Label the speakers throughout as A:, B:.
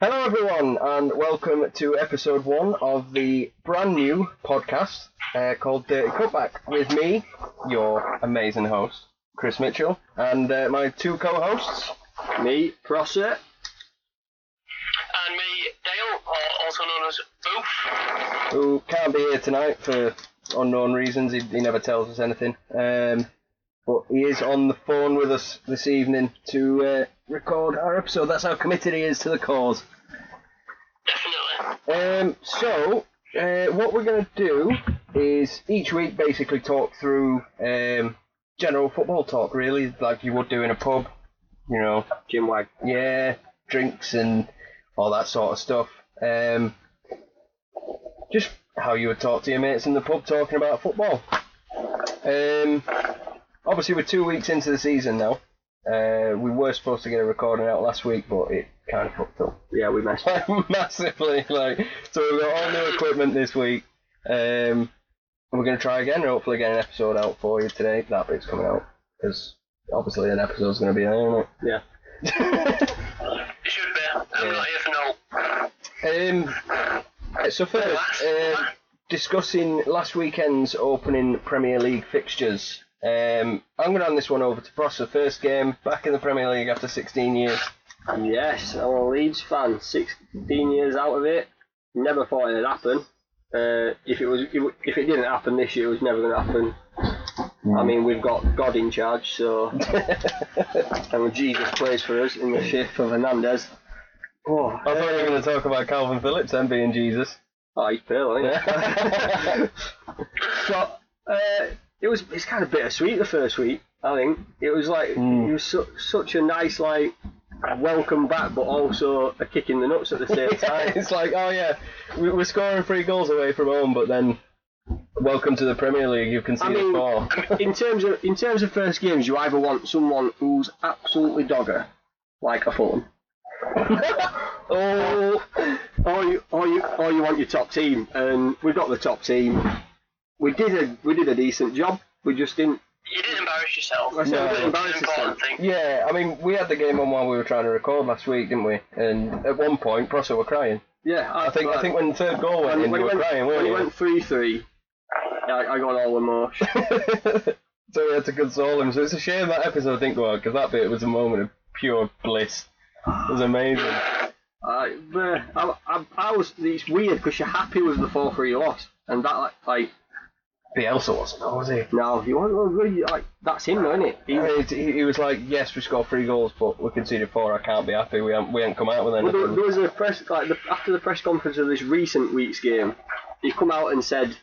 A: Hello, everyone, and welcome to episode one of the brand new podcast uh, called Dirty Cutback with me, your amazing host, Chris Mitchell, and uh, my two co hosts.
B: Me, Prosser.
C: and me, Dale, or also known as Boof.
A: who can't be here tonight for unknown reasons. He, he never tells us anything. Um, but he is on the phone with us this evening to uh, record our episode. That's how committed he is to the cause.
C: Definitely.
A: Um, so, uh, what we're going to do is each week basically talk through um, general football talk, really, like you would do in a pub. You know,
B: Jim Wag.
A: yeah, drinks and all that sort of stuff. Um, just how you would talk to your mates in the pub talking about football. Um, obviously, we're two weeks into the season now. Uh, we were supposed to get a recording out last week, but it kind of fucked up
B: Yeah, we messed up.
A: like massively. Like, so we've got all new equipment this week. Um, and we're gonna try again and hopefully get an episode out for you today. That bit's coming out because obviously an episode's gonna be there, isn't it?
B: Yeah.
C: It should be. I'm
A: Yeah.
C: not here for no.
A: Um, right, so first, um, discussing last weekend's opening Premier League fixtures. Um, I'm going to hand this one over to Prosser. First game back in the Premier League after 16 years.
B: Yes, I'm a Leeds fan. 16 years out of it. Never thought it'd happen. Uh, if it was, if it didn't happen this year, it was never going to happen. I mean, we've got God in charge, so and when Jesus plays for us in the shift of Hernandez. Oh,
A: I thought you were going to talk about Calvin Phillips then being Jesus.
B: Oh, he's pale, isn't
A: Yeah.
B: he? so, uh, it was it's kind of bittersweet the first week. I think it was like
A: Mm.
B: it was su- such a nice like welcome back, but also a kick in the nuts at the same time.
A: it's like, oh yeah, we- we're scoring three goals away from home, but then welcome to the Premier League. You've conceded
B: I mean-
A: four.
B: in terms of in terms of first games, you either want someone who's absolutely dogger, like a Fulham,
A: oh,
B: or you or you or you want your top team, and we got the top team. We did a we did a decent job. We just didn't.
C: You didn't embarrass yourself.
B: I said
A: No.
B: we didn't
C: That's
B: embarrass
C: the important
B: ourselves.
C: thing.
A: yeah. I mean, we had the game on while we were trying to record last week, didn't we? And at one point, Prosser were crying.
B: Yeah,
A: I think I think when the third goal went in,
B: when,
A: you
B: when,
A: were
B: it, went,
A: crying,
B: when
A: weren't
B: it
A: you?
B: went three three, I, I got all emotion.
A: so we had to console him. So it's a shame that episode didn't go out because that bit was a moment of pure bliss. It was amazing.
B: I, but I, I, I was it's weird because you're happy with the four three loss, and that like, like
A: Bielsa wasn't, though, was he?
B: no, you want well, really, like that's him, isn't it? He,
A: He, he, he was like, "Yes, we scored three goals, but we conceded four. I can't be happy. We haven't, we haven't come out with
B: well, there,
A: anything."
B: there was a press like the, after the press conference of this recent week's game, he come out and said,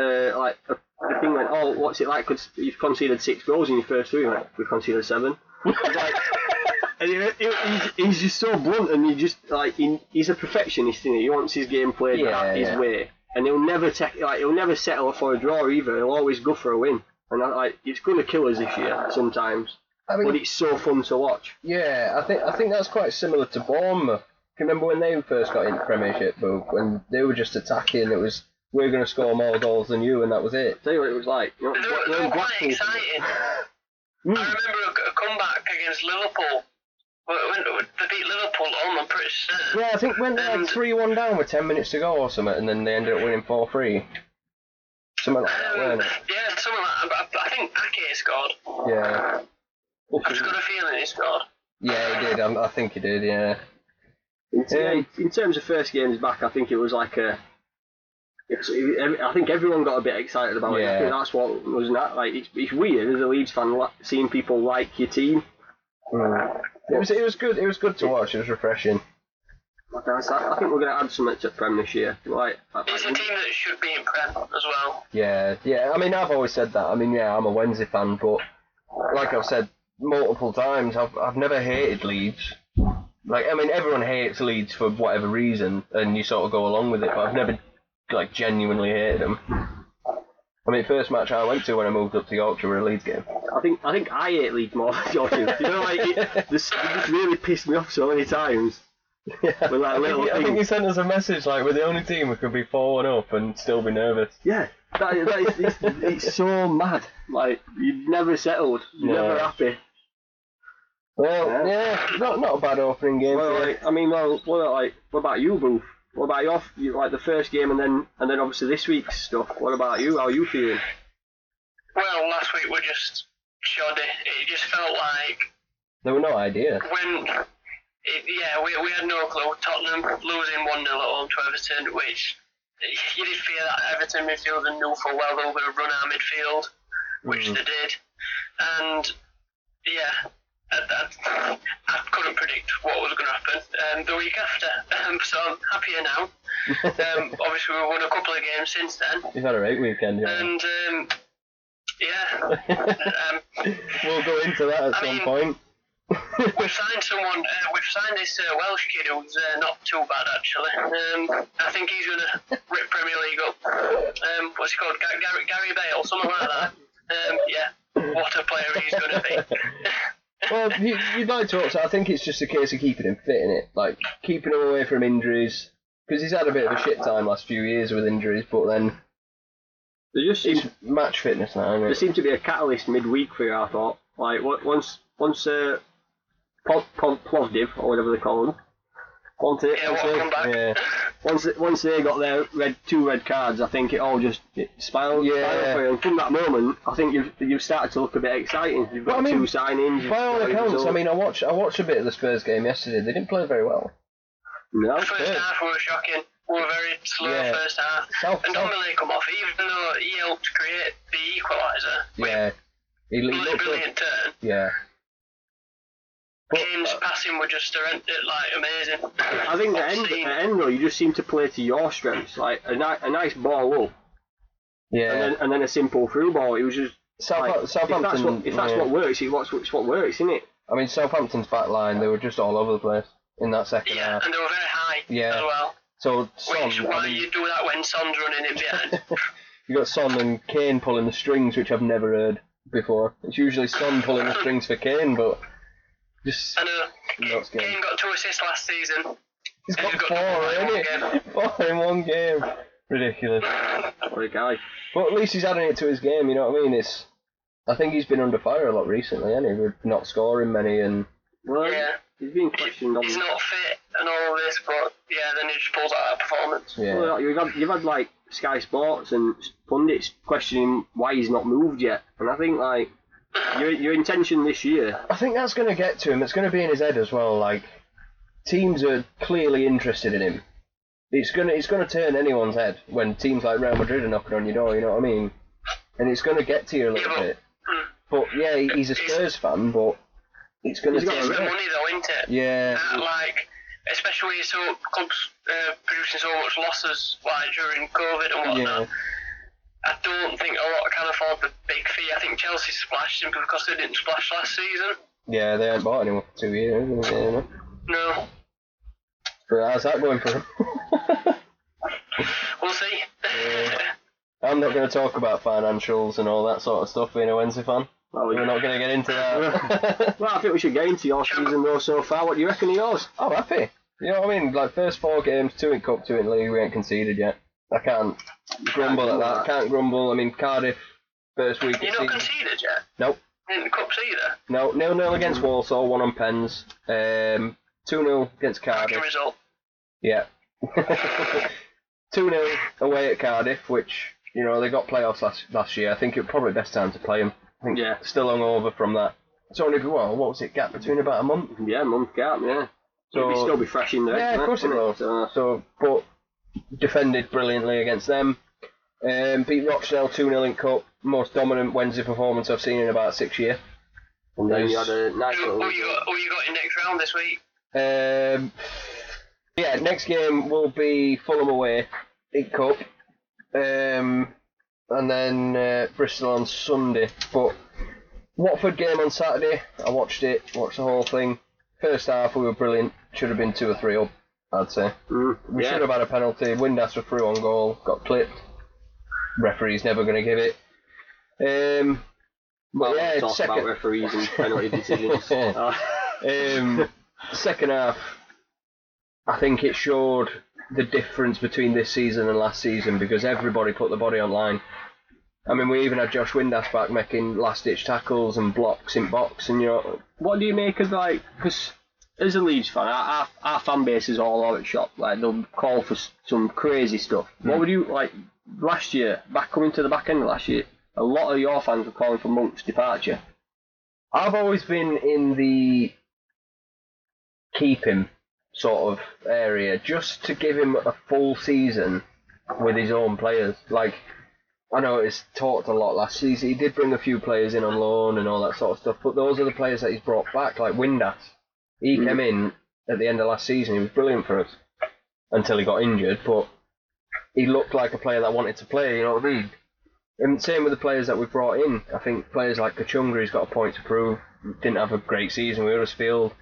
B: uh, like a, the thing went, oh, what's it like? Cause you've conceded six goals in your first three, like we've conceded seven. like, and he, he, he's, he's just so blunt, and he just like he, he's a perfectionist. Isn't he? he wants his game played
A: Yeah,
B: at his
A: yeah.
B: way, and he'll never take like he'll never settle for a draw either. He'll always go for a win, and I, like it's going to kill us this year sometimes.
A: I
B: But
A: mean,
B: it's so fun to watch.
A: yeah, I think I think that's quite similar to Bournemouth. Can you remember when they first got into Premiership, but when they were just attacking, it was we're going to score more goals than you, and that was it.
B: Tell you what it was like. You Hmm. know,
C: They were, they
B: when
C: were quite
B: Blackpool-
C: exciting. I remember a, a comeback against Liverpool. When, when they beat Liverpool at home, I'm pretty certain.
A: Yeah, I think when they were
C: And-
A: three one down with ten minutes to go or something, and then they ended up winning four three. Something like that,
C: Um,
A: weren't it?
C: yeah, something like that. But I, I think Ake scored.
A: Yeah,
C: I've just got a feeling he scored.
A: yeah, he did. I, I think he did. Yeah. Um,
B: In, ter- in terms of first games back, I think it was like a. It's, it, I think everyone got a bit excited about it.
A: Yeah.
B: I think that's what was not like. It's, it's weird as a Leeds fan li- seeing people like your team.
A: Mm. It was it was good. It was good to watch. It was refreshing.
B: Like, I, said, I think we're going to add something to Prem this year. Like, I- I-
C: It's a team that should be in Prem as well.
A: Yeah, yeah. I mean, I've always said that. I mean, yeah, I'm a Wednesday fan, but like I've said multiple times, I've I've never hated Leeds. Like, I mean, everyone hates Leeds for whatever reason, and you sort of go along with it. But I've never like genuinely hated them. I mean, first match I went to when I moved up to Yorkshire were a Leeds game.
B: I think I think I hate Leeds more than your team. You know, like it, this, it just really pissed me off so many times.
A: Yeah.
B: With that
A: I
B: little
A: think, I think
B: thing.
A: he sent us a message like we're the only team who could be four one up and still be nervous.
B: Yeah, that, that is, it's, it's so mad. Like you've never settled, you're
A: No.
B: never happy.
A: Well, yeah, not not a bad opening game.
B: Well,
A: for you.
B: like, I mean, well, what about, like, what about you, Booth? What about your, you, like the first game and then and then obviously this week's stuff? What about you? How are you feeling?
C: Well, last week were just shoddy. It just felt like
A: There were no ideas.
C: when, it, yeah, we, we had no clue. Tottenham losing 1 0 at home to Everton, which you did fear that Everton midfielder knew full well they were going to run our midfield, which they did. And, yeah, I, I, I couldn't predict what was going to happen um, the week after. Um, so I'm happier now. Um, obviously, we've won a couple of games since then.
A: You've had a right weekend, yeah.
C: And, um, yeah, um,
A: we'll go into that at
C: I
A: some
C: mean-
A: point.
C: We've signed someone. Uh, we've signed this uh, Welsh kid who's uh, not too bad actually. Um, I think he's gonna rip Premier League up. Um, what's he called? Ga- Gary, Gary Bale, something like that. Um, yeah, what a player he's gonna be.
A: well, you, you'd like to hope so. I think it's just a case of keeping him fit in it, like keeping him away from injuries because he's had a bit of a shit time last few years with injuries, but then
B: There just seems
A: he's match fitness now.
B: there
A: Isn't it?
B: seemed to be a catalyst midweek for you. I thought, like, what once once uh, Pl- Pl- Plovdiv or whatever they call them. Once they,
C: Yeah,
B: once,
C: welcome
B: they,
C: back.
A: Yeah,
B: once, they- once they got their red two red cards, I think it all just it spiraled.
A: Yeah.
B: spiraled for you. And from that moment, I think you've you've started to look a bit exciting. You've got
A: Well, I mean,
B: two signings. you've
A: by all
B: got your
A: accounts, I
B: results.
A: mean, I watched I watched a bit of the Spurs game yesterday. They didn't play very well.
B: no,
C: The first
A: good.
C: half we were shocking. We were very slow
A: Yeah.
C: first half.
A: South,
C: And
A: South
C: Dombele come off, even though he helped create the equaliser.
A: yeah, he, he
C: Bloody
A: looked good.
C: brilliant turn.
A: Yeah, But-
C: Kane's passing were just horrendous, like amazing.
B: I think at end,
C: Obscene.
B: at end though, you just seem to play to your strengths, like a, ni- a nice ball up, and
A: yeah.
B: then and then a simple through ball. It was just like,
A: South,
B: if
A: Southampton.
B: that's what if that's
A: yeah.
B: what works, it's what's it's what works, isn't it?
A: I mean, Southampton's back line, they were just all over the place in that second
C: Yeah,
A: half.
C: and they were very high
A: Yeah.
C: as well.
A: So
C: Which,
A: Son, I
C: why
A: mean,
C: you do that when Son's running in behind?
A: You got Son and Kane pulling the strings, which I've never heard before. It's usually Son pulling the strings for Kane, but just
C: I know.
A: Nuts game.
C: Kane got two assists last season.
A: he's got
C: he's got
A: four,
C: double in
A: ain't he? Four in one game, ridiculous.
B: What a guy!
A: But at least he's adding it to his game. You know what I mean? It's I think he's been under fire a lot recently, hasn't he? With not scoring many, and
B: Well,
C: Yeah.
B: he's been questioned.
C: He's
A: Um,
B: On,
C: not fit and all of this, but yeah, then he just pulls out that performance.
A: yeah,
B: well, you've had you've had like Sky Sports and pundits questioning why he's not moved yet, and I think like your your intention this year,
A: I think that's going to get to him. It's going to be in his head as well. Like teams are clearly interested in him. It's gonna it's gonna turn anyone's head when teams like Real Madrid are knocking on your door. You know what I mean? And it's going to get to you a little
C: Yeah, but-
A: bit. But yeah, he- he's a Spurs fan, but it's going to
B: He's got
A: get
C: It's
B: a
C: the
A: him.
C: money though, isn't it?
A: Oh, Yeah,
C: Uh, like, especially so clubs uh, producing so much losses like during COVID and whatnot.
A: yeah,
C: I don't think a lot can afford the big fee. I think Chelsea splashed him because they didn't splash last season.
A: yeah. They haven't bought anyone for two years. you know.
C: No,
A: But how's that going for him?
C: we'll see.
A: Yeah. I'm not going to talk about financials and all that sort of stuff being a Wednesday fan.
B: well,
A: We're not going to get into that.
B: well, I think we should get into your season though so far. What do you reckon of yours?
A: I'm Oh, happy. You know what I mean? Like first four games, two in cup, two in league, we ain't conceded yet. I can't grumble at that. I can't grumble. I mean Cardiff first week. of
C: You're not
A: season.
C: conceded yet?
A: Nope.
C: In the Cups either?
A: No, nil nil against Walsall, one on pens. Um, two 0 against
C: Shocking
A: Cardiff.
C: result.
A: Yeah. two 0 away at Cardiff, which you know they got playoffs last last year. I think it probably best time to play them. I think
B: Yeah.
A: still hungover from that. It's only been, well, what was it? Gap between about a month.
B: Yeah, month gap, yeah.
A: So-
B: So It'll be, still be fresh in there.
A: Yeah, of course it
B: wouldn't
A: will.
B: So,
A: So, but defended brilliantly against them. Um, beat Rochdale 2 0 in Cup. Most dominant Wednesday performance I've seen in about six years.
B: And then you had a nice
C: Who,
B: little.
C: who you got? Who you got in next round this week?
A: Um, yeah, next game will be Fulham away in Cup. Um, and then uh, Bristol on Sunday. But Watford game on Saturday, I watched it, watched the whole thing. First half, we were brilliant. Should have been 2 or 3 up, I'd say.
B: Mm,
A: We
B: yeah.
A: should have had a penalty. Windass were through on goal, got clipped. Referee's never going to give it. Um,
B: Well,
A: yeah,
B: talk
A: second-
B: about referees and penalty decisions. Uh,
A: um, second half, I think it showed the difference between this season and last season because everybody put the body online. I mean, we even had Josh Windass back making last ditch tackles and blocks in box, and you know,
B: What do you make of like? Because as a Leeds fan, our, our, our fan base is all over the shop. Like they'll call for s- some crazy stuff.
A: Hmm.
B: What would you like? Last year, back coming to the back end of last year, a lot of your fans were calling for Monk's departure.
A: I've always been in the keep him sort of area, just to give him a full season with his own players. Like, I know it's talked a lot last season. He did bring a few players in on loan and all that sort of stuff, but those are the players that he's brought back, like Windass. He came in at the end of last season. He was brilliant for us until he got injured, but he looked like a player that wanted to play, you know what I mean? And same with the players that we brought in. I think players like Kachunga, he's got a point to prove. Didn't have a great season with Huddersfield,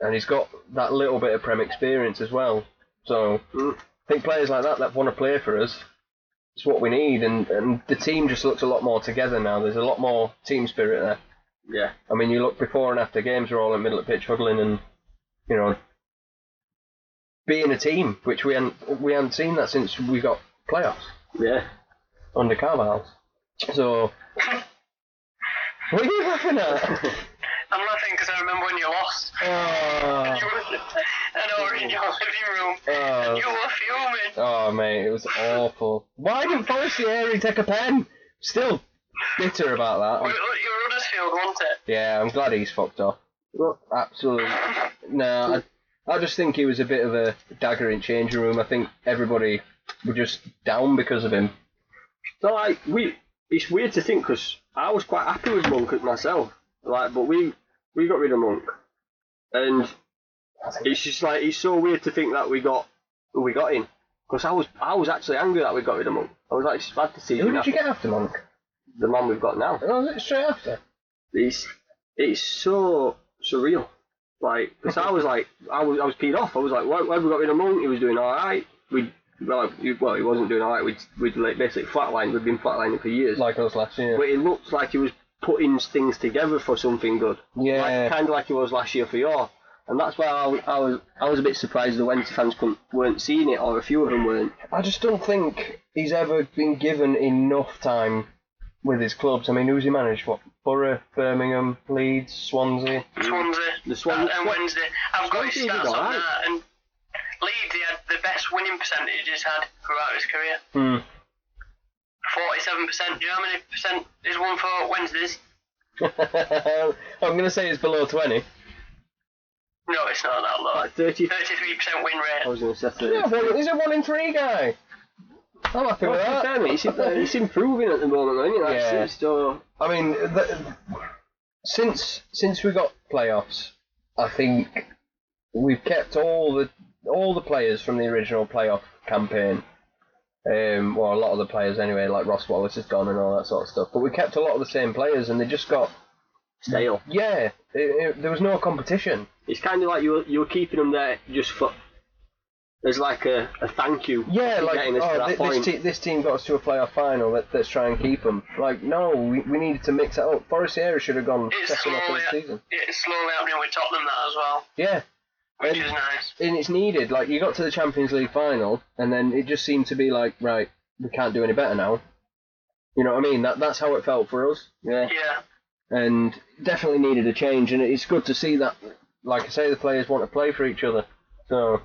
A: and he's got that little bit of Prem experience as well. So
B: Mm.
A: I think players like that that want to play for us, it's what we need. And, and the team just looks a lot more together now. There's a lot more team spirit there.
B: Yeah.
A: I mean, you look before and after games, we're all in the middle of the pitch huddling and, you know, being a team, which we hadn't, we hadn't seen that since we got playoffs
B: Yeah.
A: under Carlisle. So, what are you laughing at?
C: I'm laughing because I remember when you lost.
A: oh,
C: You were, and I were in your living room.
A: oh,
C: You were fuming.
A: oh, mate, it was awful. Why didn't Forestieri take a pen? Still bitter about that.
C: You
A: I'm-
C: were you were Huddersfield, wasn't it?
A: yeah, I'm glad he's fucked off. Absolutely. No, I, I just think he was a bit of a dagger in changing room. I think everybody were just down because of him.
B: So like we, it's weird to think because I was quite happy with Monk myself. Like, but we we got rid of Monk, and it's just like it's so weird to think that we got we got in. Because I was I was actually angry that we got rid of Monk. I was like, it's bad to see
A: Who did
B: him
A: you
B: after
A: get after Monk?
B: the man we've got now.
A: Oh, was it straight after?
B: It's it's so surreal. Like, because I was like I was I was peed off. I was like, why, why have we got rid of Monk? He was doing all right. We well, he, well, he wasn't doing all right. We'd we'd like basically flatlined. We'd been flatlining for years.
A: Like us last year.
B: but it looks like he was putting things together for something good.
A: yeah.
B: Like, kind of like he was last year for York. And that's why I, w- I was I was a bit surprised the Wednesday fans couldn't, weren't seeing it, or a few of them weren't.
A: I just don't think he's ever been given enough time with his clubs. I mean, who's he managed? What? Borough, Birmingham, Leeds, Swansea.
C: Swansea. Uh,
B: The Swan-
C: and Wednesday. I've got his
B: Swansea did
C: stats on
B: alright.
C: that. And Leeds, he had the best winning percentage he's had throughout his career.
A: Hmm.
C: 47%. Do you know how many percent is one for Wednesdays?
A: I'm going to say it's below 20.
C: No, it's not that low.
B: Like 30,
C: 33% win
B: I
A: Oh,
C: rate.
B: was going to say 30.
A: Yeah, well, he's a one in three guy. I'm happy with
B: Well, to be fair,
A: that.
B: mate, it's, uh, it's improving at the moment, though, isn't it? Like,
A: Yeah.
B: it's still-
A: I mean, the, since since we got playoffs, I think we've kept all the all the players from the original playoff campaign. Um, well, a lot of the players anyway, like Ross Wallace is gone and all that sort of stuff. But we kept a lot of the same players, and they just got
B: stale.
A: yeah. It, it, there was no competition.
B: It's kind of like you were, you were keeping them there just for. There's like a, a thank you.
A: Yeah,
B: for
A: like
B: getting us to
A: oh,
B: that
A: thi-
B: point.
A: this, te- this team got us to a playoff final. Let, let's try and keep them. Like no, we, we needed to mix it up. Forestieri should have gone
C: It's
A: second or
C: slowly,
A: third season.
C: it's slowly happening with Tottenham, that as well,
A: Yeah,
C: which
A: And-
C: is nice.
A: and it's needed. Like you got to the Champions League final, and then it just seemed to be like, right, we can't do any better now. You know what I mean? That that's how it felt for us. Yeah,
C: Yeah.
A: and definitely needed a change, and it's good to see that. Like I say, the players want to play for each other, so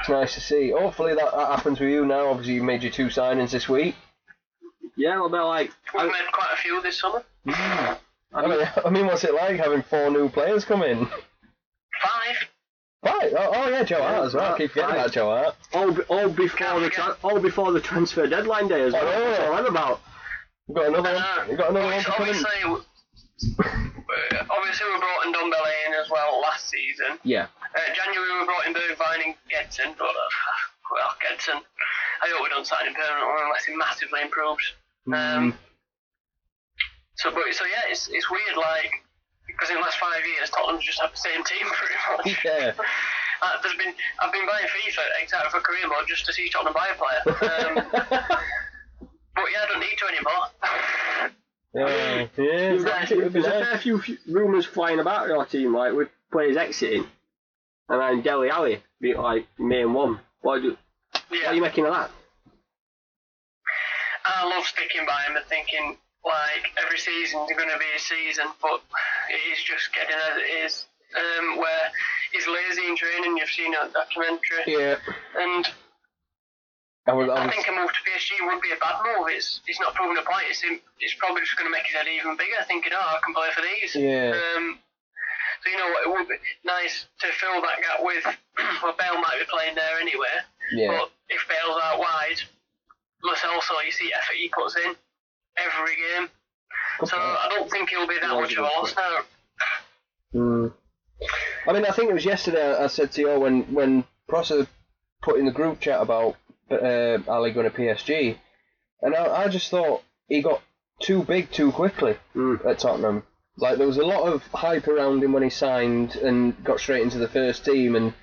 A: it's nice to see. Hopefully that, that happens with you now. Obviously, you made your two signings this week.
B: Yeah, well, they're like.
C: We've made quite a few this summer.
A: I mean, I mean, what's it like having four new players come in?
C: Five.
A: Right. Oh, oh yeah, Joe Hart as well. I keep forgetting
B: Right.
A: about Joe Hart.
B: All, be- all before
C: Can't
B: the
C: forget-
B: tra- all before the transfer deadline day as well.
A: Oh, yeah.
B: That's all I'm about.
A: We've got another
C: Uh,
A: one. We've got another one
C: obviously,
A: to come in.
C: obviously, w- uh, obviously we brought in Dombele in as well last season.
A: Yeah.
C: Uh, January we brought in Bergvine and Gedson, but uh, well, Gedson, I hope we don't sign him permanently unless he massively improves.
A: Hmm.
C: Um, so, but so yeah, it's it's weird, like because in the last five years Tottenham's just had the same team pretty much.
A: Yeah.
C: Uh, there's been I've been buying FIFA except for career mode just to see Tottenham buy a player. Um, but yeah, I don't need to anymore.
A: Yeah, yeah.
B: There's
C: Right,
B: a fair- there's a fair few f- rumours flying about your team, like with players exiting, and then Deli Alley being like main one. What, do,
C: yeah.
B: what are you making of that?
C: Uh, I love sticking by him and thinking like every season's going to be a season, but it is just getting as it is. Um, where he's lazy in training, you've seen that documentary,
A: Yeah.
C: and
A: I was, I
C: I
A: was,
C: think a move to PSG would be a bad move. It's he's not proven a point. It's it's probably just going to make his head even bigger, thinking, oh, I can play for these.
A: Yeah.
C: Um, so you know what, it would be nice to fill that gap with. well, Bale might be playing there anyway.
A: yeah.
C: But if Bale's out wide, plus also you see effort he puts in every game. So I don't think he'll be that much of a loss now.
A: Mm. I mean, I think it was yesterday I said to you when when Prosser put in the group chat about uh, Ali going to PSG, and I, I just thought he got too big too quickly
B: Mm.
A: at Tottenham. Like there was a lot of hype around him when he signed and got straight into the first team, and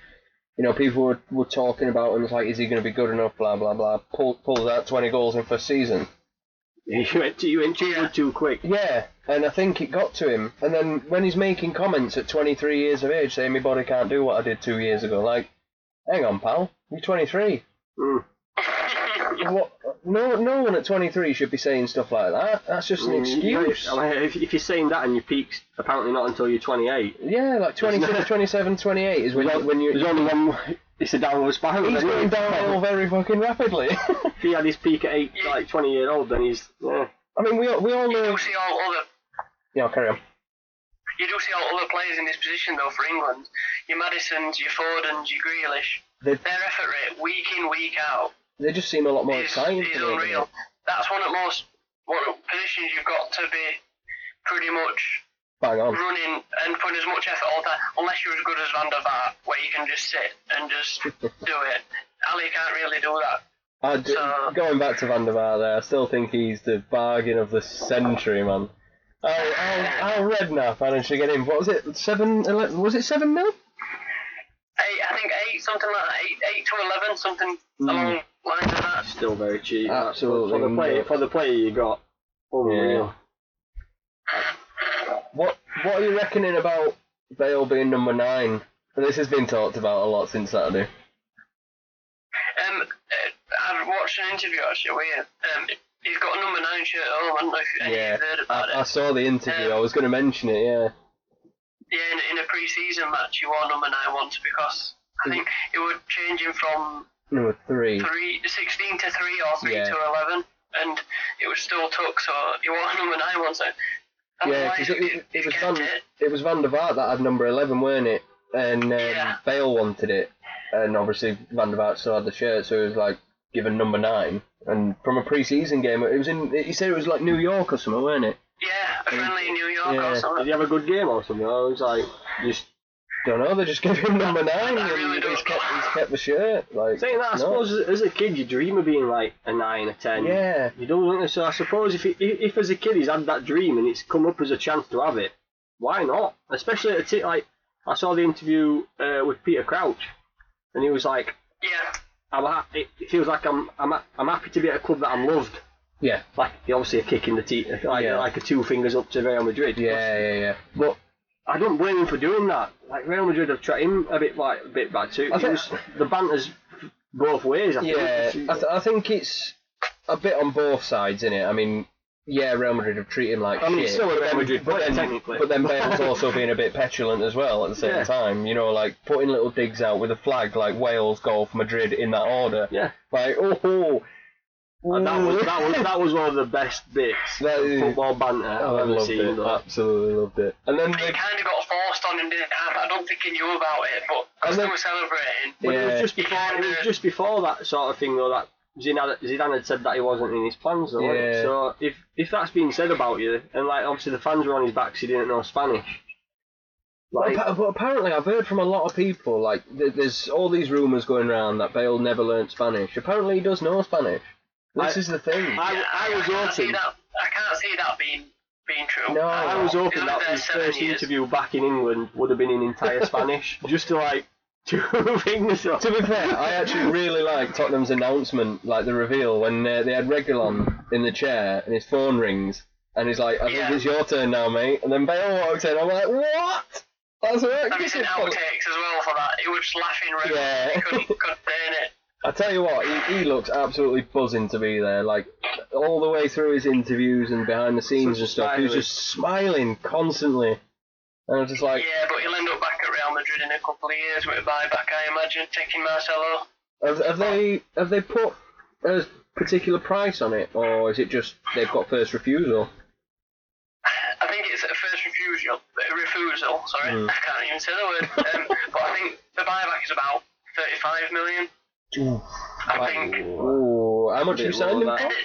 A: you know people were, were talking about him. It's like, is he going to be good enough? Blah blah blah. Pull pulls out twenty goals in first season.
B: you went too, you went too good too quick.
A: Yeah, and I think it got to him. And then when he's making comments at 23 years of age saying my body can't do what I did two years ago, like, hang on, pal, you're 23.
B: Mm.
A: What? No, no one at 23 should be saying stuff like that. That's just an
B: Mm, you-
A: excuse.
B: I mean, if, if you're saying that and your peak's apparently not until you're 28,
A: Yeah, like 26, 27, 28 is when, you- when you.
B: there's only one. It's a downward spiral.
A: He's
B: then.
A: going downhill very fucking rapidly.
B: If he had his peak at eight, like 20 year old, then he's yeah.
A: I mean, we all, we all
C: you
A: know.
C: do see all other
A: Yeah, carry on.
C: you do see all other players in this position though for England. Your Madisons, your Fordens, your Grealish.
A: They,
C: Their effort rate week in week out
A: they just seem a lot more
C: is,
A: exciting
C: is
A: to me.
C: unreal. That's one of the most one of the positions you've got to be pretty much
A: Bang on.
C: running and putting as much effort all the time, unless you're as good as Van der Vaart, where you can just sit and just do it. Ali can't really do that.
A: I d-
C: So-
A: going back to Van der Vaart there, I still think he's the bargain of the century, man. How, how, how Redknapp managed to get in? What was it? Seven? ele- Was it seven mil?
C: Eight, I think eight, something like that, eight, eight to eleven, something
A: Hmm.
C: along lines of that.
B: still very cheap.
A: Absolutely
B: for the player,
A: not.
B: for the player you got, unreal.
A: What What are you reckoning about Bale being number nine? And this has been talked about a lot since Saturday.
C: Um, uh, I've watched an interview actually with him. Um, he's got a number nine shirt on. I don't know if any of
A: Yeah,
C: you've heard about
A: I, I
C: it.
A: saw the interview. I was going to mention it. Yeah,
C: Yeah, in, in a pre-season match, he wore number nine once because
A: Hmm.
C: I think it would change him from
A: number three.
C: three, 16 to 3 or 3
A: Yeah.
C: to 11, and it was still took, so he won number 9 once. So that's
A: Yeah,
C: why
A: because
C: he-
A: it,
C: he
A: it was
C: kept
A: Van
C: it.
A: it was Van der Vaart that had number eleven, weren't it? And um,
C: Yeah.
A: Bale wanted it, and obviously Van der Vaart still had the shirt, so he was like given number nine. And from a pre-season game, it was in. He said it was like New York or something, weren't it?
C: Yeah, a friendly in New York
A: Yeah.
C: or
B: Did
C: something.
B: he have a good game or something? I was like, just
A: Don't know. They just gave him number nine,
C: I really
A: and he's
C: don't
A: kept,
C: know.
A: he's kept the shirt. Like
B: saying that.
A: no.
B: I suppose as, as a kid, you dream of being like a nine, a ten.
A: Yeah.
B: You don't want to. So I suppose if, he, if if as a kid he's had that dream and it's come up as a chance to have it, why not? Especially at a t- like I saw the interview uh, with Peter Crouch, and he was like,
C: Yeah,
B: I'm ha- it it feels like I'm I'm ha- I'm happy to be at a club that I'm loved.
A: Yeah.
B: Like he obviously a kick in the teeth, like,
A: Yeah.
B: like a two fingers up to Real Madrid.
A: Yeah, yeah, yeah. But
B: I don't blame him for doing that. Like Real Madrid have treated him a bit like a bit bad too.
A: I
B: It
A: think-
B: was- the banter's both ways. I
A: Yeah,
B: think.
A: I, th- I think it's a bit on both sides, innit? I mean, yeah, Real Madrid have treated him like
B: I mean,
A: shit.
B: so have
A: but
B: Real
A: then-
B: Madrid,
A: but
B: but
A: then,
B: technically.
A: but then Bale's also being a bit petulant as well at the same
B: Yeah.
A: time. You know, like putting little digs out with a flag like Wales, Golf, Madrid in that order.
B: Yeah.
A: Like, oh, oh.
B: And that was that was that was one of the best bits
A: That
B: of
A: is-
B: football banter
A: Oh, I
B: I've ever
A: loved
B: seen.
A: it.
B: though.
A: Absolutely loved it. And then
C: but
A: they
C: it kind of got forced on him, didn't it? I I don't think he knew about it, but
A: And
C: because they
A: then-
C: were celebrating.
B: But it
A: Yeah.
B: was just before it was just before that sort of thing though that Zidane, Zidane had said that he wasn't in his plans though. wasn't it?
A: Yeah.
B: So if if that's been said about you, and like obviously the fans were on his back, so he didn't know Spanish.
A: But,
B: Like,
A: appa- but apparently, I've heard from a lot of people like th- there's all these rumours going around that Bale never learnt Spanish. Apparently, he does know Spanish. This
B: I-
A: is the thing.
B: I, I was
C: can't see
B: hoping.
C: that. I can't see that being being true.
A: No.
C: I-
B: I was hoping that
C: He's been
B: his
C: there
B: first
C: seven years.
B: interview back in England would have been in entire Spanish, just to like two things. up.
A: to be fair, I actually really liked Tottenham's announcement, like the reveal when uh, they had Regulon in the chair and his phone rings and he's like, "I
C: Yeah.
A: think it's your turn now, mate." And then Bale walks in. I'm like, "What? That's right."
C: Have you
A: this
C: seen
A: is fun."
C: outtakes as well for that? He was just laughing right
A: Yeah.
C: he couldn't contain it.
A: I tell you what, he, he looks absolutely buzzing to be there. Like, all the way through his interviews and behind the scenes
B: Such
A: and stuff, he was
B: smiling.
A: just smiling constantly. And I was just like,
C: yeah, but he'll end up back at Real Madrid in a couple of years with a buyback, I imagine, taking Marcelo.
A: have, have they have they put a particular price on it, or is it just they've got first refusal?
C: I think it's a first refusal, a refusal. Sorry, I can't even say the word. Um, but I think the buyback is about 35 million. I think
A: Ooh, how much
B: Bit
A: you signed him
B: lower
A: for?
B: than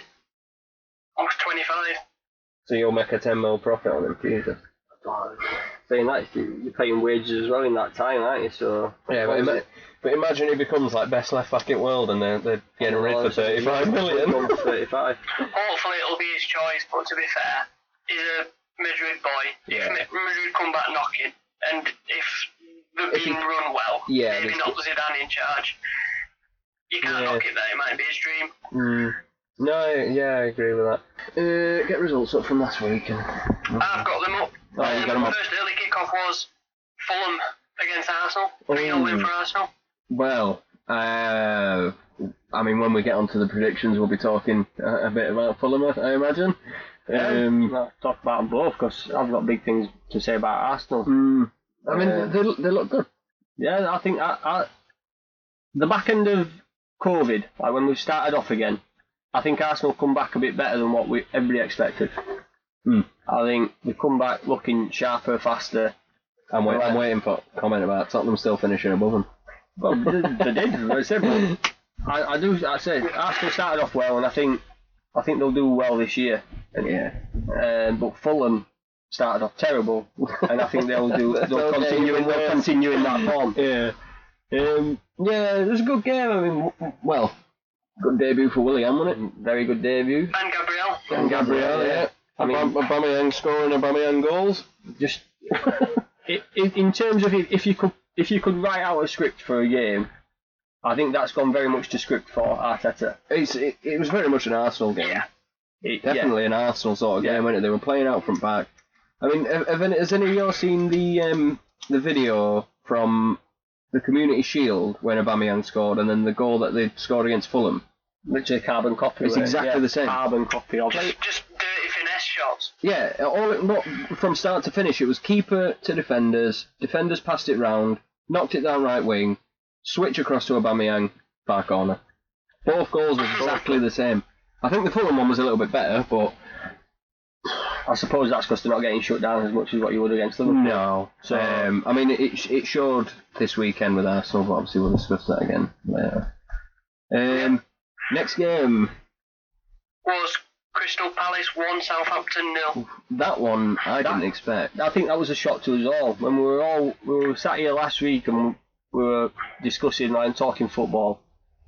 C: almost 25.
A: So you'll make a 10 mil profit on him, Jesus.
B: Saying that, you're paying wages as well in that time, aren't you? So
A: Yeah, but, ima- but imagine he becomes like best left back in the world and they're, they're getting rid for 35 million.
B: Thirty-five.
C: Hopefully, it'll be his choice. But to be fair, he's a Madrid boy.
A: Yeah.
C: If Ma- Madrid come back knocking, and if they're
A: If he-
C: being run well,
A: Yeah,
C: maybe
A: there's-
C: not Zidane in charge. You can't
A: Yeah.
C: knock it there. It might be his dream.
A: Mm. No, yeah, I agree with that. Uh, get results up from last week. And...
C: I've got them up. Um,
A: Oh, you got 'em up.
C: First early kickoff was Fulham against Arsenal. 3 0
A: Ooh.
C: win for Arsenal.
A: Well, uh, I mean, when we get onto the predictions, we'll be talking a, a bit about Fulham, I- I imagine. Um,
B: Let's talk about them both because I've got big things to say about Arsenal.
A: mm, I mean,
B: Uh,
A: they, they look- they look good.
B: Yeah, I think I, I, the back end of COVID, like when we started off again, I think Arsenal come back a bit better than what we everybody expected.
A: Hmm.
B: I think they come back looking sharper, faster.
A: I'm, wait, I'm
B: Right.
A: waiting for a comment about Tottenham still finishing above them.
B: Well, they, they did. They said, well, I, I do. I said Arsenal started off well, and I think I think they'll do well this year.
A: Yeah.
B: Um, but Fulham started off terrible, and I think they'll do. They'll
A: Okay,
B: continue.
A: even
B: They'll
A: worse.
B: continue in that form.
A: Yeah. Um, yeah, it was a good game. I mean, w- w- well, good debut for William, wasn't
B: Very good debut.
C: And Gabriel.
A: it? And Gabriel, yeah.
B: I mean-
A: Aubame- Aubameyang scoring Aubameyang goals.
B: just i- in, in terms of if, if you could if you could write out a script for a game, I think that's gone very much to script for Arteta.
A: It's, it, it was very much an Arsenal game.
C: Yeah.
B: It- yeah.
A: Definitely an Arsenal sort of
B: Yeah.
A: game, wasn't it? They were playing out from back. I mean, have, have any, has any of you seen the um, the video from the Community Shield when Aubameyang scored, and then the goal that they scored against Fulham?
B: literally carbon copy.
A: It's
B: of it,
A: exactly
B: yeah.
A: the same.
B: Carbon copy of it.
C: Just, just dirty finesse shots.
A: Yeah, all it, not from start to finish. It was keeper to defenders. Defenders passed it round, knocked it down right wing, switch across to Aubameyang, far corner. Both goals were exactly the same. I think the Fulham one was a little bit better, but
B: I suppose that's because they're not getting shut down as much as what you would against them.
A: no.
B: So-
A: um, I mean, it sh- it showed this weekend with Arsenal, but obviously we'll discuss that again later. Um, next game,
C: Was Crystal Palace 1, Southampton nil.
A: that one I
B: That-
A: didn't expect.
B: I think that was a shock to us all when we were all we were sat here last week and we were discussing like, and talking football.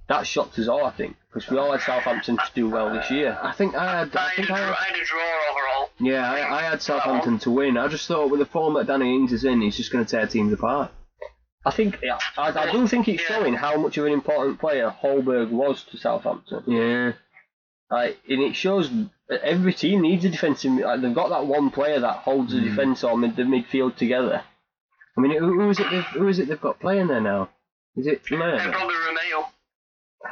B: That shocked us all, I think, because we all had Southampton to do well this year.
A: I think I had.
C: I
A: I
C: had, a
A: think
C: draw,
A: I had
C: I had a draw overall.
A: Yeah, I, I had Southampton to win. I just thought with the form that Danny Ings is in, he's just going to tear teams apart.
B: I think I, I do think it's
C: Yeah.
B: showing how much of an important player Holberg was to Southampton.
A: Yeah.
B: Like, and it shows that every team needs a defensive. mid- Like, they've got that one player that holds
A: Mm.
B: the defence or mid, the midfield together.
A: I mean, who, who is it? They've, who is it they've got playing there now? Is it
C: And
A: Mayer?
C: probably Romeo.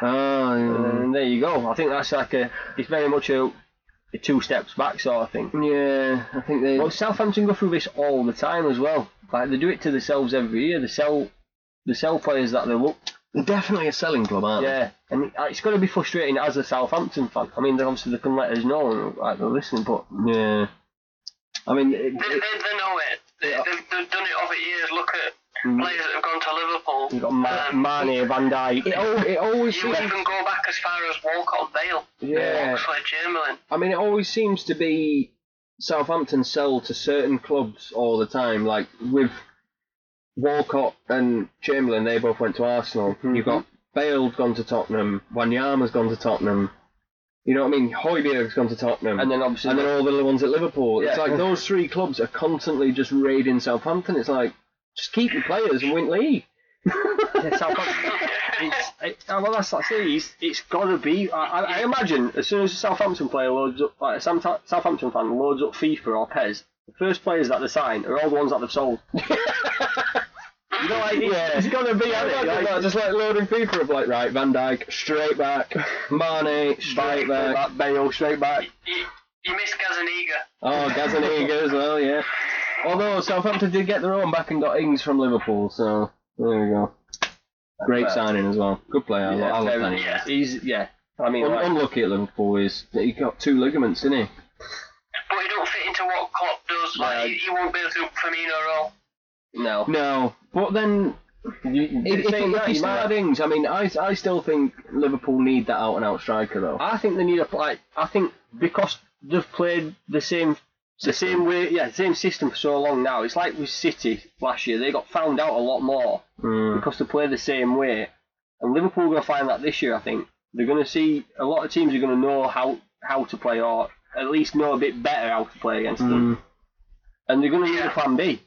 A: Oh,
B: And there you go. I think that's like a. It's very much a, a two steps back sort of thing.
A: yeah. yeah. I think they.
B: Well, Southampton go through this all the time as well. Like they do it to themselves every year. They sell, they sell players that they look
A: They're definitely a selling club, aren't
B: Yeah, and it- it's going to be frustrating as a Southampton fan. I mean, they- obviously they can let us know and like they're listening, but
A: they? Yeah. I mean, it,
C: They, they,
A: it,
C: they know it. They,
A: Yeah.
C: they've, they've done it over years. Look at players that have gone to Liverpool.
B: you've got Ma-
C: Um,
B: Mane, Van Dijk.
A: it, al- it always
C: You
A: seems.
C: even go back as far as Walcott and Bale.
A: Yeah.
C: Oxlade Chamberlain.
A: I mean, it always seems to be Southampton sell to certain clubs all the time. Like with Walcott and Chamberlain, they both went to Arsenal.
B: Mm-hmm.
A: You've got Bale's gone to Tottenham, Wanyama's gone to Tottenham. You know what I mean? Hoiberg's gone to Tottenham.
B: And then obviously,
A: and then all the other ones at Liverpool. It's
B: Yeah.
A: like those three clubs are constantly just raiding Southampton. It's like, just keep your players and win league.
B: yeah, Southampton. It's, it, uh, well, that's that's it. It's, it's got to be. I, I, I imagine as soon as a Southampton player loads up, like a Sam- Southampton fan loads up FIFA or Pez, the first players that they sign are all the ones that they've sold. you know, like, it's,
A: Yeah.
B: it's gonna be
A: Yeah,
B: on it.
A: like,
B: Like,
A: like, just like loading FIFA up, like right, Van Dyke straight back, Mane straight back, Bale straight back.
C: You, you missed Gazaniga.
A: Oh, Gazaniga as well, yeah. Although Southampton did get their own back and got Ings from Liverpool, so there we go. Great
B: But-
A: signing as well. Good player. I lo- I love
B: very-
A: Danny.
C: Yeah.
B: He's yeah. I mean,
A: Un-
B: like,
A: unlucky at Liverpool is that he got two ligaments, didn't he?
C: But he don't fit into what Klopp does. Like,
B: No.
C: he, he won't be able to do Firmino at all.
B: no.
A: No, but then
B: You,
A: if, if,
B: saying
A: if
B: that,
A: he
B: you might-
A: started Ings, I mean, I, I still think Liverpool need that out and out striker though.
B: I think they need a like. I think because they've played the same the same way, yeah, the same system for so long now. It's like with City last year; they got found out a lot more
A: Mm.
B: because they play the same way. And Liverpool are going to find that this year. I think they're going to see a lot of teams are going to know how how to play, or at least know a bit better how to play against them.
A: Mm.
B: And they're going to need a
C: Yeah.
B: plan B.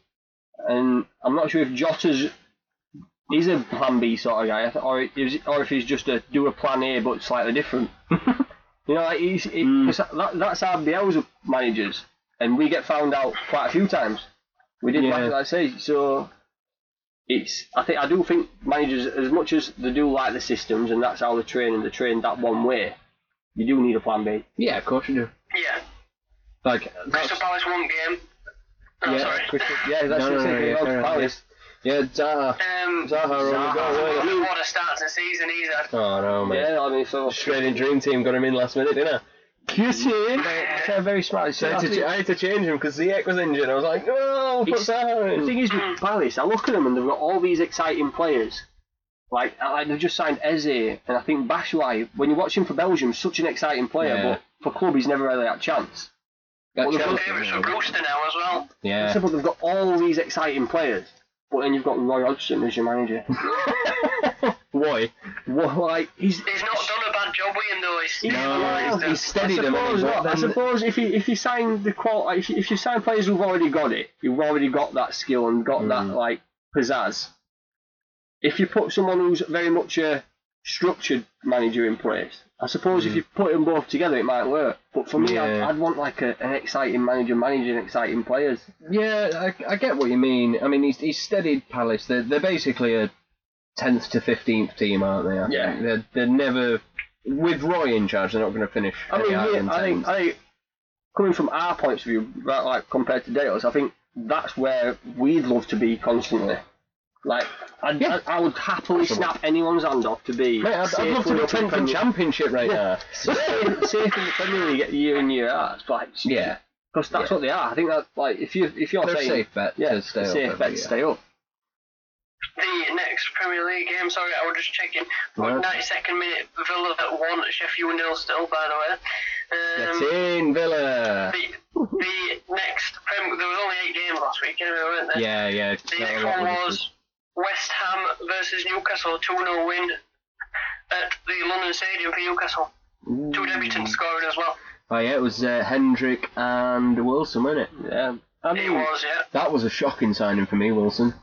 B: And I'm not sure if Jota's he's a plan B sort of guy, I th- or is, or if he's just a do a plan A but slightly different. you know, like he's, he,
A: Mm.
B: 'cause that, that's how Bielsa managers, and we get found out quite a few times. We did,
A: Yeah.
B: like I say, so. It's. I think I do think managers, as much as they do like the systems, and that's how they train, and they train that one way. You do need a plan B.
A: Yeah, of course you do.
C: Yeah.
A: Like that's-
C: Crystal Palace won game. I'm
A: Yeah,
C: Oh, sorry.
A: Crystal-
B: Yeah, that's
A: No,
B: what
A: no,
B: I'm
A: no,
B: saying.
A: yeah, fair enough,
B: Palace.
A: yeah, Zaha.
C: Um,
A: Zaha only got
B: Zaha.
A: away.
C: what, what a start to the season he's had.
A: Oh no, mate.
B: Yeah, I mean, so
A: Straight in dream team got him in last minute, didn't I?
B: Putin. They're very smart.
A: So I, had to, ch- I had to change him because Ziyech was injured. I was like, no, put
B: It's-
A: Zaha
B: the
A: in.
B: thing is with Palace, I look at them and they've got all these exciting players. Like, I- like they've just signed Eze, and I think Bashwai, when you watch him for Belgium, such an exciting player,
A: Yeah.
B: but for club, he's never really had a chance.
A: Got
B: well, the
A: Chelsea
C: Favourites for
A: now.
C: Brewster now as well.
A: Yeah.
B: So, but they've got all these exciting players, but then you've got Roy Hodgson as your manager.
A: Why?
B: well, like, he's.
C: He's not done a bad job with him though. He's
A: No,
C: stabilised him.
A: he's steadied him.
B: I suppose, not. I suppose if you if you sign the qual if you, if you sign players who've already got it, you've already got that skill and got that like pizzazz. If you put someone who's very much a structured manager in place, I suppose if you put them both together, it might work. But for me, I'd,
A: Yeah.
B: I'd want like a, an exciting manager managing exciting players.
A: Yeah, I, I get what you mean. I mean, he's, he's steadied Palace. They're, they're basically a 10th to 15th team, aren't they? I
B: Yeah.
A: think? They're, they're never. With Roy in charge, they're not going to finish.
B: I mean,
A: any higher
B: yeah,
A: than
B: I think
A: 10th.
B: I think coming from our points of view, right, like compared to Dale's, I think that's where we'd love to be constantly. Like, I'd,
A: Yeah.
B: I, I would happily snap anyone's hand off to be.
A: Mate, I'd, I'd
B: safe
A: love to
B: in
A: be
B: the
A: 10th in
B: Premier-
A: Championship right now.
B: safe- safe in the Premier League year in year out. It's like,
A: Yeah,
B: because that's what they are. I think that like if you if you're
A: they're a
B: saying
A: safe bet
B: yeah,
A: to stay up.
B: safe
A: every
B: bet to
A: year.
B: stay up.
C: The next Premier League game, sorry, I was just checking.
A: Right.
C: 92nd minute, Villa at 1, Sheffield nil still, by the way. Um,
A: Get in, Villa!
C: the, the next Prem, there was only eight games last week, anyway, weren't there?
A: Yeah, yeah. it's
C: the
A: not a
C: next
A: lot
C: one
A: of
C: was West Ham versus Newcastle, 2 0 win at the London Stadium for Newcastle.
A: difference.
C: Two debutants scoring as well.
A: Oh yeah, it was uh, Hendrick and Wilson, wasn't it?
B: Yeah, I
C: It
B: mean,
C: was, yeah.
A: That was a shocking signing for me, Wilson.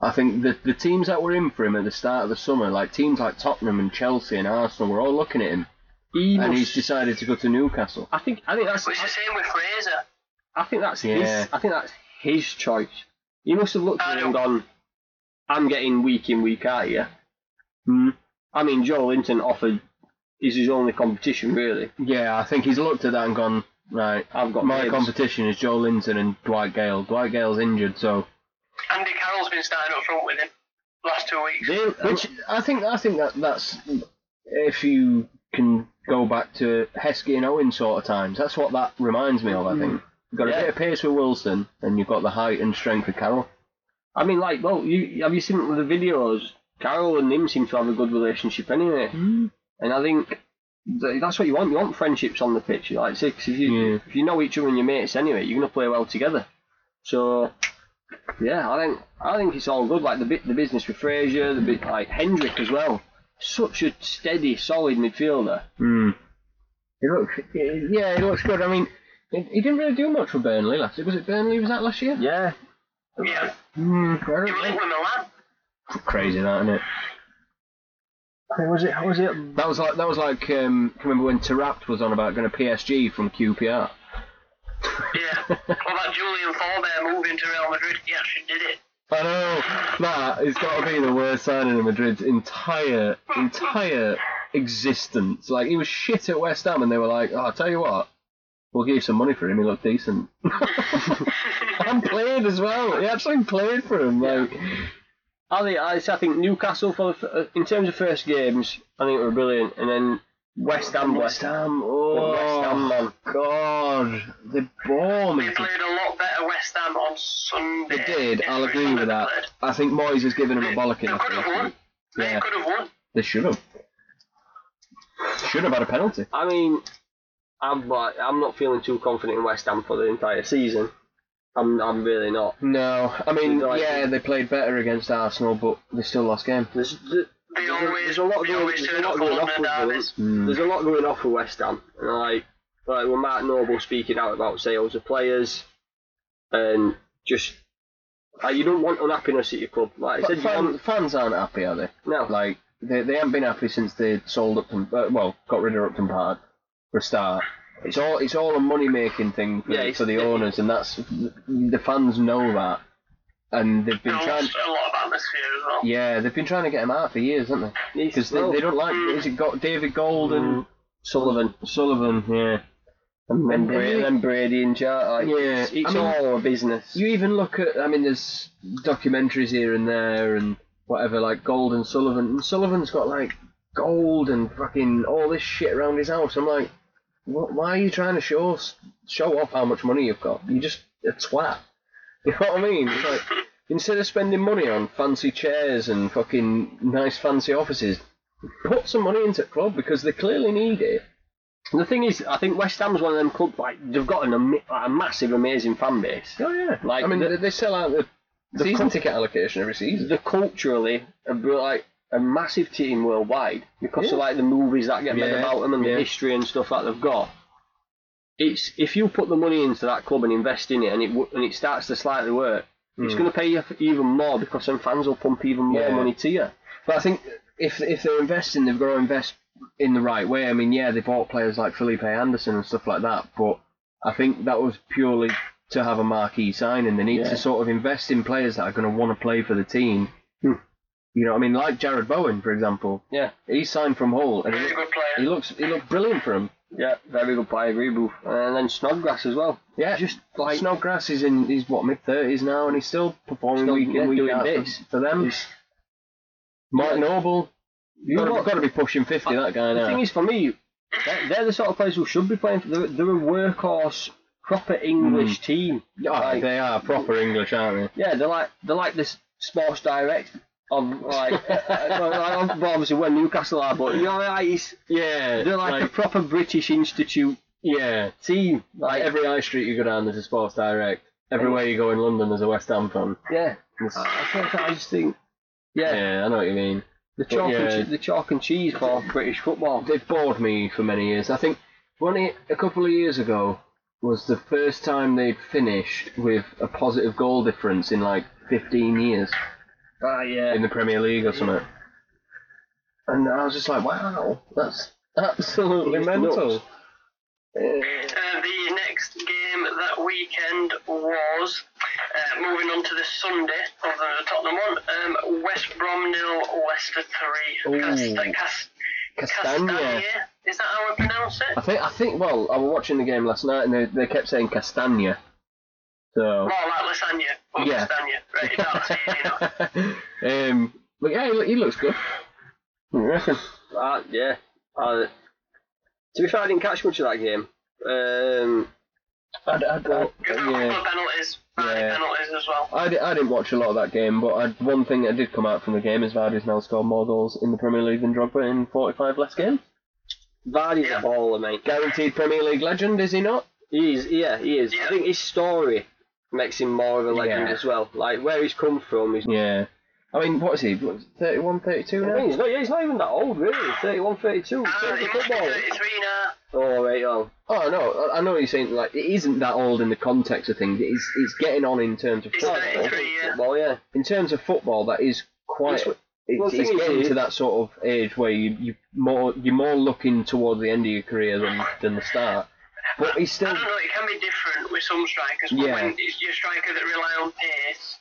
A: I think the the teams that were in for him at the start of the summer, like teams like Tottenham and Chelsea and Arsenal, were all looking at him,
B: he
A: and
B: must-
A: he's decided to go to Newcastle.
B: I think I think that's
C: But it's the same with Fraser.
B: I think that's
A: Yeah.
B: his. I think that's his choice. He must have looked at
C: I
B: it
C: don't-
B: and gone, "I'm getting week in week out here." Hmm.
A: Mm.
B: I mean, Joe Linton offered is his only competition really.
A: Yeah, I think he's looked at that and gone, right.
B: I've got
A: My
B: Gibbs.
A: competition is Joe Linton and Dwight Gale. Dwight Gale's injured, so
C: Andy Carroll's been starting up front with him last two weeks.
A: Which
B: um,
A: I think I think that that's if you can go back to Heskey and Owen sort of times. That's what that reminds me of. I think you've got
B: Hmm. Yeah.
A: a bit of pace with Wilson, and you've got the height and strength of Carroll.
B: I mean, like, well, you have you seen the videos? Carol and him seem to have a good relationship anyway, and I think tha- that's what you want. You want friendships on the pitch, like, say, 'cause if you
A: Yeah.
B: if you know each other and your mates anyway, you're gonna play well together. So, yeah, I think I think it's all good. Like the bit the business with Frazier, the bit like Hendrick as well. Such a steady, solid midfielder.
A: Mm. He looks, yeah, he looks good. I mean, he, he didn't really do much for Burnley last. Was it Burnley? Was that last year?
B: Yeah,
C: Yeah,
A: Mm, I
C: he
A: don't
C: was linked
A: know.
C: with Milan.
A: Crazy, that isn't it?
B: was it? Was it?
A: That was like that was like. Um, can you remember when Tarapt was on about going to PSG from QPR?
C: Yeah. well, that Julian Forbear moving to Real Madrid, he actually did it.
A: I know that has got to be the worst signing in Madrid's entire entire existence. Like he was shit at West Ham, and they were like, "Oh, I'll tell you what, we'll give you some money for him. He looked decent." and played as well. He actually played for him. Like,
B: I think, I I think Newcastle, for the, f- uh, in terms of first games, I think were brilliant. And then West Ham,
A: West
B: West Ham.
A: Ham. Oh,
B: West Ham, man.
A: God, they bore me.
C: We played a lot better West Ham on Sunday.
A: They did. I'll
C: Every
A: agree
C: time
A: with
C: they
A: that.
C: played.
A: I think Moyes has given him a
C: They-
A: bollocking.
C: they
A: I
C: could have
A: think.
C: won. They
A: Yeah.
C: could have won.
A: They should have. Should have had a penalty.
B: I mean, I'm like, I'm not feeling too confident in West Ham for the entire season. I'm, I'm really not.
A: No, I mean,
B: Like-
A: yeah, they played better against Arsenal, but they still lost game.
B: There's, there's,
C: They
B: there's
C: always-
B: there's a lot
C: they
B: going,
C: always
B: there's a
C: turn
B: lot
C: up
B: going
C: on
B: off
C: their
B: with them.
C: derbies.
A: Hmm.
B: There's a lot going off with West Ham. And like, like when Mark Noble speaking out about sales of players, and just like, you don't want unhappiness at your club. Like I said,
A: But
B: you want,
A: fan, fans aren't happy, are they?
B: no,
A: Like they, they haven't been happy since they sold Upton. Uh, well, got rid of Upton Park for a start. It's all it's all a money making thing for,
B: Yeah,
A: the
B: it's-
A: for the owners, and that's the fans know that, and they've
C: They
A: been trying.
C: lost a lot of atmosphere as well.
A: Yeah, they've been trying to get him out for years, haven't they?
B: it's-
A: Because they,
B: no.
A: they don't like. Is it got David Gold and
B: Sullivan.
A: mm, Sullivan? Yeah, and,
B: And
A: and,
B: Brady, and Brady and Jar, like,
A: Yeah,
B: it's, it's
A: I mean,
B: all a business.
A: You even look at, I mean, there's documentaries here and there and whatever, like Gold and Sullivan. And Sullivan's got like gold and fucking all this shit around his house. I'm like, what, why are you trying to show us, show off how much money you've got? You're just a twat. You know what I mean? It's like, instead of spending money on fancy chairs and fucking nice fancy offices, put some money into the club because they clearly need it.
B: the thing is, I think West Ham's one of them clubs, like, they've got an, ama- like, a massive, amazing fan base.
A: Oh, yeah. Like,
B: Like,
A: I mean,
B: the-
A: they, they sell out the,
B: the
A: season
B: club-
A: ticket allocation every season.
B: They're culturally a, br- like, a massive team worldwide because
A: Yeah.
B: of like the movies that get made
A: Yeah,
B: about them and
A: yeah.
B: the history and stuff that they've got. It's if you put the money into that club and invest in it and it wo- and it starts to slightly work, it's going to pay you f- even more because some fans will pump even more
A: Mm. Yeah.
B: money to you.
A: But I think if if they're investing, they've got to invest in the right way. I mean, yeah, they bought players like Felipe Anderson and stuff like that, but I think that was purely to have a marquee signing. They need
B: Yeah.
A: to sort of invest in players that are going to want to play for the team.
B: Hmm.
A: You know, what I mean, like Jared Bowen, for example.
B: Yeah,
A: He signed from Hull, and he,
C: Really
A: look-
C: good player.
A: he looks he looked brilliant for him.
B: yeah, very good player, agree, Booth. And then Snodgrass as well.
A: Yeah,
B: Just
A: like
B: like-
A: Snodgrass is in he's what mid thirties now, and he's still performing
B: Still,
A: week in
B: yeah,
A: week
B: doing
A: out for-
B: bits.
A: for them.
B: He's-
A: Mark Noble,
B: You
A: you've got,
B: lot-
A: to be pushing fifty. that guy now.
B: The thing is, for me, they're, they're the sort of players who should be playing. For, they're, they're a workhorse, proper English team.
A: Oh,
B: Like-
A: they are proper English, aren't
B: Yeah, they're like they're like this Sports Direct of like, well, like, well, obviously when Newcastle are, but you know, like, it's,
A: they? Yeah,
B: they're like, a proper British Institute
A: yeah.
B: team.
A: Like
B: Like
A: every high street you go down, there's a Sports Direct. Everywhere you go in London, there's a West Ham fan.
B: yeah,
A: It's-
B: I, think- I just think yeah,
A: yeah, I know what you mean.
B: the chalk
A: yeah.
B: and che- the chalk and cheese for British football.
A: They've bored me for many years. I think when it, a couple of years ago was the first time they'd finished with a positive goal difference in like 15 years
B: Ah, yeah.
A: in the Premier League or something. And I was just like, wow, that's absolutely
B: It's
A: mental.
B: nuts.
A: Yeah.
C: Uh, the next game that weekend was uh, moving on to the Sunday of the Tottenham one. Um, West Brom nil, Leicester three. Cas-
A: Ooh.
C: Cas-
A: Castagne.
C: Castagne. Is that how we pronounce
A: I
C: it?
A: think I think well, I was watching the game last night and they, they kept saying Castagna. So
C: Well, like Lasagne. Or
A: Oh, Yeah.
C: Castagne. Right, that's easy enough.
A: um but yeah, he, lo- he looks good.
B: Uh, yeah. Uh, to be fair, I didn't catch much of that game. Um,
A: I, I, I,
C: Give them a couple
A: yeah.
C: of penalties. Friday
A: Yeah.
C: penalties as well.
A: I, di- I didn't watch a lot of that game, but I, one thing that did come out from the game is Vardy's now scored more goals in the Premier League than Drogba in 45 less games.
B: Vardy's
C: Yeah.
B: a baller, mate.
A: Guaranteed Premier League legend, is he not?
B: He is, yeah, he is.
C: Yeah.
B: I think his story makes him more of a legend
A: Yeah.
B: as well. Like where he's come from, he's.
A: Yeah. I mean, what is he? What, 31, 32
B: I mean,
A: now?
B: he's not, yeah, he's not even that old, really. 31, 32.
C: Uh,
B: playing
C: it must be
B: football.
C: 33 now.
B: Oh, right, oh.
A: Oh no, I- I know what you're saying. Like, it isn't that old in the context of things. It's, it's getting on in terms of
C: It's
A: football.
C: 33, yeah.
B: Football, yeah.
A: in terms of football, that is quite.
B: It's-
A: It's,
B: well, the
A: it's
B: thing is,
A: getting
B: it-
A: to that sort of age where you you more you're more looking towards the end of your career than than the start. But he's
C: I
A: still
C: don't know, it can be different with some strikers. But
A: Yeah.
C: when it's your striker that rely on pace,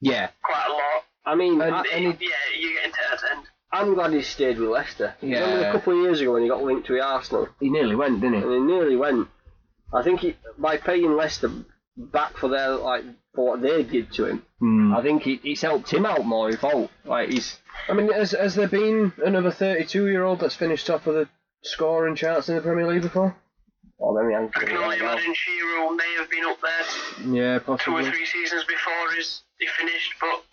A: Yeah,
C: quite a lot.
B: I mean,
A: And-
B: I,
A: and he-
C: yeah, you get into that end.
B: I'm glad he stayed with Leicester. 'Cause Remember
A: Yeah.
B: a couple of years ago when he got linked to the Arsenal
A: he nearly went, didn't he?
B: and he nearly went. I think he, by paying Leicester back for their like for what they did to him,
A: Mm.
B: I think he, he's helped him out more. If all like he's
A: I mean, has, has there been another 32 year old that's finished top of the scoring charts in the Premier League before?
B: oh, let me answer
C: I can
B: it
C: only
B: right now.
C: imagine Shiro may have been up there
A: Yeah,
C: two or
A: possibly.
C: three seasons before his, he finished, but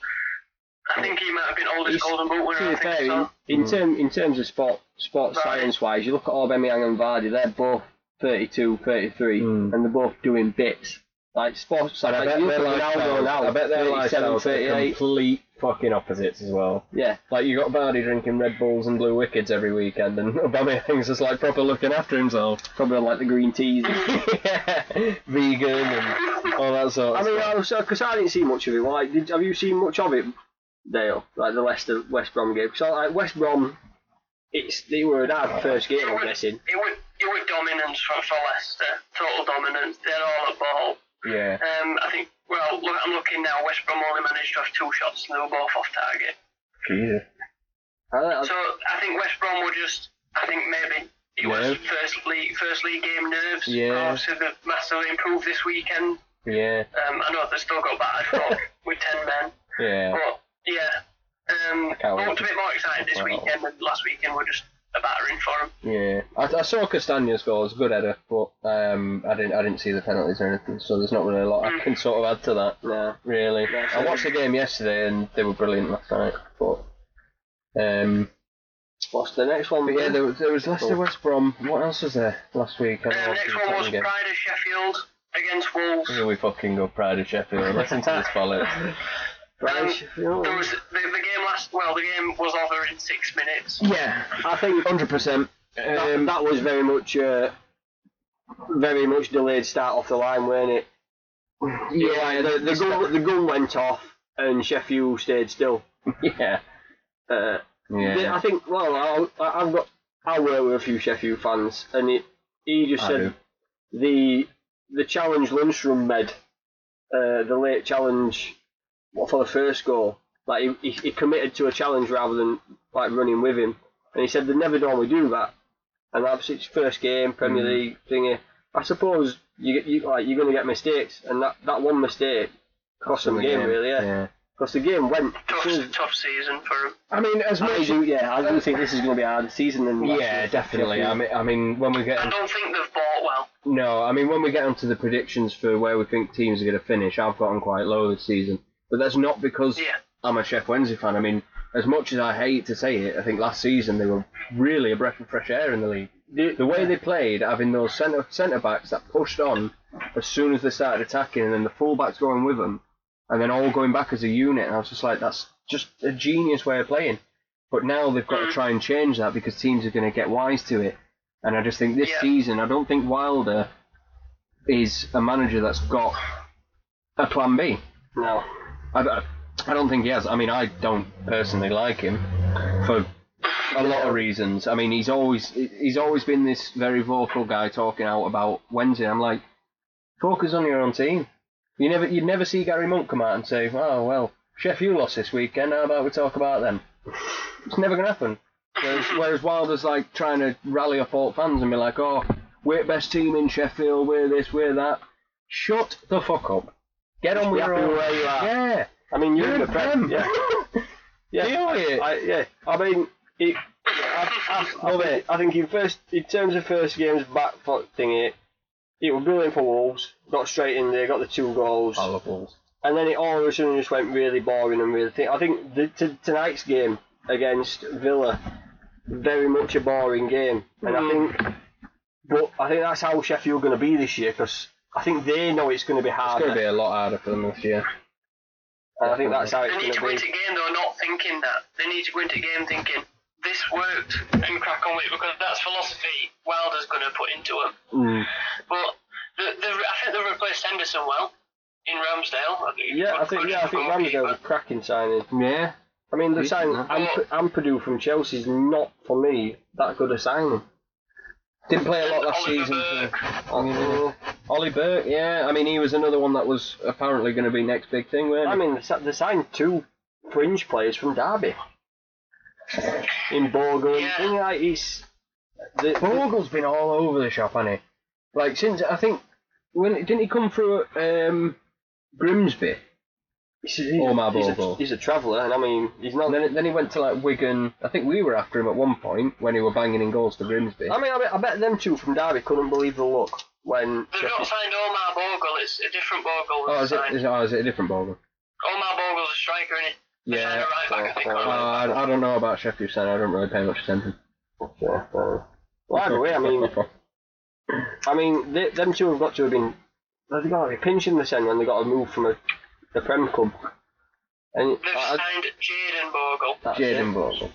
C: I think he might have been oldest
B: He's-
C: Golden Boot
B: To
C: winner.
B: be
C: I think
B: fair, in,
C: so.
A: Hmm.
B: in, term, in terms of sport, sports
C: Right.
B: science wise, you look at Aubameyang and Vardy, they're both 32, 33,
A: Mm.
B: and they're both doing bits. Like sports
A: And
B: science, like, you look at Ronaldo now,
A: I bet their
B: 37,
A: lifestyles are
B: 38.
A: complete fucking opposites as well.
B: Yeah,
A: Like you got Vardy drinking Red Bulls and Blue Wickets every weekend, and Aubameyang's just like proper looking after himself.
B: probably like the green teas.
A: yeah, vegan and all that sort. Of
B: I mean,
A: stuff.
B: because I didn't see much of it. Like, did, have you seen much of it, Dale? Like the Leicester West Brom game? Because like West Brom, it's they were an hard first game, I'm guessing.
C: It was, it was dominance for, for Leicester, total dominance. They're all at ball.
A: yeah,
C: Um, I think, well, look, I'm looking now, West Brom only managed to have two shots and they were both off target.
A: Jesus.
B: I don't know.
C: So I think West Brom were just, I think maybe it was
A: Nerve.
C: first league, first league game nerves.
A: Yeah.
C: Obviously, they've massively improved this weekend.
A: yeah,
C: Um, I know they've still got battered but with 10 men.
A: yeah.
C: But yeah, um,
A: can't wait
C: I looked
A: to-
C: a bit more excited this
A: Wow.
C: weekend than last weekend. We're just a battering for them.
A: Yeah, I, I saw Castagna score. It's a good header, but um, I didn't I didn't see the penalties or anything, so there's not really a lot I can sort of add to that.
B: No.
A: Really,
B: Yeah,
A: I watched the game yesterday and they were brilliant last night. But um,
B: What's the next one?
A: but yeah, there, was- there was Leicester
B: Oh.
A: West Brom. What else was there last week? I
C: Um,
A: watched
C: next
A: the
C: one was
A: Tottenham game.
C: Pride of Sheffield against Wolves.
A: Here we fucking go, Pride of Sheffield. Listen to this bollocks.
B: Right, you know.
C: There was the, the game last. Well, the game was over in six minutes.
A: Yeah,
B: I think
A: hundred percent.
B: that,
A: Um,
B: that was very much, uh, very much delayed start off the line, weren't it?
A: yeah,
B: the, the gun, the gun went off, and Sheffield stayed still.
A: yeah,
B: Uh, They- I
A: yeah.
B: think. Well, I'll- I, I've got. I work with a few Sheffield fans, and it, he just
A: I
B: said the the challenge Lundstrom made, uh, the late challenge what, for the first goal. Like he, he, he committed to a challenge rather than like running with him, and he said they never normally do that. And that's his first game, Premier
A: Mm.
B: League thingy. I suppose you, get- you like you're gonna get mistakes, and that, that one mistake cost them the game, really. Yeah, because the game went. as
C: Tough,
B: soon as-
C: tough season for them.
A: I mean, as
B: I
A: much.
B: do, yeah. I do think this is going to be a harder season than last
A: Yeah,
B: year.
A: definitely. I mean, I mean, when we get
C: I don't think they've bought well.
A: no, I mean, when we get onto the predictions for where we think teams are going to finish, I've gotten quite low this season. But that's not because
C: Yeah.
A: I'm a Chef Wednesday fan. I mean, as much as I hate to say it, I think last season they were really a breath of fresh air in the league.
B: The-
A: The way they played, having those centre centre backs that pushed on as soon as they started attacking, and then the full backs going with them, and then all going back as a unit. And I was just like, that's just a genius way of playing. But now they've got to try and change that because teams are going to get wise to it. And I just think this
C: Yeah.
A: season, I don't think Wilder is a manager that's got a plan B.
B: no.
A: I, don't- I don't think he has. I mean, I don't personally like him for a lot of reasons. I mean, he's always he's always been this very vocal guy talking out about Wednesday. I'm like, focus on your own team. You never you'd never see Gary Monk come out and say, "Oh well, Chef, you lost this weekend. How about we talk about them?" It's never gonna happen. Whereas, whereas Wilder's like trying to rally up all fans and be like, "Oh, we're best team in Sheffield. We're this. We're that." Shut the fuck up. Get on
B: Just be
A: with your
B: happy
A: own.
B: where you are.
A: Yeah.
B: I mean, you're,
A: You're
B: in the
A: in
B: prem.
A: Prem.
B: Yeah. yeah.
A: Deal with it.
B: I, I, yeah. I mean, it, I, I, I, think, I think in first, in terms of first games back foot thingy, it was brilliant for Wolves. Got straight in there, got the two goals,
A: Horribles.
B: and then it all of a sudden just went really boring and really. Thin. I think the, t- tonight's game against Villa, very much a boring game, and
A: Mm.
B: I think. But I think that's how Sheffield are going to be this year because I think they know it's going to be
A: It's
B: hard.
A: going to be a lot harder for them this year.
B: And I think that's how it's
C: They need to go
B: going
C: into
B: to be.
C: game though, not thinking that. They need to go into game thinking this worked and crack on with it because that's philosophy Wilder's going to put into them.
B: Hmm.
C: But the, the, I think they've replaced Henderson well in Ramsdale.
B: Yeah, I think yeah, I think Ramsdale was a cracking signing.
A: Yeah.
B: I mean, the
A: Decent,
B: sign
A: huh?
B: Amp- Ampadu from Chelsea's not for me that good a signing.
A: Didn't play a lot last
C: Oliver
A: season.
C: Burke.
A: For, Ollie Burke, yeah. I mean, he was another one that was apparently going to be next big thing, weren't he?
B: I mean, they si- they signed two fringe players from Derby. In Bogle, and-
C: Yeah.
B: and like he's the, the,
A: Bogle's been all over the shop, hasn't he? Like since I think when didn't he come through um, Grimsby?
B: he's, he's,
A: Oh, my
B: he's,
A: Bogle.
B: a, he's a traveller, and I mean he's not.
A: And then, then he went to like Wigan. I think we were after him at one point when he were banging in goals for Grimsby.
B: I mean, I bet, I bet them two from Derby couldn't believe the look when.
C: They've not signed Omar Bogle, it's a different Bogle.
A: Oh,
C: that's
A: is it,
C: signed.
A: is, oh, is it a different Bogle?
C: Omar Bogle's a striker, isn't it? They signed
A: Yeah.
C: a right back, I think.
B: Oh,
C: or a
A: Uh,
C: left
A: I, I don't know about Sheffield United. I don't really pay much attention.
B: Well, either way, I mean, I mean, they, them two have got to have been. They've got to be pinching the end when they got to move from a, the Prem club. And
C: They've
B: I-
C: signed Jaden Bogle.
B: that's it.
A: Jaden Bogle.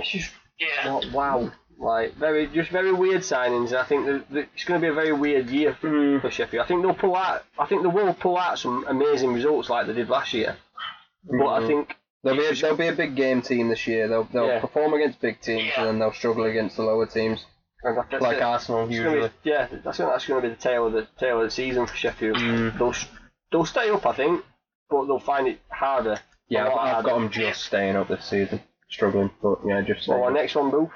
B: It's just
C: Yeah.
B: wa- wow, like very just very weird signings. And I think that that it's going to be a very weird year for, for Sheffield. I think they'll pull out. I think they will pull out some amazing results like they did last year. But I
A: Mhm.
B: think
A: They'll be a, they'll be a big game team this year. They'll they'll
B: Yeah.
A: perform against big teams
C: Yeah.
A: and then they'll struggle against the lower teams
B: that's
A: like
B: it.
A: Arsenal
B: It's gonna
A: usually.
B: Be, yeah, that's gonna, that's going to be the tail of the tail of the season for Sheffield.
A: Mm.
B: They'll s- they'll stay up, I think, but they'll find it harder.
A: Yeah,
B: Well,
A: I've,
B: I-
A: I've got them just staying up this season, struggling, but yeah, just.
B: So
A: staying
B: our
A: up.
B: next one, Booth.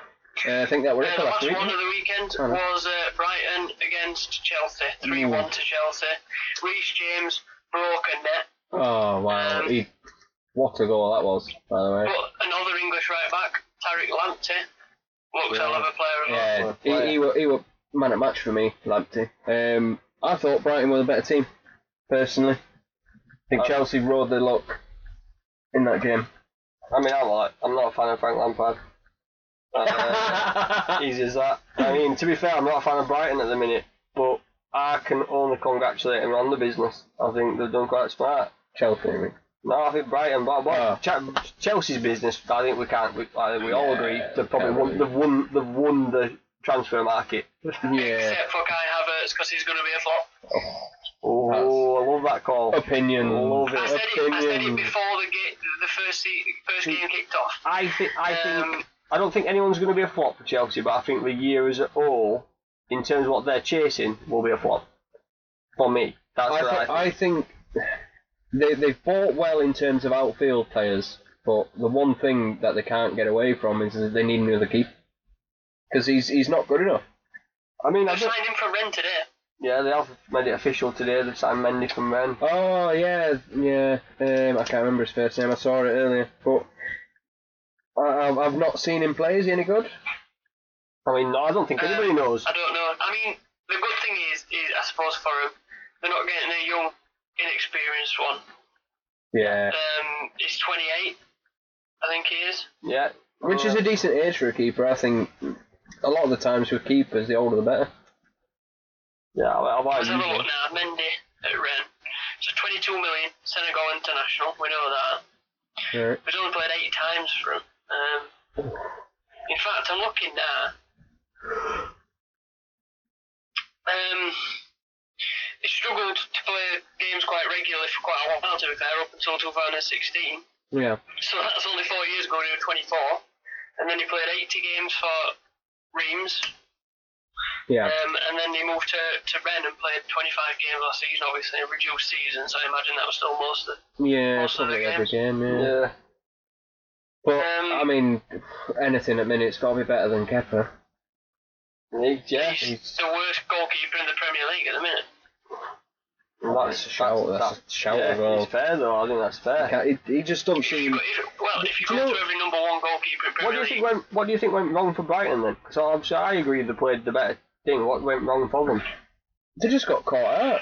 A: Uh, I think that we're
C: Uh,
A: it
C: the
A: for last
C: last
A: week.
C: one of the weekend
A: Oh, no.
C: was uh, Brighton against Chelsea, 3
A: Mm.
C: 1 to Chelsea. Reece James broke a net,
A: Oh wow,
C: Um,
A: he, what a goal that was, by the way.
C: but another English right back, Tariq Lamptey, looks
A: Yeah.
C: hell of a player. as well.
A: Yeah,
B: what a
A: he, he
B: player.
A: were he were man at match for me, Lamptey. Um, I thought Brighton were the better team, personally. I think
B: Uh,
A: Chelsea rode their luck in that game.
B: I mean, I'm like, I'm not a fan of Frank Lampard. Uh, easy as that. I mean, to be fair, I'm not a fan of Brighton at the minute, but I can only congratulate him on the business. I think they've done quite smart.
A: Chelsea, I mean.
B: No, I think Brighton, but, but
A: Oh.
B: Ch- Chelsea's business. I think we can't. We, I think we all
A: Yeah,
B: agree they probably won.
A: definitely.
B: They've won. They've won the transfer market.
A: yeah.
C: Except for Kai Havertz, because he's going to be a flop.
B: Oh, I love that call.
A: Opinion.
B: Love it.
C: I said, it, I said it
A: Opinion.
C: before the, ga- the first, se- first game kicked off.
B: I think I think
C: Um,
B: I don't think anyone's going to be a flop for Chelsea, but I think the year as a whole, in terms of what they're chasing, will be a flop for me. That's
A: I,
B: what
A: thi- I think they they've bought well in terms of outfield players, but the one thing that they can't get away from is that they need another keeper because he's he's not good enough.
B: I, mean, I
C: I
B: don't,
C: signed him for rent today.
B: yeah, they have made it official today. They signed Mendy from Ren.
A: Oh yeah, yeah. Um, I can't remember his first name. I saw it earlier, but I, I've- I've not seen him play. Is he any good?
B: I mean, no, I don't think
C: Um,
B: anybody knows.
C: I don't know. I mean, the good thing is, is I suppose for him, they're not getting a young, inexperienced one.
A: Yeah,
C: Um, he's 28, I think he is.
B: Yeah,
A: which is a decent age for a keeper. I think a lot of the times with keepers, the older the better.
B: yeah. I, I like
C: Let's have a look
B: you.
C: now. Mendy at Ren. So 22 million, Senegal international. We know that.
A: Right.
C: He's only played eight times for him. Um, in fact, I'm looking now. Um, he struggled to play games quite regularly for quite a while, to be fair, up until 2016.
A: Yeah.
C: So that's only four years ago, when he was 24. And then he played 80 games for Reims.
A: Yeah.
C: Um, and then he moved to, to Ren and played 25 games last season, obviously, a reduced season, so I imagine that was still most of the.
A: Yeah.
C: Also
A: Probably
C: the
A: every game. yeah.
B: Yeah.
A: But
C: Um,
A: I mean, anything at minute's got to be better than Kepa.
B: Yeah, yeah,
C: He's the worst goalkeeper in the Premier League at the minute.
B: that's
A: shout,
B: That's,
A: that's a shout
B: yeah,
A: as well.
B: It's fair though. I think that's fair.
A: Can't- He, he just don't
C: If you
A: seem.
C: go- if- well, if you
B: Do
C: go
B: you know-
C: to every number one goalkeeper in
B: What do
C: Premier
B: you
C: League,
B: think went? What do you think went wrong for Brighton then? Because I'm sure I agree they played the better thing. What went wrong for them?
A: They just got caught out.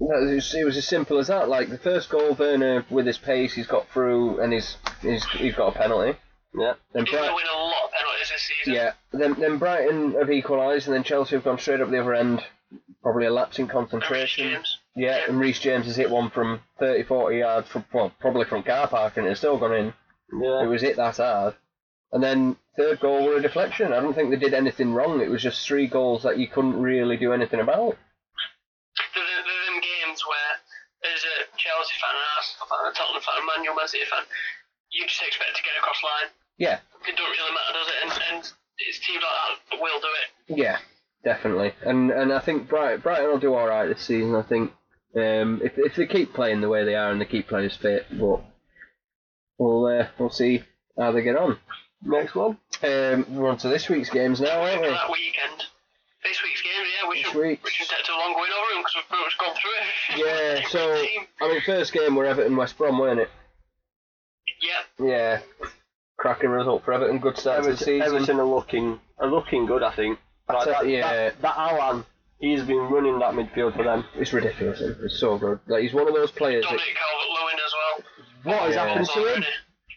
A: That was- It was as simple as that. Like the first goal, Werner with his pace, he's got through and he's he's he's got a penalty.
B: Yeah.
A: Then
C: he's going to
A: Brighton,
C: win a lot of penalties this season.
A: yeah. Then then Brighton have equalised, and then Chelsea have gone straight up the other end. Probably a lapse in
C: And Reece
A: concentration.
C: James.
A: Yeah, and Reece James has hit one from 30, 40 yards, from, well, probably from car park, and it's still gone in. It
B: Yeah.
A: was hit that hard. And then third goal were a deflection. I don't think they did anything wrong. It was just three goals that you couldn't really do anything about.
C: There are there are them games where, as a Chelsea fan, an Arsenal fan, a Tottenham fan, a Man U, Man City fan, you just expect to get across line.
A: Yeah,
C: It don't really matter, does it? And, and it's teams like that that will do it.
A: yeah. definitely. And and I think Bright, Brighton will do all right this season. I think um, if if they keep playing the way they are and they keep players fit, but we'll uh, we'll see how they get on.
B: Next one.
A: Um, we're on to this week's games now, aren't
C: For
A: we?
C: that weekend. This week's game, yeah, we
A: This
C: should
A: week's.
C: we should take too long going over them because we've pretty much gone through it.
A: Yeah.
C: Team
A: So
C: by team.
A: I mean, first game were Everton West Brom, weren't it?
C: yeah,
A: Yeah. Cracking result for Everton. Good start to the
B: Everton,
A: season.
B: Everton are looking are looking good, I think.
A: I
B: Like
A: tell-
B: that,
A: yeah.
B: that, that Alan, he's been running that midfield for them.
A: It's ridiculous. isn't it? It's so good. Like he's one of those players. That,
C: Dominic Calvert Lewin as well.
B: What has
A: Yeah.
B: happened to him?
C: Already.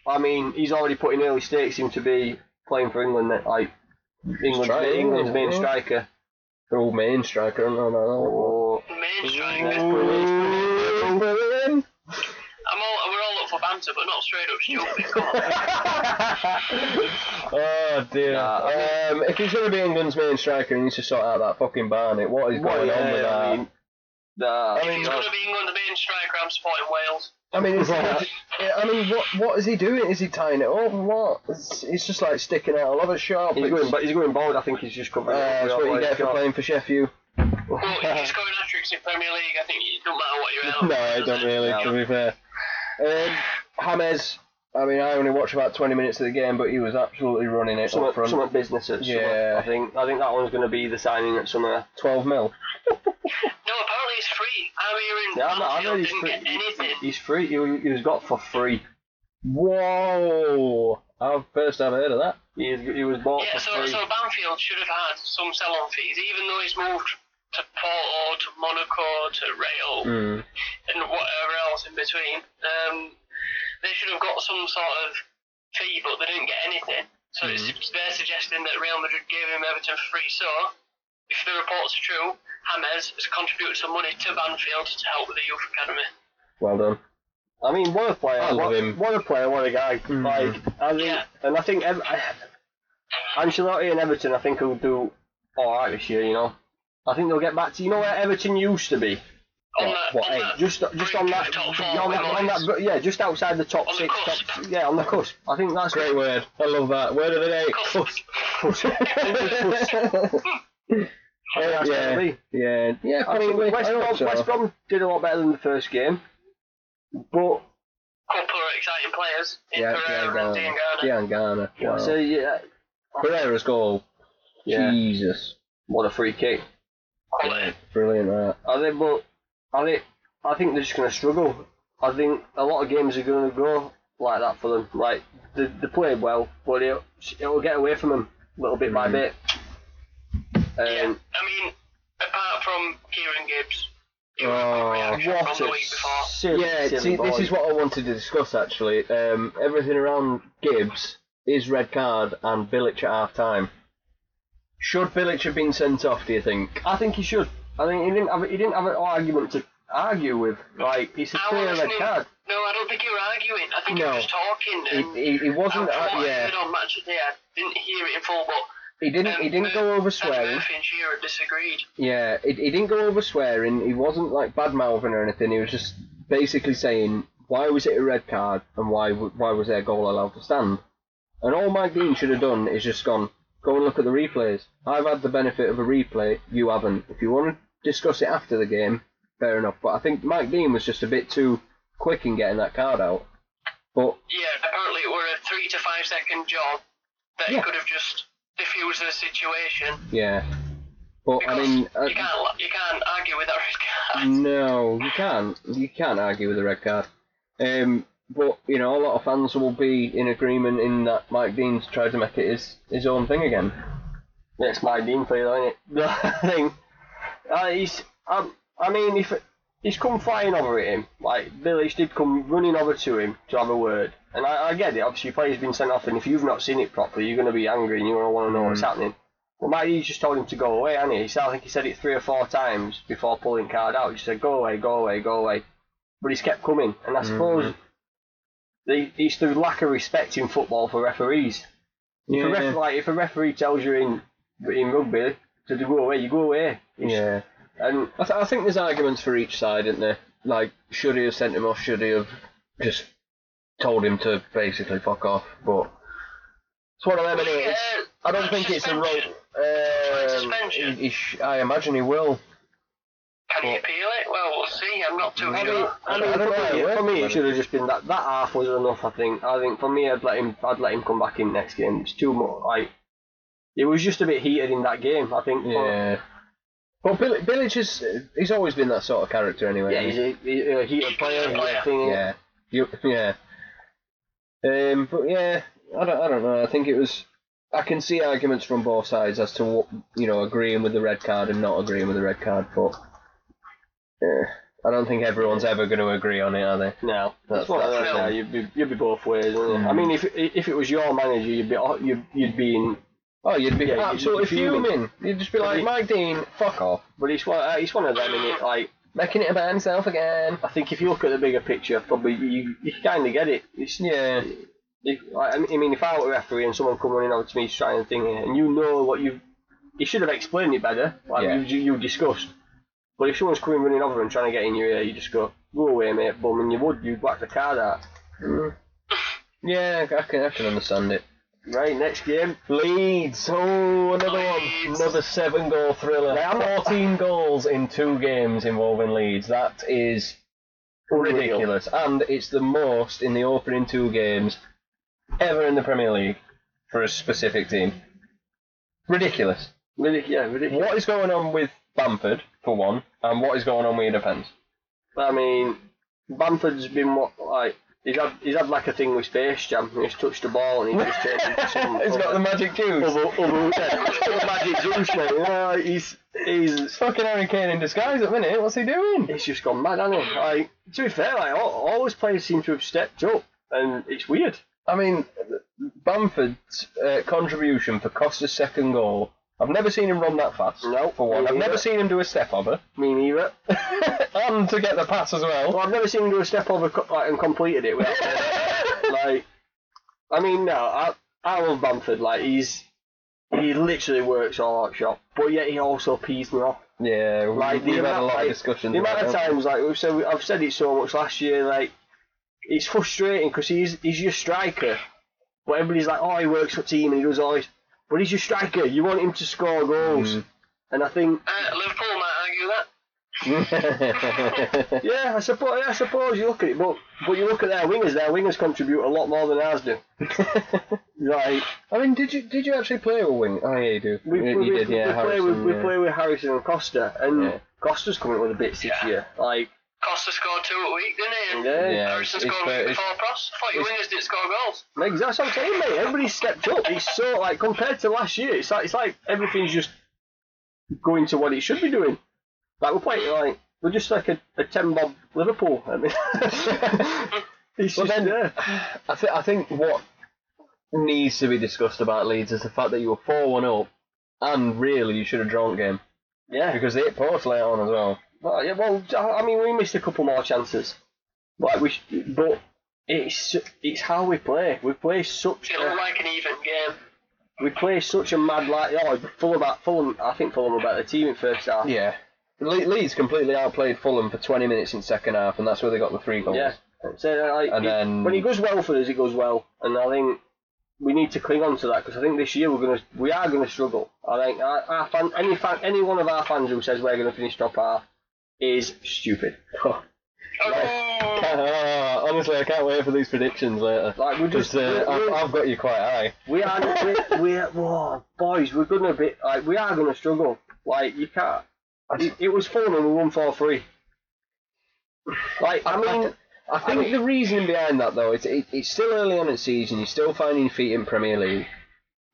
B: I mean, he's already putting early stakes in to be playing for England. that, Like England's,
A: Striker,
B: main, England's main
A: yeah.
B: striker.
A: they're all main striker. I don't know about
B: Or
C: Main
A: that
C: striker.
A: one. Brilliant.
C: I'm all, we're all up for banter, but not straight up stupid. Come on.
A: oh dear.
B: Nah, I
A: um, if he's going to be England's main striker, he needs to sort out that fucking Barnett. What is
B: what?
A: going on with that?
B: Yeah, I mean, that-
A: I mean,
C: He's going to be England the main striker. I'm supporting Wales.
A: I mean, it's I mean, what what is he doing? Is he tying it up? What? It's, it's just like sticking out all over the shop.
B: he's
A: It's-
B: going, but he's going bold. I think he's just
A: uh,
B: covering.
A: that's
B: up.
A: what you get for
B: Like,
A: playing for Sheffield.
C: Well, if he's scoring hat tricks in Premier League, I think it don't matter what you're
A: No, I don't really. To be fair, um, James. I mean, I only watched about twenty minutes of the game, but he was absolutely running it up
B: Some,
A: front.
B: some at business at summer.
A: Yeah.
B: I think I think that one's going to be the signing at summer.
A: Twelve mil.
C: No, apparently it's free. I'm hearing
B: Yeah, I'm not, I know
C: Mansfield
B: he's
C: didn't
B: free.
C: get anything.
B: he- He's free. He, he was got for free.
A: Whoa! I've first I've heard of that.
B: He, is- he was bought
C: Yeah,
B: for
C: so,
B: free.
C: so Banfield should have had some sell-on fees, even though he's moved to Porto, to Monaco, to Real,
A: Mm.
B: Hmm.
C: and whatever else in between. Um, they should have got some sort of fee, but they didn't get anything. So
A: Mm-hmm.
C: it's, they're suggesting that Real Madrid gave him Everton for free. So, if the reports are true, James has contributed some money to Banfield to help with the youth academy.
A: Well done.
B: I mean, what a player!
A: I love
B: what,
A: him. Mm-hmm.
B: what a player! What a guy! Like, I think,
C: Yeah.
B: and I think Ev- Ancelotti and Everton, I think, will do all right this year. You know, I think they'll get back to you know where Everton used to be.
C: On
A: What-
C: that,
A: what,
C: on
A: eight?
C: that
B: Just, just on that,
C: Top four,
B: yeah, on that, on that, br- yeah, just outside the top
C: On the
B: six,
C: cusp.
B: top, yeah, on the cusp. I think that's
A: Great word. I love that. Word of the day.
C: Cusp.
B: Yeah, that's what it'll
A: yeah,
B: be.
A: yeah, yeah.
B: I mean,
A: probably.
B: West
A: I
B: Brom,
A: hope so.
B: West Brom did a lot better than the first game, but
C: couple of exciting players in
A: Yeah,
C: Pereira and Dean
A: yeah,
C: Garner.
A: Ghana. Ghana.
B: I say, yeah,
A: Pereira's goal.
B: Yeah.
A: Jesus.
B: what a free kick.
C: Quality.
A: Brilliant that.
B: Are they? But are they? I think they're just going to struggle. I think a lot of games are going to go like that for them. Like they, they played well, but it it'll get away from them little bit by
A: Mhm.
B: bit.
C: Yeah,
B: Um,
C: I mean, apart from Kieran Gibbs, it was a
A: Oh,
C: good reaction
B: what
C: from the
B: a
C: week before.
B: silly,
A: Yeah,
B: silly
A: see,
B: boy.
A: this is what I wanted to discuss actually. Um, everything around Gibbs is red card and Bilic at half time. Should Bilic have been sent off? Do you think?
B: I think he should. I think he didn't have he didn't have an argument to argue with. Like it's a
C: I
B: clear red
C: wasn't-
B: card.
C: No, I don't think you were arguing. I think you
A: No.
C: were just talking.
A: He,
C: And
A: he, he wasn't.
C: and from
A: Uh,
C: what I
A: yeah,
C: heard on match of the day, I didn't hear it in full, but
A: he didn't.
C: um,
A: He didn't go over
C: and
A: swearing.
C: Murphy and Shearer disagreed.
A: Yeah, he, he didn't go over swearing. He wasn't like bad mouthing or anything. He was just basically saying why was it a red card and why w- why was their goal allowed to stand. And all Mike Dean should have done is just gone go and look at the replays. I've had the benefit of a replay. You haven't. If you want to discuss it after the game, fair enough. But I think Mike Dean was just a bit too quick in getting that card out. But
C: Yeah, apparently it were a three to five second job that he
A: Yeah.
C: could have just diffused the situation.
A: yeah, but I
C: Because
A: mean, uh, Mm, I,
C: you can't you can't argue with that red card.
A: No, you can't. You can't argue with a red card. Um, but you know, a lot of fans will be in agreement in that Mike Dean's tried to make it his his own thing again.
B: That's my Dean for you, ain't it? The thing. Uh, he's. Um, I mean, if he's come flying over at him, like Billy did come running over to him to have a word, and I, I get it. Obviously, your player's been sent off, and if you've not seen it properly, you're going to be angry and you're going to want to know what's happening. But Mike, he's just told him to go away, hasn't he? He said, I think he said it three or four times before pulling card out. He just said, "Go away, go away, go away," but he's kept coming, and I suppose. the It's the lack of respect in football for referees. If, a ref, like, if a referee tells you in in rugby to do- go away, you go away. It's-
A: yeah.
B: And
A: I, th- I think there's arguments for each side, isn't there? Like, should he have sent him off? Should he have just told him to basically fuck off? But it's one of them. innit? It's,
C: Yeah,
A: I don't
C: that's
A: think it's a
C: suspension.
A: right. Um, he,
C: suspension?
A: he sh- I imagine he will.
C: Can you appeal it? Well, we'll see. I'm not too
A: I
B: I
A: mean-
B: mean,
C: sure.
B: I mean,
A: I don't know,
B: for, me,
A: yeah.
B: for me, it should have just been that. That half was enough. I think. I think for me, I'd let him. I'd let him come back in next game. It's too much. Like it was just a bit heated in that game. I think. but-
A: Yeah. Well, Bill, Billich has he's always been that sort of character anyway.
B: yeah, he's a, he's a heated player. He's a thing.
A: yeah. You, yeah. Um, but yeah, I don't, I don't know. I think it was. I can see arguments from both sides as to what you know, agreeing with the red card and not agreeing with the red card, but yeah, I don't think everyone's ever going to agree on it, are they?
B: No,
A: That's-
B: that's, one of
A: that's
B: those,
A: it.
B: yeah, You'd be you'd be both ways. wouldn't
A: Mm.
B: you? I mean, if if it was your manager, you'd be you'd you'd be in.
A: Oh, you'd be
B: Yeah, you'd be
A: absolutely
B: fuming.
A: fuming. You'd just be like,
B: Agreed.
A: Mike Dean, fuck off,
B: But it's one uh, it's one of them. In it, like
A: making it about himself again.
B: I think if you look at the bigger picture, probably you you kind of get it. It's
A: Yeah,
B: If, I I mean, if I were a referee and someone come running over to me trying to thing it, and you know what you, you should have explained it better. Like
A: Yeah.
B: you, you discussed. But if someone's coming running over and trying to get in your ear, you just go, "Go away, mate, bum," and you would, you'd whack the card out.
A: Mm. yeah, I can, I can understand it.
B: Right, next game.
A: Leeds. Oh, another one.
C: Leeds.
A: Another seven goal thriller.
B: Yeah, I'm not-
A: 14 goals in two games involving Leeds. That is ridiculous. And it's the most in the opening two games ever in the Premier League for a specific team. Ridiculous.
B: Ridic- yeah, ridiculous.
A: What is going on with Bamford, for one, and what is going on with your defence?
B: I mean, Bamford's been what like he's had he's had like a thing with Space Jam. He's touched the ball and he's just turned into some.
A: it's got the magic juice.
B: other, other, yeah, magic juice, mate. Yeah, like, he's he's
A: It's fucking Harry Kane in disguise at the minute. What's he doing?
B: it's just gone mad, hasn't it? Like, to be fair, like, all, all his players seem to have stepped up, and it's weird.
A: I mean, Bamford's uh, contribution for Costa's second goal. I've never seen him run that fast.
B: No,
A: for one.
B: me
A: I've
B: neither.
A: never seen him do a step over.
B: Me neither.
A: and to get the pass as well.
B: Well, I've never seen him do a step over co- like, and completed it. Without, like, I mean, no, I, I love Bamford. Like, he's he literally works all out shop, but yet he also pees me off.
A: Yeah,
B: Like,
A: we,
B: the
A: have had a
B: amount-
A: lot of
B: like,
A: discussions.
B: The amount
A: about
B: of
A: that.
B: times, like we've said, I've said it so much last year. Like, it's frustrating because he's he's your striker, but everybody's like, oh, he works for team and he does all this, but he's your striker. You want him to score goals,
A: Mm.
B: and I think,
C: Uh, Liverpool might argue that.
B: yeah, I suppose, I suppose you look at it, but but you look at their wingers. Their wingers contribute a lot more than ours do. Like,
A: I mean, did you did you actually play with wing? Oh yeah, you do.
B: we,
A: you,
B: we,
A: you
B: we,
A: did, yeah.
B: we play
A: Harrison,
B: with we
A: yeah.
B: play with Harrison and Costa, and
A: Yeah.
B: Costa's coming with a bit this
C: Yeah.
B: year. Like,
C: Costa scored two a week, didn't he? And
B: yeah.
A: Yeah.
C: Harrison
A: it's-
C: scored a
A: it's-
C: week before Pross. I thought your
A: it's-
C: wingers didn't score goals.
B: Mate, that's what I'm saying, mate. Everybody stepped up. It's so like compared to last year, it's like it's like everything's just going to what it should be doing. Like we're playing like we're just like a, a ten bob Liverpool. I mean, it's
A: Well,
B: just
A: then-
B: yeah.
A: I, th- I think what needs to be discussed about Leeds is the fact that you were four one up, and really you should have drawn the game
B: yeah.
A: because they hit Ports later on as well.
B: Well, yeah. Well, I I mean, we missed a couple more chances. Like we, sh- but it's it's how we play. We play such.
C: It
B: a-
C: looked like an even game.
B: we play such a mad like oh Fulham at Fulham I think Fulham were a better team in first half.
A: Yeah. Le- Leeds completely outplayed Fulham for 20 minutes in second half, and that's where they got the three goals.
B: Yeah. So uh, like,
A: And
B: it-
A: then-
B: when he goes well for us, it goes well, and I think we need to cling on to that because I think this year we're gonna we are gonna struggle. I think our, our fan, any fan, any one of our fans who says we're gonna finish top half is stupid.
C: Oh,
A: Ah, honestly, I can't wait for these predictions later.
B: Like we're just
A: 'Cause, uh, I've,
B: we're,
A: I've got you quite high.
B: we are we're, we're whoa, boys. We're gonna be like we are gonna struggle. Like you can't. It, it was fun and we won four three. Like I mean,
A: I think the reason behind that though, it's it, it's still early on in the season. You're still finding your feet in Premier League.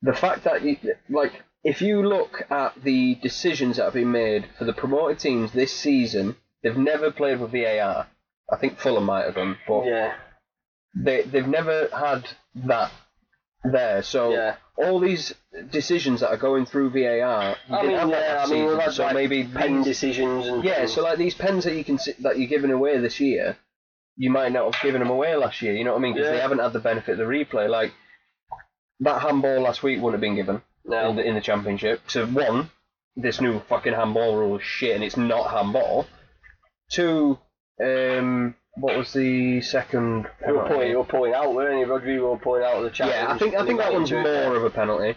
A: The fact that you like, if you look at the decisions that have been made for the promoted teams this season, they've never played with VAR. I think Fulham might have done, but
B: yeah,
A: they they've never had that there. So
B: Yeah.
A: all these decisions that are going through VAR, you
B: I
A: didn't
B: mean,
A: have that
B: yeah,
A: last
B: I mean,
A: season,
B: we've had,
A: so
B: like,
A: maybe
B: pen
A: these-
B: decisions and
A: yeah,
B: things.
A: so like these pens that you can si- that you're giving away this year, you might not have given them away last year. You know what I mean? Because they
B: Yeah.
A: haven't had the benefit of the replay. Like that handball last week wouldn't have been given
B: No.
A: in, the, in the championship. So one, this new fucking handball rule is shit, and it's not handball. Two, um, what was the second?
B: You were
A: penalty?
B: pulling, you were pulling out, weren't you? Rodrigo were pulling out of the challenge.
A: Yeah, I think I
B: and
A: think
B: he
A: that
B: got
A: one's
B: into it.
A: more of a penalty.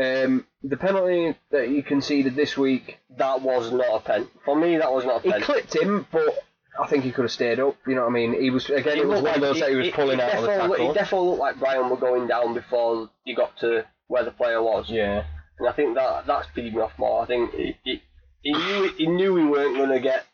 A: Um, the penalty that he conceded this week,
B: That was not a pen. For me, that was not a
A: he
B: pen.
A: clipped him, but I think he could have stayed up. You know what I mean? He was again. It was
B: looked
A: one of those that he was pulling out of the
B: defo- It
A: tackle.
B: definitely looked like Brian were going down before you got to where the player was.
A: Yeah.
B: And I think that that's peed me off more. I think he, he, he knew he knew he weren't going to get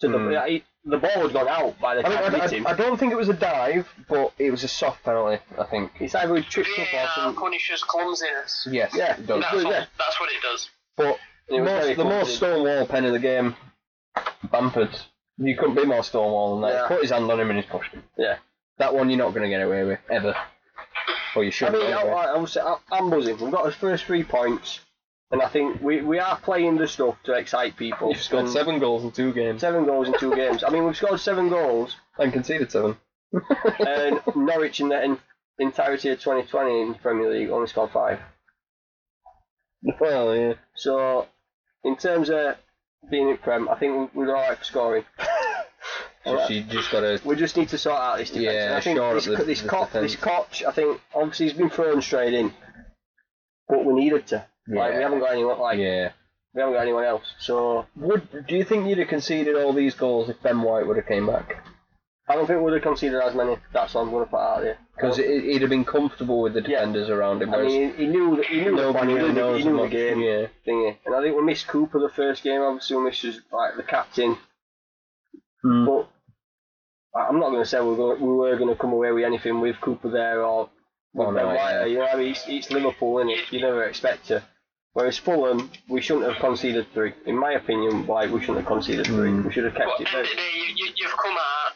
B: to the
A: Hmm.
B: he, the ball had gone out by the
A: I, mean,
B: time he hit him.
A: I, I, I don't think it was a dive, but it was a soft penalty. I think.
B: it's either he tripped
C: VAR
B: up or something.
C: punishes clumsiness.
A: Yes.
B: Yeah.
A: It does.
B: Yeah.
C: That's, what, that's what it does.
A: But
B: It was very
A: most, the most
B: clumsy.
A: Stonewall pen of the game, Bamford. You couldn't be more Stonewall than that.
B: Yeah.
A: He put his hand on him and he's pushed him.
B: Yeah.
A: That one you're not going to get away with, ever. Or you
B: I
A: shouldn't.
B: mean, I,
A: anyway.
B: I, I was, I, I'm buzzing. We've got our first three points, and I think we, we are playing the stuff to excite people.
A: You've scored
B: And
A: seven goals in two games
B: seven goals in two games. I mean, we've scored seven goals,
A: and conceded seven.
B: and Norwich in the in, entirety of 2020 in the Premier League only scored five.
A: Well, yeah.
B: So, in terms of being in Prem, I think we're all right for scoring.
A: So
B: Alright.
A: she just got to.
B: We just need to sort out this defence.
A: Yeah,
B: And I think
A: shore
B: this,
A: up the-
B: this,
A: the
B: Koch-
A: defence.
B: this Koch, I think, obviously he's been thrown straight in, but we needed to. Like,
A: Yeah.
B: we haven't got anyone like
A: Yeah.
B: we haven't got anyone else. So
A: Would do you think you'd have conceded all these goals if Ben White would have came back?
B: I don't think we'd have conceded as many. That's what I'm going to put out there.
A: Because he'd have been comfortable with the defenders around him.
B: I
A: whereas
B: mean, he knew that he knew the plan,
A: nobody
B: he
A: really
B: knew, the-
A: knows
B: he knew the
A: much.
B: game
A: Yeah.
B: thingy. And I think we missed Cooper the first game. Obviously, we missed his, like the captain.
A: Hmm.
B: But I- I'm not going to say we're going, we were going to come away with anything with Cooper there or with
A: Oh,
B: Ben
A: no,
B: White.
A: yeah.
B: You know, what I mean, it's, it's Liverpool, is it? You never expect to. Whereas Fulham, we shouldn't have conceded three. In my opinion, like we shouldn't have conceded three.
A: Mm.
B: We should have kept
C: But end
B: it.
C: of the
B: very-
C: day, you, you, you've come out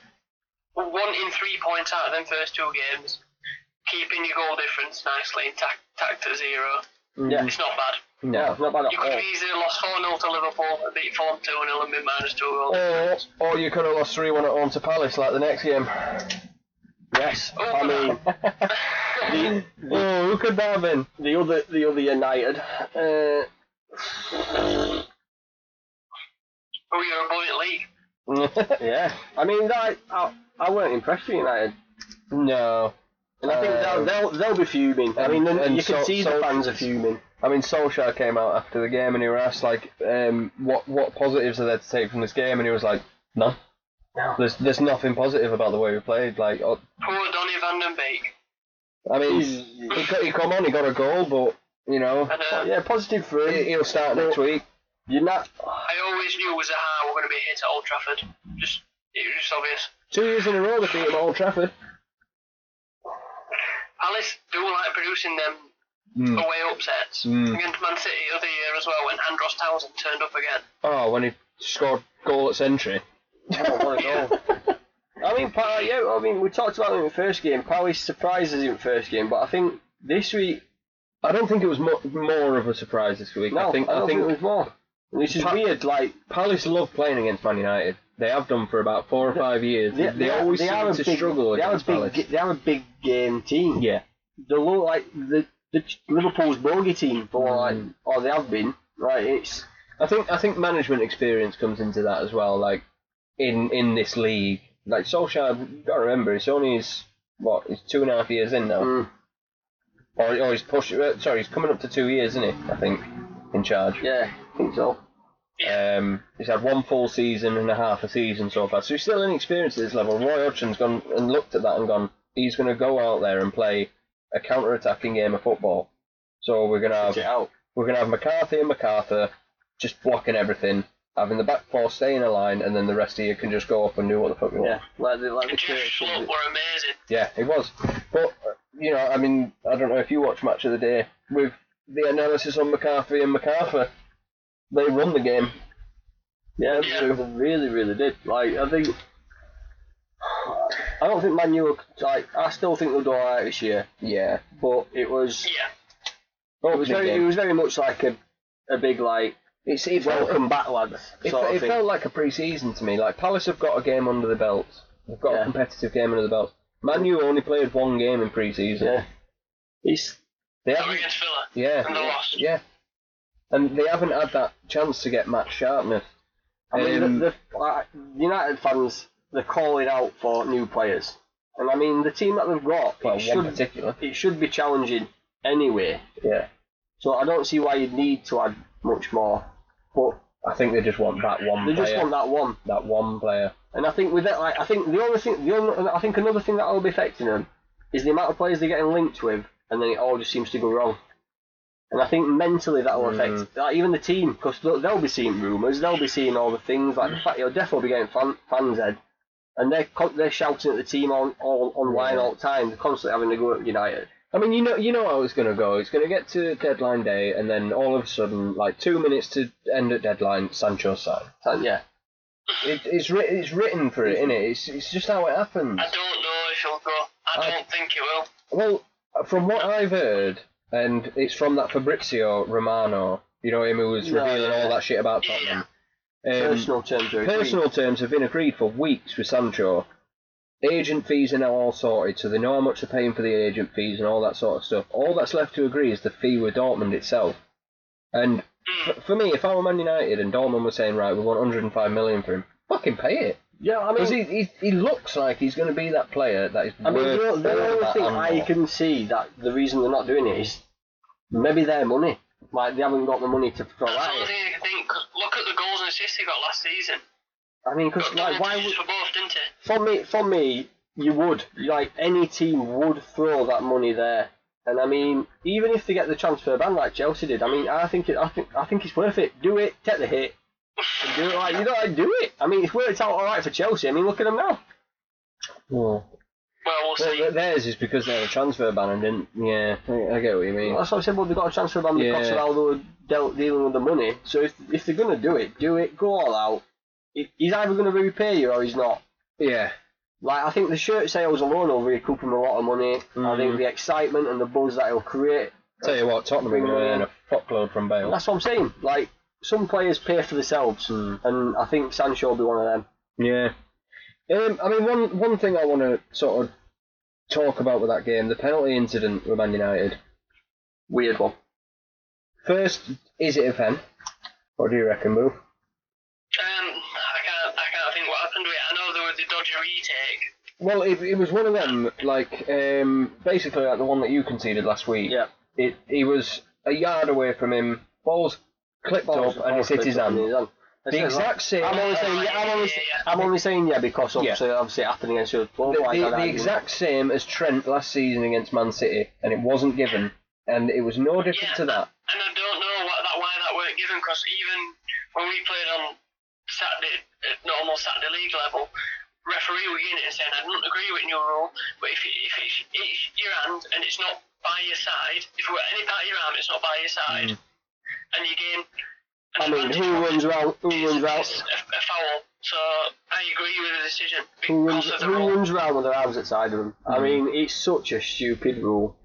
C: wanting three points out of them first two games, keeping your goal difference nicely intact tacked to zero.
B: Yeah,
C: It's not bad.
B: yeah,
A: No.
B: not bad
C: You could
B: at
C: have
B: all.
C: easily lost 4 0 to Liverpool, and beat Fulham 2 0 and been minus 2 goals.
B: Uh.
A: Or, or you could have lost 3 1 at home to Palace like the next game.
B: Yes, I mean the,
A: Oh, who could that have been?
B: the other the other United. Uh,
C: But we were above it league.
B: yeah, I mean that I, I weren't impressed with United.
A: no.
B: And I think
A: Uh,
B: they'll, they'll they'll be fuming. I
A: and-
B: mean, the-
A: and
B: you can
A: so-
B: see
A: so-
B: the fans are fuming.
A: I mean, Solskjaer came out after the game and he was asked, like, um, what, what positives are there to take from this game? And he was like, none.
B: No.
A: There's, there's nothing positive about the way we played. Like, oh,
C: Poor Donny van den Beek.
A: I mean,
B: He's-
A: he, co- he come on, he got a goal, but, you know,
C: And uh,
B: Oh, Yeah, positive for
A: he,
B: him.
A: he'll start next week.
B: You're not.
C: I always knew Zaha were going to be hit at Old Trafford. Just It was just obvious.
A: Two years in a row they beat him at Old Trafford.
C: Palace do like producing them
B: Hmm.
A: Mm.
C: away upsets.
A: Mm.
C: Against Man City the other year as well, when Andros Townsend turned up again.
A: Oh, when he scored goal at Century.
B: Oh, what a goal. I mean, Pal, yeah, I mean, we talked about it in the first game. Palace surprises in the first game, but I think this week,
A: I don't think it was mo- more of a surprise this week.
B: no,
A: I think
B: I
A: I,
B: don't think,
A: think
B: it was more. And this is
A: Pa-
B: weird. Like
A: Palace love playing against Man United. They have done for about four or five years. They, they always
B: they are
A: seem to
B: a big,
A: struggle
B: They are a
A: against
B: big,
A: Palace.
B: they are a big game team.
A: Yeah,
B: They look like the, the Liverpool's bogey team, for like,
A: Mm.
B: or they have been. Like it's
A: I think I think management experience comes into that as well. Like in in this league, like Solskjaer, you gotta remember it's only his what he's two and a half years in now,
B: Mm.
A: or, or he's pushing. Uh, sorry, he's coming up to two years, isn't he? I think in charge.
B: yeah, I think so.
A: Um, he's had one full season and a half a season so far, so he's still inexperienced at this level. Roy Hodgson's gone and looked at that and gone, he's going to go out there and play a counter-attacking game of football. So we're going to have
B: Get out.
A: we're going to have McCarthy and MacArthur just blocking everything, having the back four stay in a line, and then the rest of you can just go up and do what the fuck you want.
B: Yeah, like the like the
C: And Jeff
B: Kirk,
C: Schlupp were amazing.
A: Yeah, it was. But you know, I mean, I don't know if you watch match of the day with the analysis on McCarthy and MacArthur. They run the game.
B: Yeah,
C: Yeah.
B: they really, really did. Like, I think. I don't think Man U were, like, I still think they'll do alright this year,
A: Yeah.
B: but it was,
C: Yeah.
B: it was very, it was very much like a, a big like
A: It's, it felt,
B: welcome back lads
A: it,
B: sort
A: it
B: of thing.
A: felt like a pre-season to me. Like Palace have got a game under the belt. They've got
B: Yeah.
A: a competitive game under the belt. Man U only played one game in pre-season.
B: yeah, it's
A: They
C: That were
A: haven't-
C: against Villa.
A: Yeah.
C: And they lost.
A: Yeah. And they haven't had that chance to get match sharpness.
B: I mean,
A: Um,
B: the, the like, United fans they're calling out for new players, and I mean the team that they've got
A: well,
B: it
A: one
B: should
A: particular.
B: it should be challenging anyway,
A: Yeah.
B: So I don't see why you'd need to add much more. But
A: I think they just want that one
B: they
A: player.
B: just want that one.
A: that one player.
B: And I think with that, like, I think the only thing, the only, I think another thing that will be affecting them is the amount of players they're getting linked with, and then it all just seems to go wrong. And I think mentally that will affect
A: Mm.
B: like, even the team because they'll, they'll be seeing rumours, they'll be seeing all the things
A: Mm.
B: like the fact you'll definitely be getting fan, fans head, and they're con- they're shouting at the team on all online all the time, they're constantly having to go at United.
A: I mean, you know, you know how it's going to go. It's going to get to deadline day, and then all of a sudden, like two minutes to end at deadline, Sancho signed.
B: So, yeah,
A: It, it's writ, it's written for it, isn't it? It's it's just how it happens.
C: I don't know if he'll go. I
B: Oh.
A: I-
C: don't think he will.
A: Well, from what I've heard, and it's from that Fabrizio Romano, you know him who was
B: Yeah,
A: revealing
B: yeah.
A: all that shit about
C: Yeah.
A: Tottenham. Um,
B: personal terms are agreed.
A: personal terms have been agreed for weeks with Sancho. Agent fees are now all sorted, so they know how much they're paying for the agent fees and all that sort of stuff. All that's left to agree is the fee with Dortmund itself. And
B: Hmm.
A: f- for me, if I were Man United and Dortmund were saying, right, we want 105 million for him, fucking pay it.
B: Yeah, I mean,
A: Because he, he, he looks like he's going to be that player that is
B: I mean,
A: worth
B: the, the
A: all
B: only
A: that
B: thing
A: and
B: I
A: more.
B: "Ah, can see that the reason they're not doing it is maybe their money. Like they haven't got the money to throw
C: That's the
B: at
C: only
B: it.
C: thing I can think. 'cause look at the goals and assists he got last season.
B: I mean, because
C: Got
B: like,
C: double
B: why would
C: digits uh, for both, didn't he?
B: for me? For me, you would like any team would throw that money there. And I mean, even if they get the transfer ban like Chelsea did, I mean, I think it, I think I think it's worth it. Do it, take the hit, and do it. Like you know, like, do it. I mean, it's worked out all right for Chelsea. I mean, look at them now.
A: Well,
C: Well, we'll see.
A: th- theirs is because they had a transfer ban and didn't. Yeah, I I get what you mean.
B: That's what I said. Well, they got a transfer ban because of
A: Yeah.
B: how they were dealt, dealing with the money. So if if they're gonna do it, do it. Go all out. He- He's either gonna repay you or he's not.
A: Yeah,
B: Like I think the shirt sales alone will recoup him a lot of money. I think
A: Mhm.
B: the excitement and the buzz that he'll create.
A: tell you what, Tottenham are going to earn a fuckload from Bale.
B: That's what I'm saying. Like some players pay for themselves,
A: Mm.
B: and I think Sancho will be one of them.
A: Yeah. Um, I mean, one one thing I want to sort of talk about with that game, the penalty incident with Man United.
B: Weird one.
A: First, is it a pen? What do you reckon, Boo?
C: Um, I can't, I can't think what happened to it. I know there was the dodgy retake.
A: Well, it, it was one of them, like um, basically like the one that you conceded last week.
B: Yeah.
A: It he was a yard away from him, balls clipped up, and it's hit his hand. The exact same.
B: I'm only saying, yeah, I'm only, I'm only saying yeah because
A: Yeah.
B: obviously, obviously it happened against us.
A: the, the- the exact same as Trent last season against Man City, and it wasn't given, and it was no different to that.
C: And I don't know what that why that weren't given because even when we played on Saturday, at normal Saturday league level, referee were in it and saying, I don't agree with your rule, but if, it- if it's, it's your hand and it's not by your side, if we're any part of your arm, it's not by your side, and you gain. an
B: Mm. I mean,
C: advantage
B: who
C: from it,
B: runs out? Who
C: it's-
B: runs
C: it's
B: out?
C: A, a foul. So I agree with the decision.
B: Who runs,
C: because of the
B: who
C: rule.
B: runs round with their arms outside of them? I mean, it's such a stupid rule.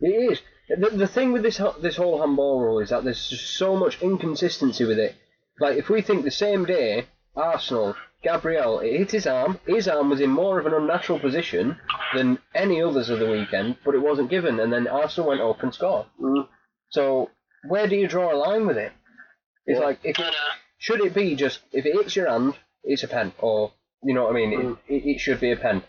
A: It is. The, the thing with this ho- this whole handball rule is that there's just so much inconsistency with it. Like if we think the same day, Arsenal, Gabriel, it hit his arm. His arm was in more of an unnatural position than any others of the weekend, but it wasn't given. And then Arsenal went up and scored.
B: Mm.
A: So where do you draw a line with it? It's
B: Yeah.
A: like if
C: I
A: it,
C: know.
A: should it be just if it hits your hand, it's a pen, or you know what I mean?
B: Mm.
A: It, it, it should be a pen.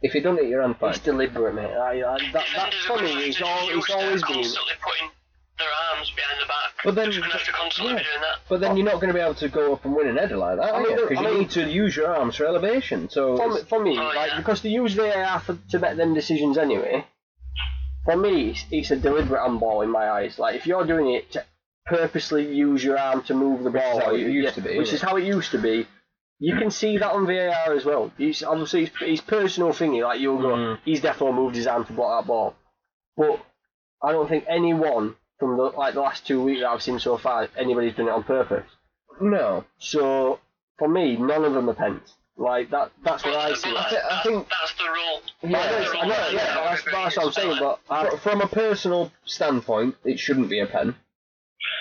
A: If it doesn't hit your hand, fine.
B: It's deliberate, mate. I, I, that, that
C: Defenders are
B: for
C: gonna
B: me
C: have
B: is
C: to
B: all,
C: use
B: it's always
C: that
B: been.
C: constantly putting their arms behind the back.
A: But then-
C: They're gonna have to constantly be
A: yeah.
C: doing that.
A: But then you're not going to be able to go up and win an header like that,
B: I
A: are
B: mean,
A: you?
B: look,
A: Because
B: I
A: you
B: mean-
A: need to use your arms for elevation. So
B: For me,
A: it's-
B: for me
C: Oh,
B: like,
C: yeah.
B: because they use VAR for, to make them decisions anyway. For me, it's, it's a deliberate handball in my eyes. Like if you're doing it to purposely use your arm to move the
A: Which is
B: ball,
A: how
B: or
A: it
B: you-
A: used
B: yeah,
A: to be,
B: which
A: isn't
B: is how it used to be. You can see that on VAR as well. It's obviously it's, it's personal thingy. Like you'll go,
A: Mhm.
B: he's definitely moved his arm to block that ball. But I don't think anyone from the like the last two weeks that I've seen so far, anybody's done it on purpose.
A: no.
B: So for me, none of them are pens. Like that. That's what I see.
A: thi- I think-
C: that's the rule.
A: Yeah,
B: I know,
A: it's-
B: I know, yeah, that's, that's what I'm saying, but uh, I,
A: Fr- From a personal standpoint, it shouldn't be a pen,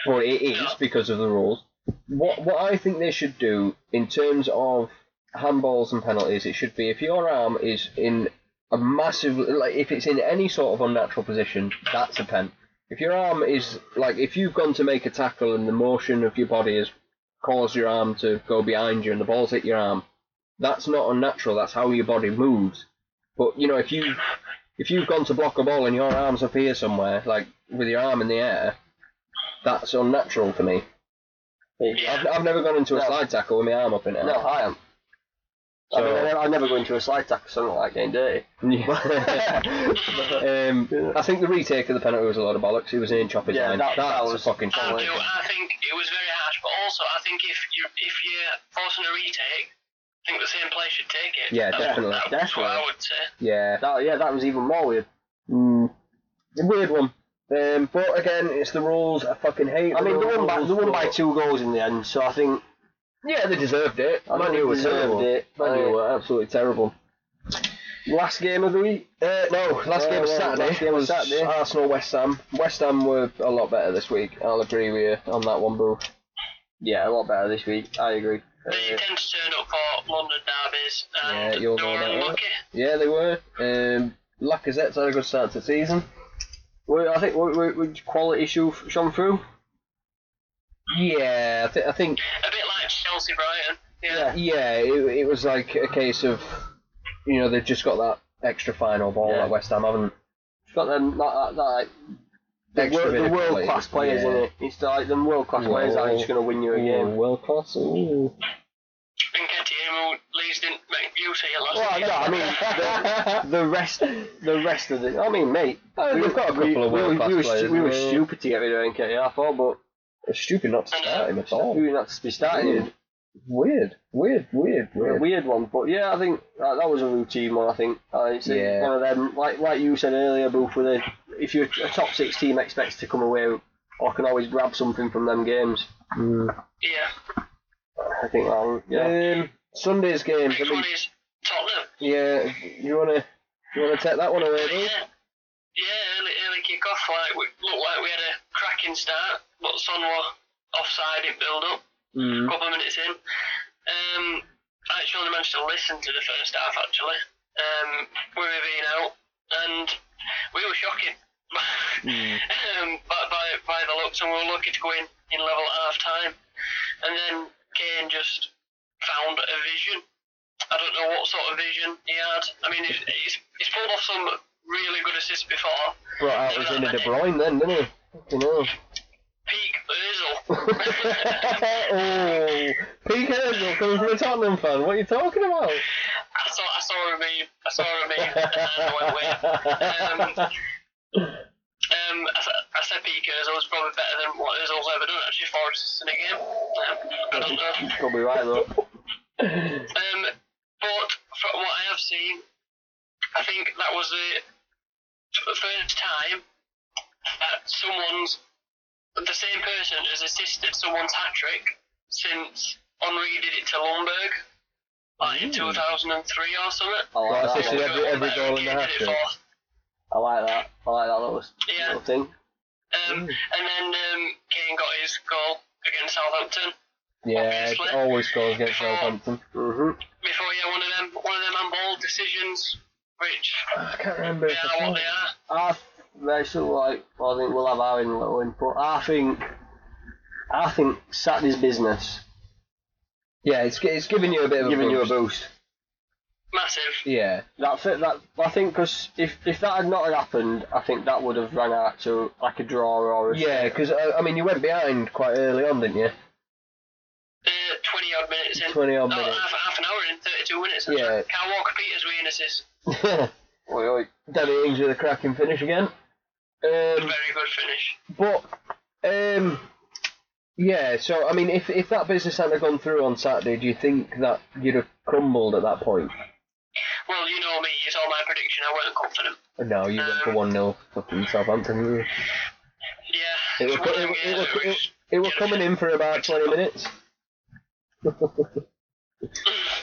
A: but it is because of the rules. What what I think they should do in terms of handballs and penalties, it should be if your arm is in a massive, like if it's in any sort of unnatural position, that's a pen. If your arm is like if you've gone to make a tackle and the motion of your body has caused your arm to go behind you and the ball's hit your arm, that's not unnatural. That's how your body moves. But you know, if you if you've gone to block a ball and your arm's up here somewhere, like with your arm in the air, that's unnatural to me.
C: Yeah.
A: I've, I've never gone into a
B: No.
A: slide tackle with my arm up in it.
B: No, I am. I mean, I never, I never go into a slide tackle, so I don't like getting dirty.
A: um,
B: Yeah.
A: I think the retake of the penalty was a lot of bollocks. He was in Chopper's
B: Yeah,
A: line.
B: that- that
A: was
B: was-
A: fucking
C: I
A: shit.
C: do. I think it was very harsh, but also I think if you if you're forcing a retake, I think the same player should take it.
A: Yeah,
C: That's-
A: definitely,
C: That's what I
B: definitely.
C: would say.
A: Yeah.
B: That, yeah, that was even more weird.
A: Mm, a weird one. Um, but again, it's the rules. I fucking hate.
B: I mean,
A: the
B: they won, by,
A: rules,
B: they won by
A: but-
B: two goals in the end, so I think
A: Yeah, they deserved it.
B: I
A: Man
B: think
A: U
B: they
A: were
B: deserved
A: terrible.
B: it.
A: Man U
B: Uh,
A: were absolutely terrible.
B: last game of the week.
A: Uh, no, last
B: Yeah,
A: game of
B: yeah,
A: Saturday
B: last game of
A: was
B: Saturday.
A: Arsenal West Ham. West Ham were a lot better this week. I'll agree with you on that one, bro.
B: Yeah, a lot better this week. I agree. Uh,
C: They tend to turn up for London derbies,
A: Yeah,
C: and
A: you'll
C: they
A: know
C: were
A: that, yeah.
C: unlucky.
A: Yeah, they were. Um, Lacazette's had a good start to the season.
B: we, I think we, we, we quality issue shone through.
A: Yeah, I, th- I think
C: A bit like Chelsea Brighton. Yeah.
B: Yeah.
A: yeah, it, it was like a case of you know they've just got that extra final ball
B: Yeah.
A: that West Ham haven't.
B: It's got them that, that, that like, the,
A: Extra bit of
B: world
A: quality,
B: class players
A: yeah.
B: in it. It's like them world class players that are just going to win you a game.
A: world class. Ooh.
C: And Ketiemu Leeds didn't make use of it last
B: Well,
C: year.
B: no, I mean the, the rest, the rest of the. I mean, mate,
A: Oh,
B: we-
A: they've got a
B: we-
A: couple of
B: we were-
A: world-class
B: we were,
A: players,
B: We were
A: yeah.
B: stupid to get rid of NKR for, but
A: It's stupid not to start him at
B: we
A: all.
B: were not to be starting him.
A: Weird, weird, weird, weird.
B: A
A: weird.
B: weird one, but yeah, I think that, that was a routine one. I think uh, it's
A: Yeah.
B: one of them, like like you said earlier, Booth. With a, if you're a top six team, expects to come away or can always grab something from them games.
A: Hmm.
C: Yeah.
B: I think that, was- yeah.
A: Um, Sunday's games. I
C: Big
A: mean,
C: one is Tottenham.
A: yeah, you wanna you wanna take that one away?
C: But
A: Dave?
C: yeah, yeah, early, early kick off. Like we looked like we had a cracking start, but Son were offside. It build up
A: Hmm.
B: Hmm.
C: a couple of minutes in. Um, I actually only managed to listen to the first half actually. Um, we were being out, and we were shocking.
A: Hmm.
C: um, by, by by the looks, and we were lucky to go in in level at half time, and then Kane just found a vision. I don't know what sort of vision he had. I mean, he's, he's, he's pulled off some really good assists before.
A: Brought out his inner De Bruyne then, didn't he? You know.
C: Peak Özil.
A: oh, Pete Henderson coming from a Tottenham fan. What are you talking about?
C: I saw I saw a meme. I saw a meme. and I went with. Um, um, I, sa- I said Peak Özil was probably better than what Özil's ever done actually for us in a game. Um, I don't know.
B: Probably right though.
C: Um, but from what I have seen, I think that was the f- first time that someone's the same person has assisted someone's hat trick since Henri did it to Lundberg, like
A: Hmm.
C: in 2003 or something.
B: I like
A: Well, I think
B: that. one.
A: every- every goal in the
C: Kane
A: hat
C: did it
A: trick.
C: for.
B: I like that. I like that little,
C: Yeah.
B: little thing.
A: Oh.
C: Um,
A: Hmm.
C: and then um, Kane got his goal against Southampton
A: Yeah,
C: Obviously.
A: always scores against Southampton.
B: Mhm.
C: before he had one of them one of them handball decisions, which
A: I can't remember.
C: they are what they are.
B: I actually like. Well, I think we'll have our little input. I think. I think Saturday's business
A: Yeah, it's, it's giving you a bit of
B: giving
A: a
B: you a
A: boost.
B: boost.
C: Massive.
A: Yeah,
B: That fit that I think because if if that had not had happened, I think that would have run out to like a draw or a
A: yeah, because I, I mean you went behind quite early on, didn't you?
C: Uh, 20 odd minutes in.
A: 20 odd
C: No,
A: minutes.
C: half, half an hour in, 32 minutes.
A: Yeah.
C: Cal Walker Peters with an assist.
B: Oi, oi.
A: Danny Ings with a cracking finish again. Um,
C: Very good finish.
A: but um, yeah, so I mean, if if that business hadn't have gone through on Saturday, do you think that you'd have crumbled at that point?
C: Well, you know me, you saw my prediction, I weren't confident.
A: No, you went for
C: Um,
A: one 0 fucking Southampton. didn't you?
C: Yeah.
A: It
C: it's
A: were,
C: one of
A: it,
C: them
A: were- it,
C: games
A: were,
C: where
A: it,
C: it's-
A: it were coming in for about 20 minutes.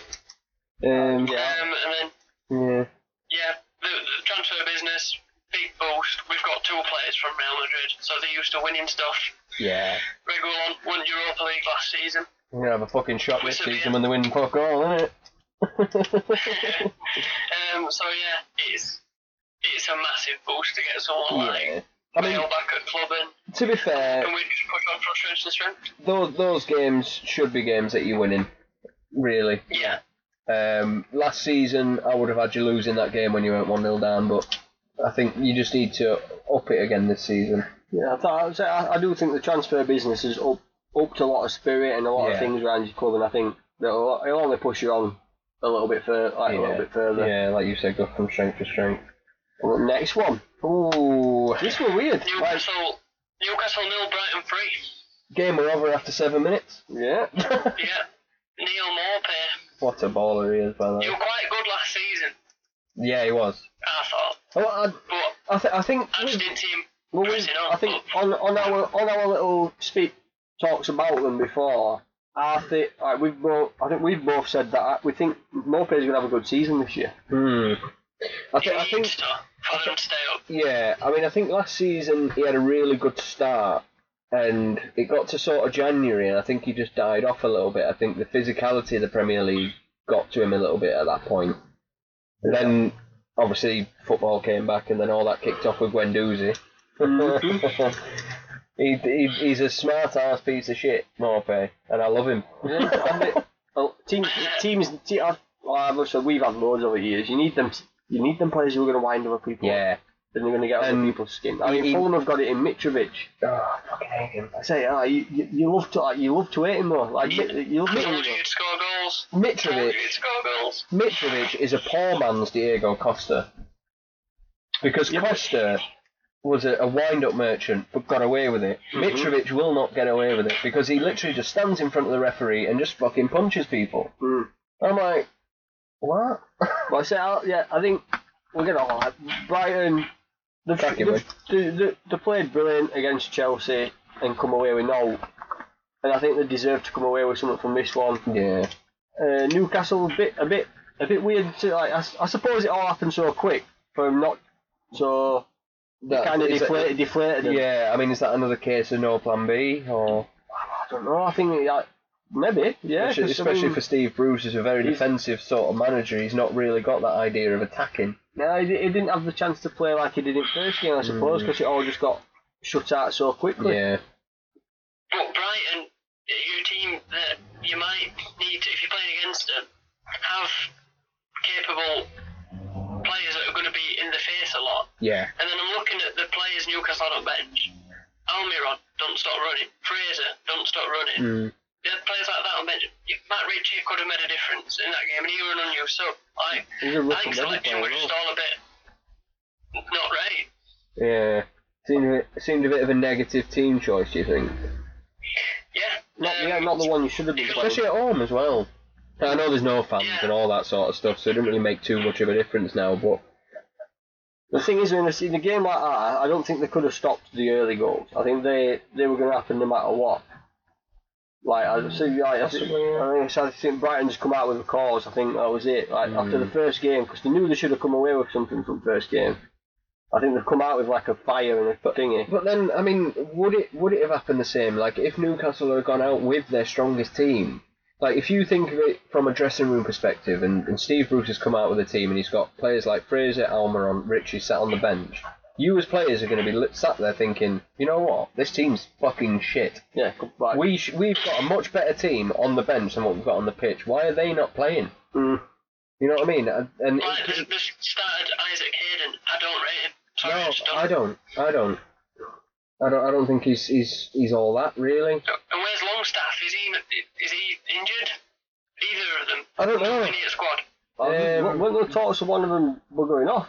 A: um,
B: Yeah.
C: Um, and then,
A: yeah.
C: yeah, the, the transfer business, big boost. We've got two players from Real Madrid, so they're used to winning stuff.
A: Yeah.
C: Regulon won Europa League last season.
A: We're going to have a fucking shock this
C: Whistle,
A: season
C: yeah.
A: when they win fuck all, isn't it?
C: Um, so, yeah, it's it's a massive boost to get someone
A: Yeah.
C: like um,
A: I mean,
C: Bale back at club and,
A: to be fair,
C: and we just push on from strength to strength.
A: those, those games should be games that you're winning, really.
C: Yeah.
A: Um, last season, I would have had you losing that game when you went 1 0 down, but I think you just need to up it again this season.
B: Yeah, I, thought, I, would say- I, I do think the transfer business has up, upped a lot of spirit and a lot
A: Yeah.
B: of things around your club, and I think that'll, it'll only push you on a little bit further, like a little bit further.
A: Yeah, like you said, go from strength to strength.
B: And the next one,
A: Ooh.
B: this one weird. Like,
C: Newcastle, Newcastle nil, Brighton three.
A: Game were over after seven minutes.
B: yeah,
C: Yeah, Neil Morpay.
A: What a baller he is, by the
C: You
A: way.
C: were quite good last season,
A: Yeah, he was.
C: I thought,
A: Well, I,
C: but
A: I, th- I think.
C: I just didn't see him.
B: well, we, I think on, on our on our little speak talks about them before. I think like, we've both, I think we've both said that uh, we think Mopey's gonna have a good season this year.
A: Hmm. I,
C: He
A: th- I think.
C: needs to for them to stay up.
A: Yeah, I mean, I think last season he had a really good start, and it got to sort of January, and I think he just died off a little bit. I think the physicality of the Premier League got to him a little bit at that point. And Then, obviously, football came back, and then all that kicked off with Gwendouzi. Mm-hmm. he, he, he's a smart ass piece of shit, Morpay, and I love him.
B: Yeah, I think- well, oh, teams, teams, te- I've, well, I've said we've had loads over the years. You need them, you need them players who are going to wind other people. up,
A: Yeah.
B: and they're going to get other
A: And
B: people's skin. I
A: he-
B: mean, Fulham have got it in Mitrovic.
A: Oh, I fucking hate him.
B: I say, ah, you, you, you love to, like, you love to hate him though. Like, you, you love
C: I
B: to hate
C: told
B: him.
C: you would score goals. Told
A: Mitrovic
C: you would score goals.
A: Mitrovic is a poor man's Diego Costa. Because Costa was a, a wind up merchant but got away with it.
B: Mm-hmm.
A: Mitrovic will not get away with it because he literally just stands in front of the referee and just fucking punches people.
B: though. Mm.
A: I'm like, what?
B: But I say, I, yeah, I think we're going to like Brighton. They've,
A: Cracking
B: they've, they, they, they played brilliant against Chelsea and come away with no. And I think they deserve to come away with something from this one.
A: yeah.
B: uh, Newcastle a bit, a bit, a bit weird. To, like, I, s- I suppose it all happened so quick for him not so
A: That,
B: kind of
A: is that-
B: deflated, deflated. him.
A: yeah, I mean, is that another case of no plan B? Or
B: I don't know. I think like, maybe, yeah.
A: especially,
B: 'cause, I
A: especially
B: mean,
A: for Steve Bruce, who's a very
B: he's-
A: defensive sort of manager. He's not really got that idea of attacking.
B: no, he, di- he didn't have the chance to play like he did in first game, I
A: Mm.
B: suppose, because it all just got shut out so quickly.
A: Yeah.
C: But Brighton, your team that you might need to, if you're playing against them, have capable players that are going to be in the face a lot.
A: Yeah.
C: And then I'm looking at the players Newcastle had on bench. Almiron, don't stop running. Fraser, don't stop running.
A: Mm.
C: They had players like that on bench. Matt Ritchie could have made a difference in that game, and he was an unused sub. Like,
B: He's
C: I
B: a rough
C: think
B: and
C: selection
B: ready
C: were
B: player,
C: just all a bit not ready.
A: Yeah. Seemed a, bit, seemed a bit of a negative team choice, do you think?
C: Yeah.
B: Not,
C: um,
B: yeah, not the one you should have been playing.
A: Especially at home as well. I know there's no fans
C: Yeah.
A: and all that sort of stuff, so it doesn't really make too much of a difference now, but
B: The thing is, in a, in a game like that, I don't think they could have stopped the early goals. I think they, they were going to happen no matter what. Like I see, like, I, think,
A: Possibly, yeah.
B: I, think, I think Brighton's come out with a cause. I think that was it. Like after
A: Mm.
B: the first game, because they knew they should have come away with something from first game. I think they've come out with like a fire and a thingy.
A: but then I mean, would it would it have happened the same? Like if Newcastle had gone out with their strongest team, like if you think of it from a dressing room perspective, and, and Steve Bruce has come out with a team and he's got players like Fraser, Almiron, Richie sat on the bench. You as players are going to be lit- sat there thinking, you know what, this team's fucking shit.
B: Yeah, come- like,
A: We sh- we've got a much better team on the bench than what we've got on the pitch. Why are they not playing?
B: mm,
A: You know what I mean? And, and
C: Like,
A: it-
C: they they started Isaac Hayden. I don't rate him. Sorry, I
A: no,
C: just don't.
A: I don't. I don't. I don't. I don't think he's he's he's all that really.
C: And where's Longstaff? Is he is he injured? Either of them.
A: I don't know.
C: In your squad.
A: Um,
B: weren't there talks of one of them buggering off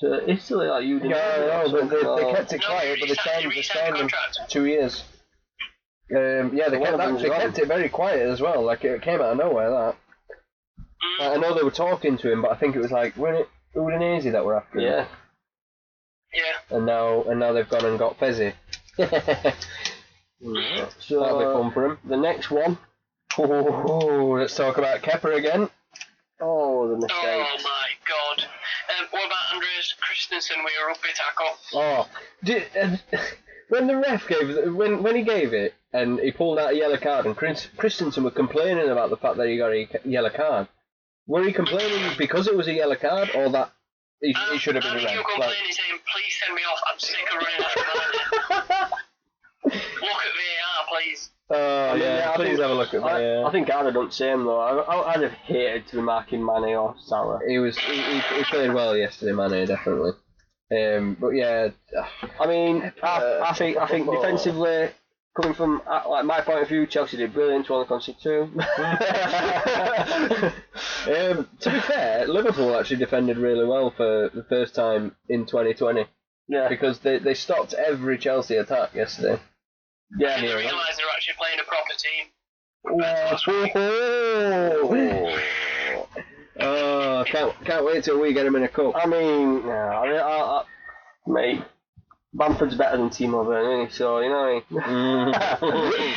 B: to Italy? Like you did.
A: Yeah, I know, but they, they kept it
C: No,
A: quiet. But they
C: he
A: signed they
C: re-signed
A: signed
C: the
A: him
C: contract.
A: for two years. Um, yeah, they
B: One
A: kept
B: of
A: that,
B: them's
A: they
B: gone.
A: kept it very quiet as well. Like it came out of nowhere. That
C: Mm.
A: Like, I know they were talking to him, but I think it was like when it Udinese that were after. him.
B: yeah.
C: Yeah.
A: And now and now they've gone and got Fezzi.
B: So uh,
A: That'll be fun for him.
B: the next one.
A: Oh, let's talk about Kepper again.
B: Oh, the mistake.
C: Oh my god. Um, what about Andreas Christensen with a rugby tackle?
A: Oh, did, uh, when the ref gave when when he gave it and he pulled out a yellow card and Chris, Christensen were complaining about the fact that he got a ca- yellow card. Were he complaining because it was a yellow card or that he,
C: I-
A: he should have been
C: Uh, I
A: a
C: think
A: red?
C: Um, you're
A: Like,
C: complaining, saying, "Please send me off. I'm sick of running after that." Look at VAR, please.
A: oh
B: mean,
A: yeah,
B: yeah, I
A: please
B: think-
A: have a look at that.
B: I,
A: yeah.
B: I think I'd have done the same though. I, I, I'd have hated to be marking Manny or Salah.
A: he was he, he, he played well yesterday, Mane definitely. Um, but yeah,
B: I mean,
A: Uh,
B: I, I think I think
A: football.
B: defensively, coming from uh, like my point of view, Chelsea did brilliant to only concede two.
A: um, to be fair, Liverpool actually defended really well for the first time in 2020
B: yeah,
A: because they, they stopped every Chelsea attack yesterday.
B: yeah.
C: Did they
A: Yeah.
C: realise they were actually playing a proper team?
B: Oh.
A: Oh, can't, can't wait till we get him in a cup.
B: I mean, no, I mean, I, I, mate, Bamford's better than Timo Werner, isn't he? so you know. what I mean?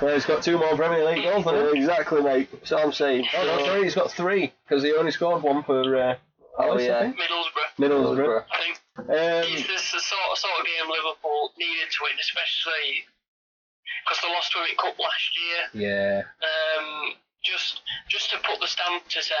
A: well, he's got two more Premier League goals than us.
B: exactly, mate. That's what I'm saying.
A: Oh, no, sorry, he's got three because he only scored one for uh,
B: Oh,
A: Alice, I
B: yeah.
A: think.
C: Middlesbrough.
A: Middlesbrough.
C: I think
A: Um,
C: It's this the sort of, sort of game Liverpool needed to win, especially because they lost to him at Cup last year.
A: yeah.
C: Um, just just to put the stamp to say,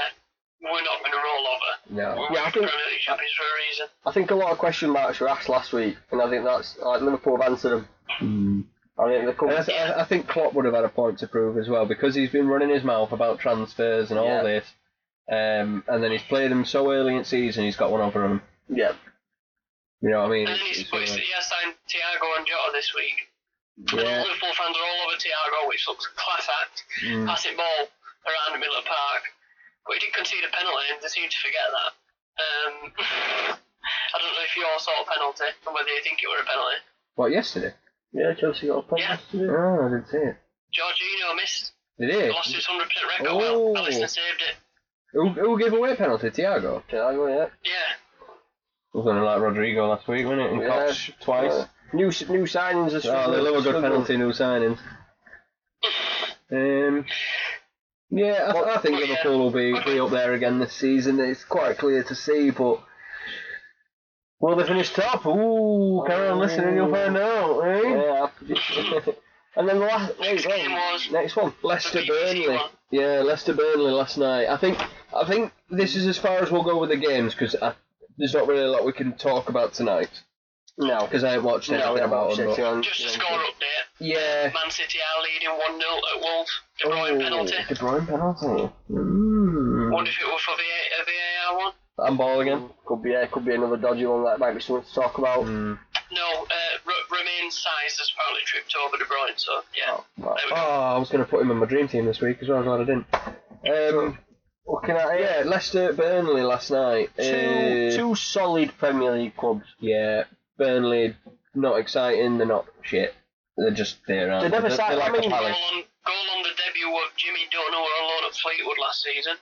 C: we're not going to roll over.
A: No.
C: We're
B: Yeah, I
C: winning
B: think-
C: Premier League champions for a reason.
B: I think a lot of question marks were asked last week, and I think that's like Liverpool have answered them. Hmm. I think they're
A: And
B: coming.
A: I, th- I think Klopp would have had a point to prove as well because he's been running his mouth about transfers and all
B: Yeah.
A: this, um, and then he's played him so early in season. He's got one over him.
B: Yeah,
A: You know what I mean?
C: And then
A: It's-
C: he's
A: it's uh,
C: put
A: really-
C: yeah, signed Thiago and Jota this week.
A: yeah.
C: Liverpool fans are all over Thiago, which looks a class act.
A: Mm.
C: Passing ball around the middle of the park. But he did concede a penalty, and they seem to forget that. Um, I don't know if you all saw a penalty, and whether you think it were a penalty.
A: What yesterday?
B: yeah, Chelsea got a point.
C: Yeah.
B: Yeah.
A: Oh, I didn't see it.
C: Jorginho missed.
A: Did
C: He
A: he?
C: lost his 100% record.
A: Oh.
C: Well, Alisson saved it.
A: Who, who gave away a penalty? Thiago.
B: Thiago, yeah.
C: Yeah.
A: Was only like Rodrigo last week, wasn't it? And
B: Yeah.
A: Koch twice.
B: Uh, new s- new signings are
A: Oh, they
B: struggling-
A: love a good
B: struggling.
A: penalty new signing. Um, yeah, I, I think
C: Well, yeah.
A: Liverpool will be, be up there again this season. It's quite clear to see, but will they finish top? Ooh, carry on listening, you'll find out. Eh?
B: Yeah, I predict- and then the last
C: Next game was
B: next one.
A: Leicester
C: the BBC
A: Burnley.
C: one.
A: Yeah, Leicester Burnley last night. I think I think this is as far as we'll go with the games because there's not really a lot we can talk about tonight
B: No,
A: because I haven't watched anything
B: no, we
A: about them. but-
C: Just a score update.
A: Yeah.
C: Man City are leading 1 0 at Wolves. De Bruyne
A: Oh.
C: penalty.
A: De Bruyne penalty. Mm.
C: Wonder if it were for VA, a VAR one?
A: ball again. Mm.
B: Could be yeah, could be another dodgy one that might be something to talk about.
C: No, uh, R- Romain Sainz has apparently tripped over De Bruyne, so yeah.
B: But
A: Oh, I was going to put him in my dream team this week as well. Glad I didn't. Um,
B: looking at it,
A: yeah, Leicester Burnley last night.
B: two
A: Uh,
B: two solid Premier League clubs.
A: Yeah, Burnley not exciting. They're not shit. They're just there. Aren't
B: They never
A: they?
B: sat-
A: They're
B: I
A: like
B: mean-
A: a
C: Goal
A: palace.
C: on, goal on the debut of Jimmy Dunn or a load at Fleetwood last season.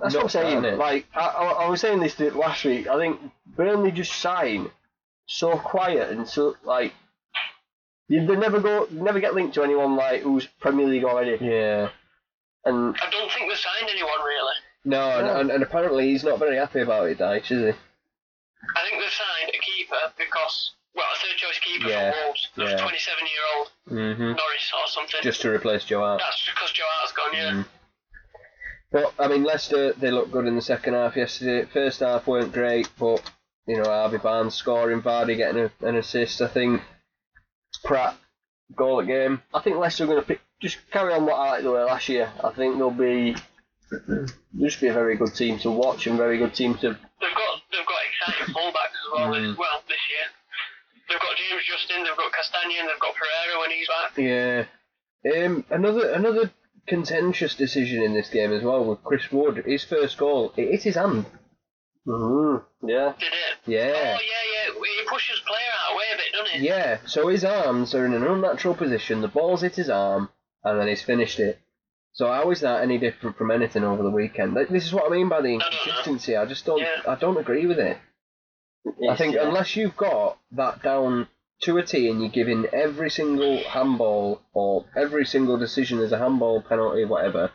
B: That's what I'm saying.
A: Aren't they?
B: Like I, I, I was saying this th- last week. I think Burnley just sign so quiet and so like they, they never go never get linked to anyone like who's Premier League already.
A: Yeah.
B: And
C: I don't think they signed anyone really.
A: No, and-
B: Yeah.
A: And, and apparently he's not very happy about it, Dyche, is he?
C: I think they've signed a keeper because, well, a third choice keeper
A: Yeah,
C: for Wolves. There's
A: yeah.
C: 27 year old
A: Mm-hmm.
C: Norris or something.
A: Just to replace Joe Hart.
C: That's because Joe Hart's gone, yeah.
A: Mm. But I mean, Leicester they looked good in the second half yesterday. First half weren't great, but you know Harvey Barnes scoring, Vardy getting a, an assist. I think Pratt goal at game.
B: I think Leicester are going to pick, just carry on what I like they were last year. I think they'll be they'll just be a very good team to watch and very good team to.
C: They've got they've got exciting fullbacks as well.
A: Mm.
C: This, well, this year they've got James Justin, they've got Castagna, and they've got Pereira when he's back.
A: Yeah. Um, another another contentious decision in this game as well with Chris Wood. His first goal, it hit his hand.
B: Mm-hmm. Yeah.
C: Did it?
A: Yeah.
C: Oh yeah, yeah. He pushes player out of the way a bit, doesn't he?
A: Yeah. So his arms are in an unnatural position. The ball's hit his arm, and then he's finished it. So how is that any different from anything over the weekend? Like, This is what I mean by the
C: don't know.
A: inconsistency. I just don't.
C: Yeah.
A: I don't agree with it. I think
B: yeah.
A: unless you've got that down to a T and you're giving every single handball or every single decision as a handball, penalty, whatever,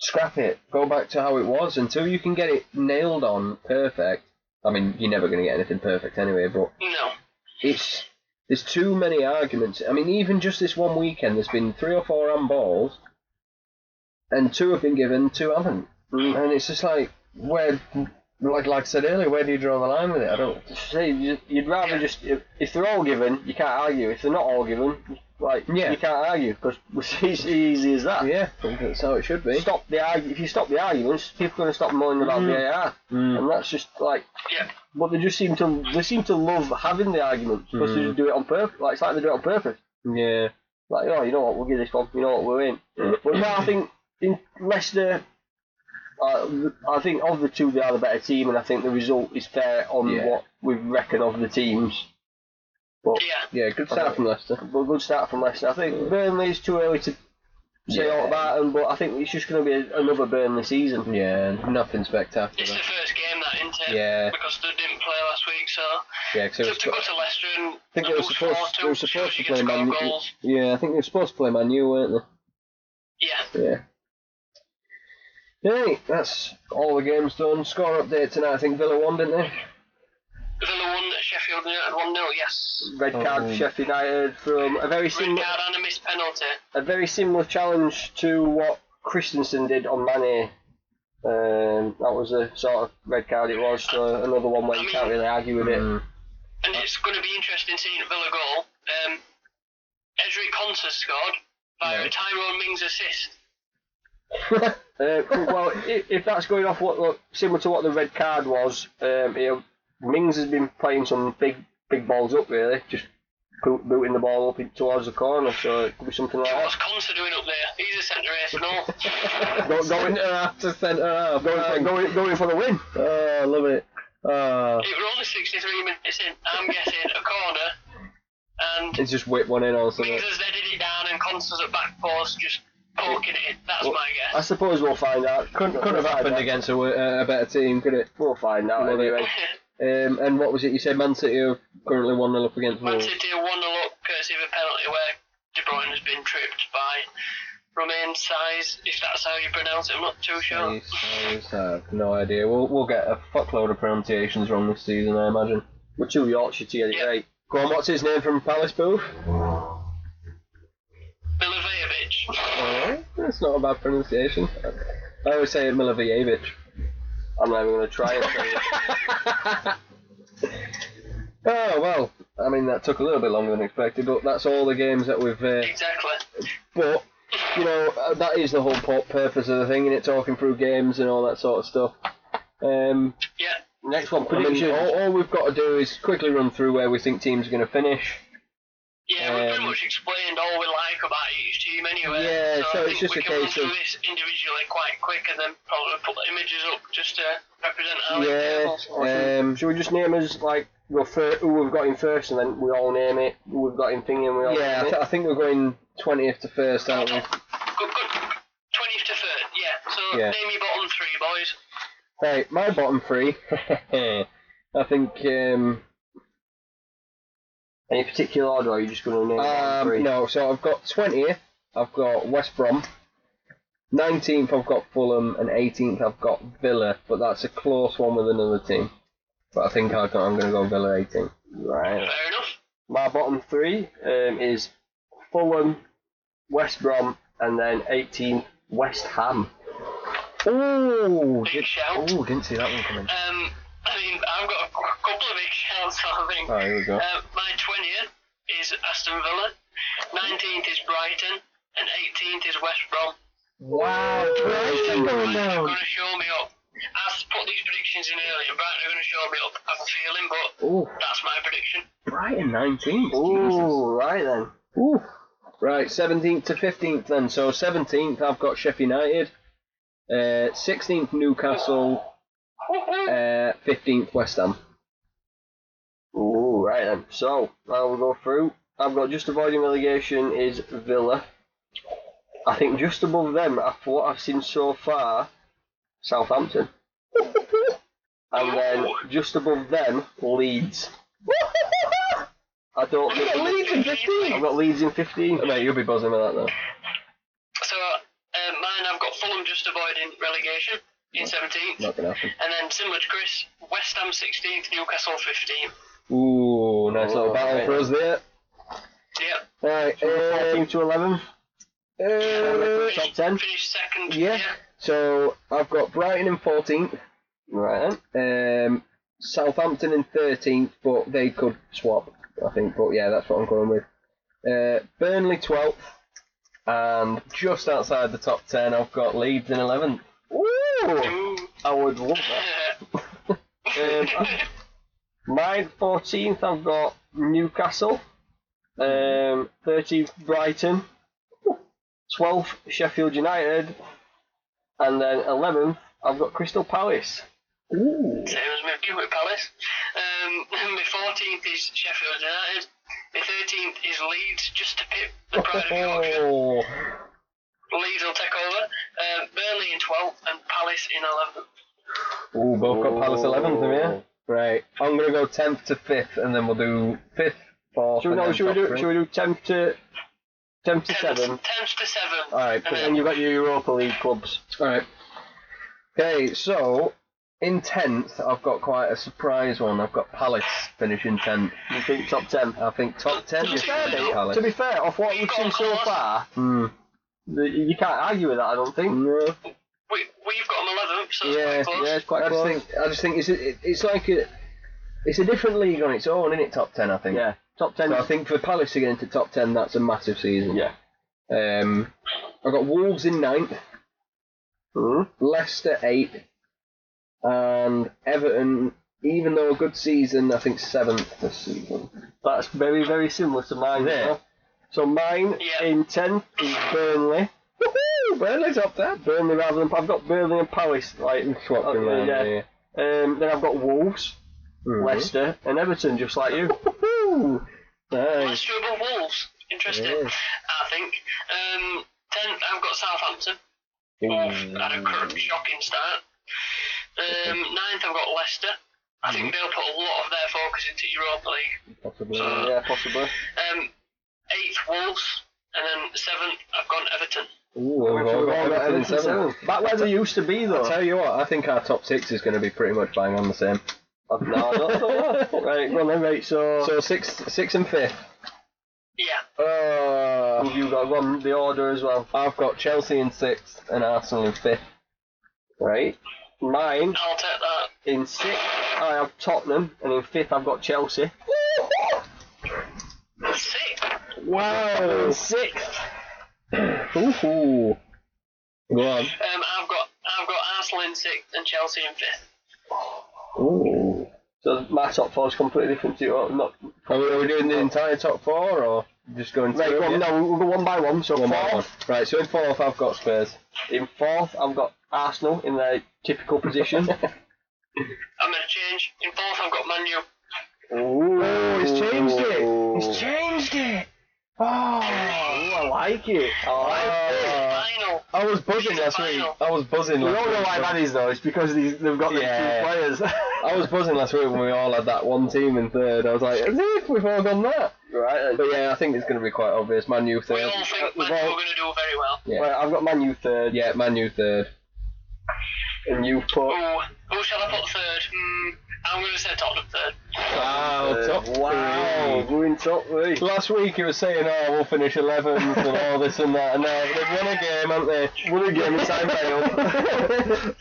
A: scrap it. Go back to how it was until you can get it nailed on perfect. I mean, you're never going to get anything perfect anyway, but
C: No.
A: it's there's too many arguments. I mean, even just this one weekend, there's been three or four handballs, and two have been given, two haven't,
B: Mm.
A: and it's just like where, like like I said earlier, where do you draw the line with it? I don't.
B: See, you- you'd rather
C: Yeah.
B: just if, if they're all given, you can't argue. If they're not all given, Like,
A: Yeah.
B: you can't argue because it's easy as that.
A: Yeah, I think that's how it should be.
B: Stop the argu- If you stop the arguments, people are going to stop moaning about
A: Mhm.
B: VAR,
A: Mm.
B: and that's just like.
C: Yeah.
B: But they just seem to they seem to love having the arguments because they
A: Mhm.
B: just do it on purpose. Like it's like they do it on purpose.
A: Yeah.
B: Like oh, you know what, we'll give this one. You know what, we're in. But no, I think in Leicester, uh, I think of the two, they are the better team, and I think the result is fair on
A: Yeah.
B: what we reckon of the teams.
C: Yeah.
A: Yeah, good start from Leicester.
B: But good start from Leicester. I think Burnley is too early to say
A: Yeah.
B: all about them, but I think it's just going to be another Burnley season.
A: Yeah, nothing
C: It's
A: spectacular.
C: the first game that, isn't it?
A: Yeah,
C: Because they didn't play last week, so
A: yeah, 'cause it
C: to,
A: was
C: to go to Leicester and
A: I think it was
C: lose
A: supposed, it
C: 4-2
A: was
C: shows
A: supposed to
C: you
A: play
C: can score
A: Man U.
C: goals.
A: Yeah, I think it was supposed to play Man U, weren't
C: Yeah.
A: they? Yeah. Hey, that's all the games done. Score update tonight. I think Villa won, didn't they?
C: Villa won at Sheffield United 1 0, yes.
B: Red card
A: Oh.
B: for Sheffield United from a very
C: Red
B: similar
C: card and a missed penalty.
B: a very similar challenge to what Christensen did on Mane. Um, that was a sort of red card it was, so another one where you can't really argue with it.
A: Mm.
C: And it's going to be interesting seeing Villa goal. Um, Ezri Konsa scored via
A: Yeah.
C: a Tyrone Mings assist.
A: Mm.
B: Uh, well, i- if that's going off what look, similar to what the red card was, um, you know, Mings has been playing some big big balls up really, just bo- booting the ball up in, towards the corner. So it could be something like that.
C: What's Konsa doing up there? He's a centre ace, no?
B: Go, going,
A: Centre half to centre half.
B: going, going, going for the win.
A: Oh, I love it. Oh.
C: It were only 63 minutes in. I'm guessing a corner. And
A: It's just whip one in all
C: Mings
A: sudden.
C: has headed it down and Konsa's at back post just poking it in. That's my
B: I
C: guess.
B: suppose we'll find out.
A: Couldn't, couldn't have
B: We'll find
A: happened
B: out.
A: against a, wo- a better team, could it?
B: We'll find out
A: Well, they-
B: anyway.
A: Um, and what was it you said? Man City are currently 1 0 up against
C: Man
A: Wolves.
C: City are 1 0 up courtesy of a penalty where De Bruyne has been tripped by Romain Size, if that's how you pronounce it, I'm not too sure.
A: Nice, nice. I have no idea. We'll, we'll get a fuckload of pronunciations wrong this season, I imagine.
B: We're two Yorkshire to get it
C: Yeah.
B: right.
A: Go on, what's his name from Palace Booth?
C: Milivojevic.
A: Alright, that's not a bad pronunciation. I always say it Milivojevic.
B: I'm not even going to try it. for you.
A: Oh, well, I mean, that took a little bit longer than expected, but that's all the games that we've. Uh,
C: Exactly.
A: but, you know, uh, that is the whole pu- purpose of the thing, innit? Talking through games and all that sort of stuff. Um,
C: Yeah.
B: Next one,
A: I mean,
B: prediction.
A: all, all we've got to do is quickly run through where we think teams are going to finish.
C: Yeah, we've pretty
A: Um,
C: much explained all we like about each team anyway.
A: Yeah,
C: so,
A: so
C: I
A: it's
C: think
A: just
C: we
A: a
C: can run
A: case
C: through
A: of-
C: this individually quite quick and then probably put the images up just to represent our
A: Yeah,
C: tables.
A: um,
B: Should we just name us like we'll fir- who we've got in first, and then we all name it. Who we've got in thing, and we all
A: yeah, I,
B: name
A: th-
B: it.
A: I think we're going 20th to first, aren't we?
C: Good, good. 20th to 3rd, yeah. So
A: Yeah.
C: name your bottom three, boys.
A: Right, my bottom three. I think um,
B: Any particular order? Or are you just going to name it?
A: um, no. So I've got 20th. I've got West Brom. 19th, I've got Fulham, and 18th, I've got Villa. But that's a close one with another team. But I think I've got, I'm going to go Villa 18th.
B: Right.
C: Fair enough.
B: My bottom three um, is Fulham, West Brom, and then 18 West Ham.
A: Oh,
C: Big shout.
A: oh, didn't see that one coming.
C: Um, I mean, I've got a cou- couple of big shouts, I think.
A: Oh, here we go.
C: Uh, my 20th is Aston Villa, 19th is Brighton, and 18th is West Brom.
A: Wow,
B: Brighton
A: going
C: Brighton are
A: down.
C: going to show me up. I've put these predictions in earlier. Brighton are going to show me up. I have a feeling, but
A: Oh,
C: that's my prediction.
A: Brighton 19th.
B: Ooh, right then.
A: Ooh. Right, 17th to 15th then. So 17th, I've got Sheffield United. Uh, 16th, Newcastle. Uh, 15th, West Ham.
B: Ooh, right then. So, I will go through. I've got just avoiding relegation is Villa. I think just above them, after what I've seen so far, Southampton. and then just above them, Leeds. I don't
C: You've got Leeds in 15th?
B: I've got Leeds in 15.
A: Mate, you'll be buzzing with that though.
C: So, uh, mine, I've got Fulham just avoiding relegation in 17th.
A: Not gonna happen.
C: And then, similar to Chris, West Ham 16th, Newcastle 15th.
A: Ooh, nice little
B: Oh,
A: battle
B: right.
A: for us there.
C: Yep.
A: Right, um,
B: 14 to 11.
A: uh,
B: Top 10.
C: Finished second.
A: yeah.
C: yeah.
A: So I've got Brighton in 14th,
B: Right then.
A: um, Southampton in 13th, but they could swap, I think. But yeah, that's what I'm going with. Uh, Burnley 12th, and just outside the top 10, I've got Leeds in 11th. Ooh!
C: Ooh.
A: I would love that. Um, Mine 14th, I've got Newcastle. Um, 13th, Brighton. 12th, Sheffield United. And then 11th, I've got Crystal Palace. Ooh.
C: Same as with Gilbert Palace. Um, my 14th is Sheffield United. My 13th is Leeds, just to pip the pride of Yorkshire.
A: Oh.
C: Leeds will take over. Um, Burnley in 12th and Palace in 11th.
A: Ooh, both got Palace 11th, have
B: Oh.
A: you? Right. I'm going to go 10th to 5th, and then we'll do 5th, 4th,
B: Should we,
A: and
B: no,
A: then
B: should
A: top
B: we do
A: three.
B: should we do ten to ten to
C: 10th,
B: seven?
C: 10th to 7th.
A: Alright,
C: and
B: And
C: then
B: you've got your Europa League clubs.
A: Alright. Okay, so in 10th, I've got quite a surprise one. I've got Palace finishing 10th.
B: You think top ten?
A: I think top 10
C: To be
A: is
C: fair,
A: Crystal
C: mate,
A: Palace.
B: To be fair, off what we've
C: You've
B: seen
C: got
B: so
C: Palace.
B: far,
A: Hmm.
B: the, you can't argue with that. I don't think.
A: No.
C: we, we've got them 11th, so
A: Yeah,
C: it's quite close.
A: yeah, it's quite
B: I just
A: close. I just think, it's, a, it, it's like a, it's a different league on its own, isn't it, top 10, I think?
B: Yeah, top ten.
A: So I think for Palace to get into top 10, that's a massive season.
B: yeah.
A: Um, I've got Wolves in ninth,
B: Mhm.
A: Leicester 8th, and Everton, even though a good season, I think 7th this season.
B: That's very very similar to mine.
A: There.
B: There. So mine
C: Yeah.
B: in tenth is Burnley.
A: Woohoo! Burnley's up there.
B: Burnley rather than I've got Burnley and Palace. Like
A: Swapped
B: Okay,
A: around,
B: Oh, yeah.
A: Oh, yeah.
B: um, then I've got Wolves,
A: Mhm.
B: Leicester, and Everton, just like you.
A: Woohoo! Nice.
C: Leicester above Wolves. Interesting,
A: Yeah.
C: I think. Um, 10th, I've got Southampton.
B: Oh,
C: Wolves
A: Mm.
C: had a cr- shocking start. Um, ninth, I've got Leicester. I think they'll put a lot of their focus into Europa League.
A: Possibly.
B: yeah, possibly.
C: Um, eighth, Wolves. And then seventh, I've gone Everton.
A: Ooh,
B: We've
A: we've all got
B: all got
A: Everton in
B: Everton
A: seventh.
B: seventh. Back where they used to be though.
A: Tell you what, I think our top six is going to be pretty much bang on the same.
B: Oh, no, I don't know. right, well then, right, so,
A: So six, six and fifth.
C: Yeah.
A: Uh,
B: you got one, the order as well.
A: I've got Chelsea in sixth and Arsenal in fifth.
B: Right, mine
C: I'll take that.
B: in sixth I have Tottenham, and in fifth I've got Chelsea.
C: Sixth.
A: Wow!
B: Sixth.
A: Ooh. Go on.
C: Um, I've got I've got Arsenal in sixth and Chelsea in fifth.
A: Ooh.
B: So my top four is completely different to yours. Not
A: Are we, are we doing the entire top four or just going
B: right,
A: through?
B: go on,
A: yeah?
B: no, we'll go one by one. So
A: One by
B: fourth,
A: one. Right, so in fourth I've got Spurs.
B: in fourth I've got Arsenal in their typical position.
C: I'm gonna change. In fourth, I've got Manu.
B: Ooh,
A: Oh, he's changed it. He's
B: changed it. Oh, I like it.
A: Uh,
C: Final.
A: I was buzzing last week. I was buzzing
B: we
A: last
B: all know
A: week.
B: why that is though. It's because these, they've got
A: Yeah.
B: the two players.
A: I was buzzing last week when we all had that one team in third. I was like, as if we've all done that.
B: right.
A: But yeah, I think it's going to be quite obvious. Man U
C: We
A: third.
C: all
B: uh,
C: think
B: we've
C: Manu are
B: all-
C: gonna do very well.
A: yeah.
B: Right, I've got Man U third,
A: Yeah, Man U third.
B: and you've put.
C: Ooh, who shall I put third? Hmm, I'm gonna say Tottenham third.
A: Wow,
B: Uh, wow, going top three.
A: Last week you were saying, oh, we'll finish 11th and all this and that, and now they've won a game, haven't they?
B: What a game of time, Bale.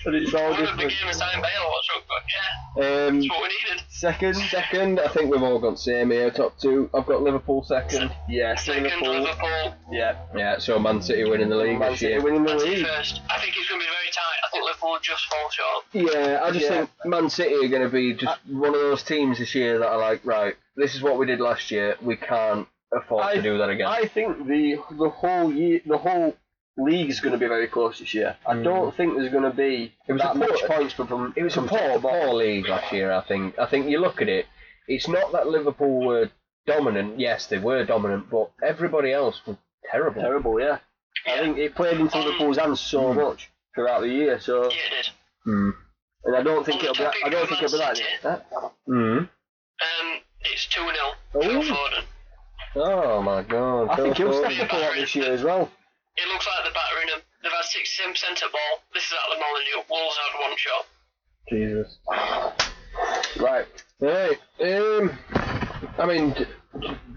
B: and it's all
C: One of the
B: different.
C: game of Simon Bale. What's wrong? But yeah,
A: Um,
C: that's what we needed.
B: Second,
A: second, I think we've all got same here, top two. I've got Liverpool second.
B: yeah,
C: Second,
B: Liverpool,
C: Liverpool.
B: yeah,
A: Yeah, so Man City winning the league
B: Man
A: this
B: City
A: year.
B: winning the
C: That's it
B: league.
C: first. I think it's going to be very tight. I think Liverpool will just fall short.
A: Yeah, I just
B: Yeah.
A: think Man City are going to be just one of those teams this year that are like, right, this is what we did last year. We can't afford
B: I-
A: to do that again.
B: I think the the whole year, the whole league's going to be very close this year. I don't think there's going to be
A: Mm. It was a
B: that
A: poor-
B: much points from- from
A: it was a
B: from top
A: poor,
B: to bottom.
A: poor league last year. I think. I think you look at it. It's not that Liverpool were dominant. Yes, they were dominant, but everybody else was terrible.
B: Terrible, yeah. I
C: Yeah.
B: think it played into Liverpool's hands so much throughout the year. So,
C: Yeah, it did.
A: Mm.
B: and I don't think it'll be. that- I don't think it'll be that.
A: Mm.
C: Um, it's 2 0.
A: Oh.
C: Phil Foden.
A: Oh my god.
B: I think
A: Phil
B: he'll
A: Foden.
B: step up a lot this year as well.
C: It looks like they're battering them. They've had 67% of ball. This is out of the Molyneux. Wolves had one shot.
A: Jesus.
B: Right.
A: Right. Um. I mean, d-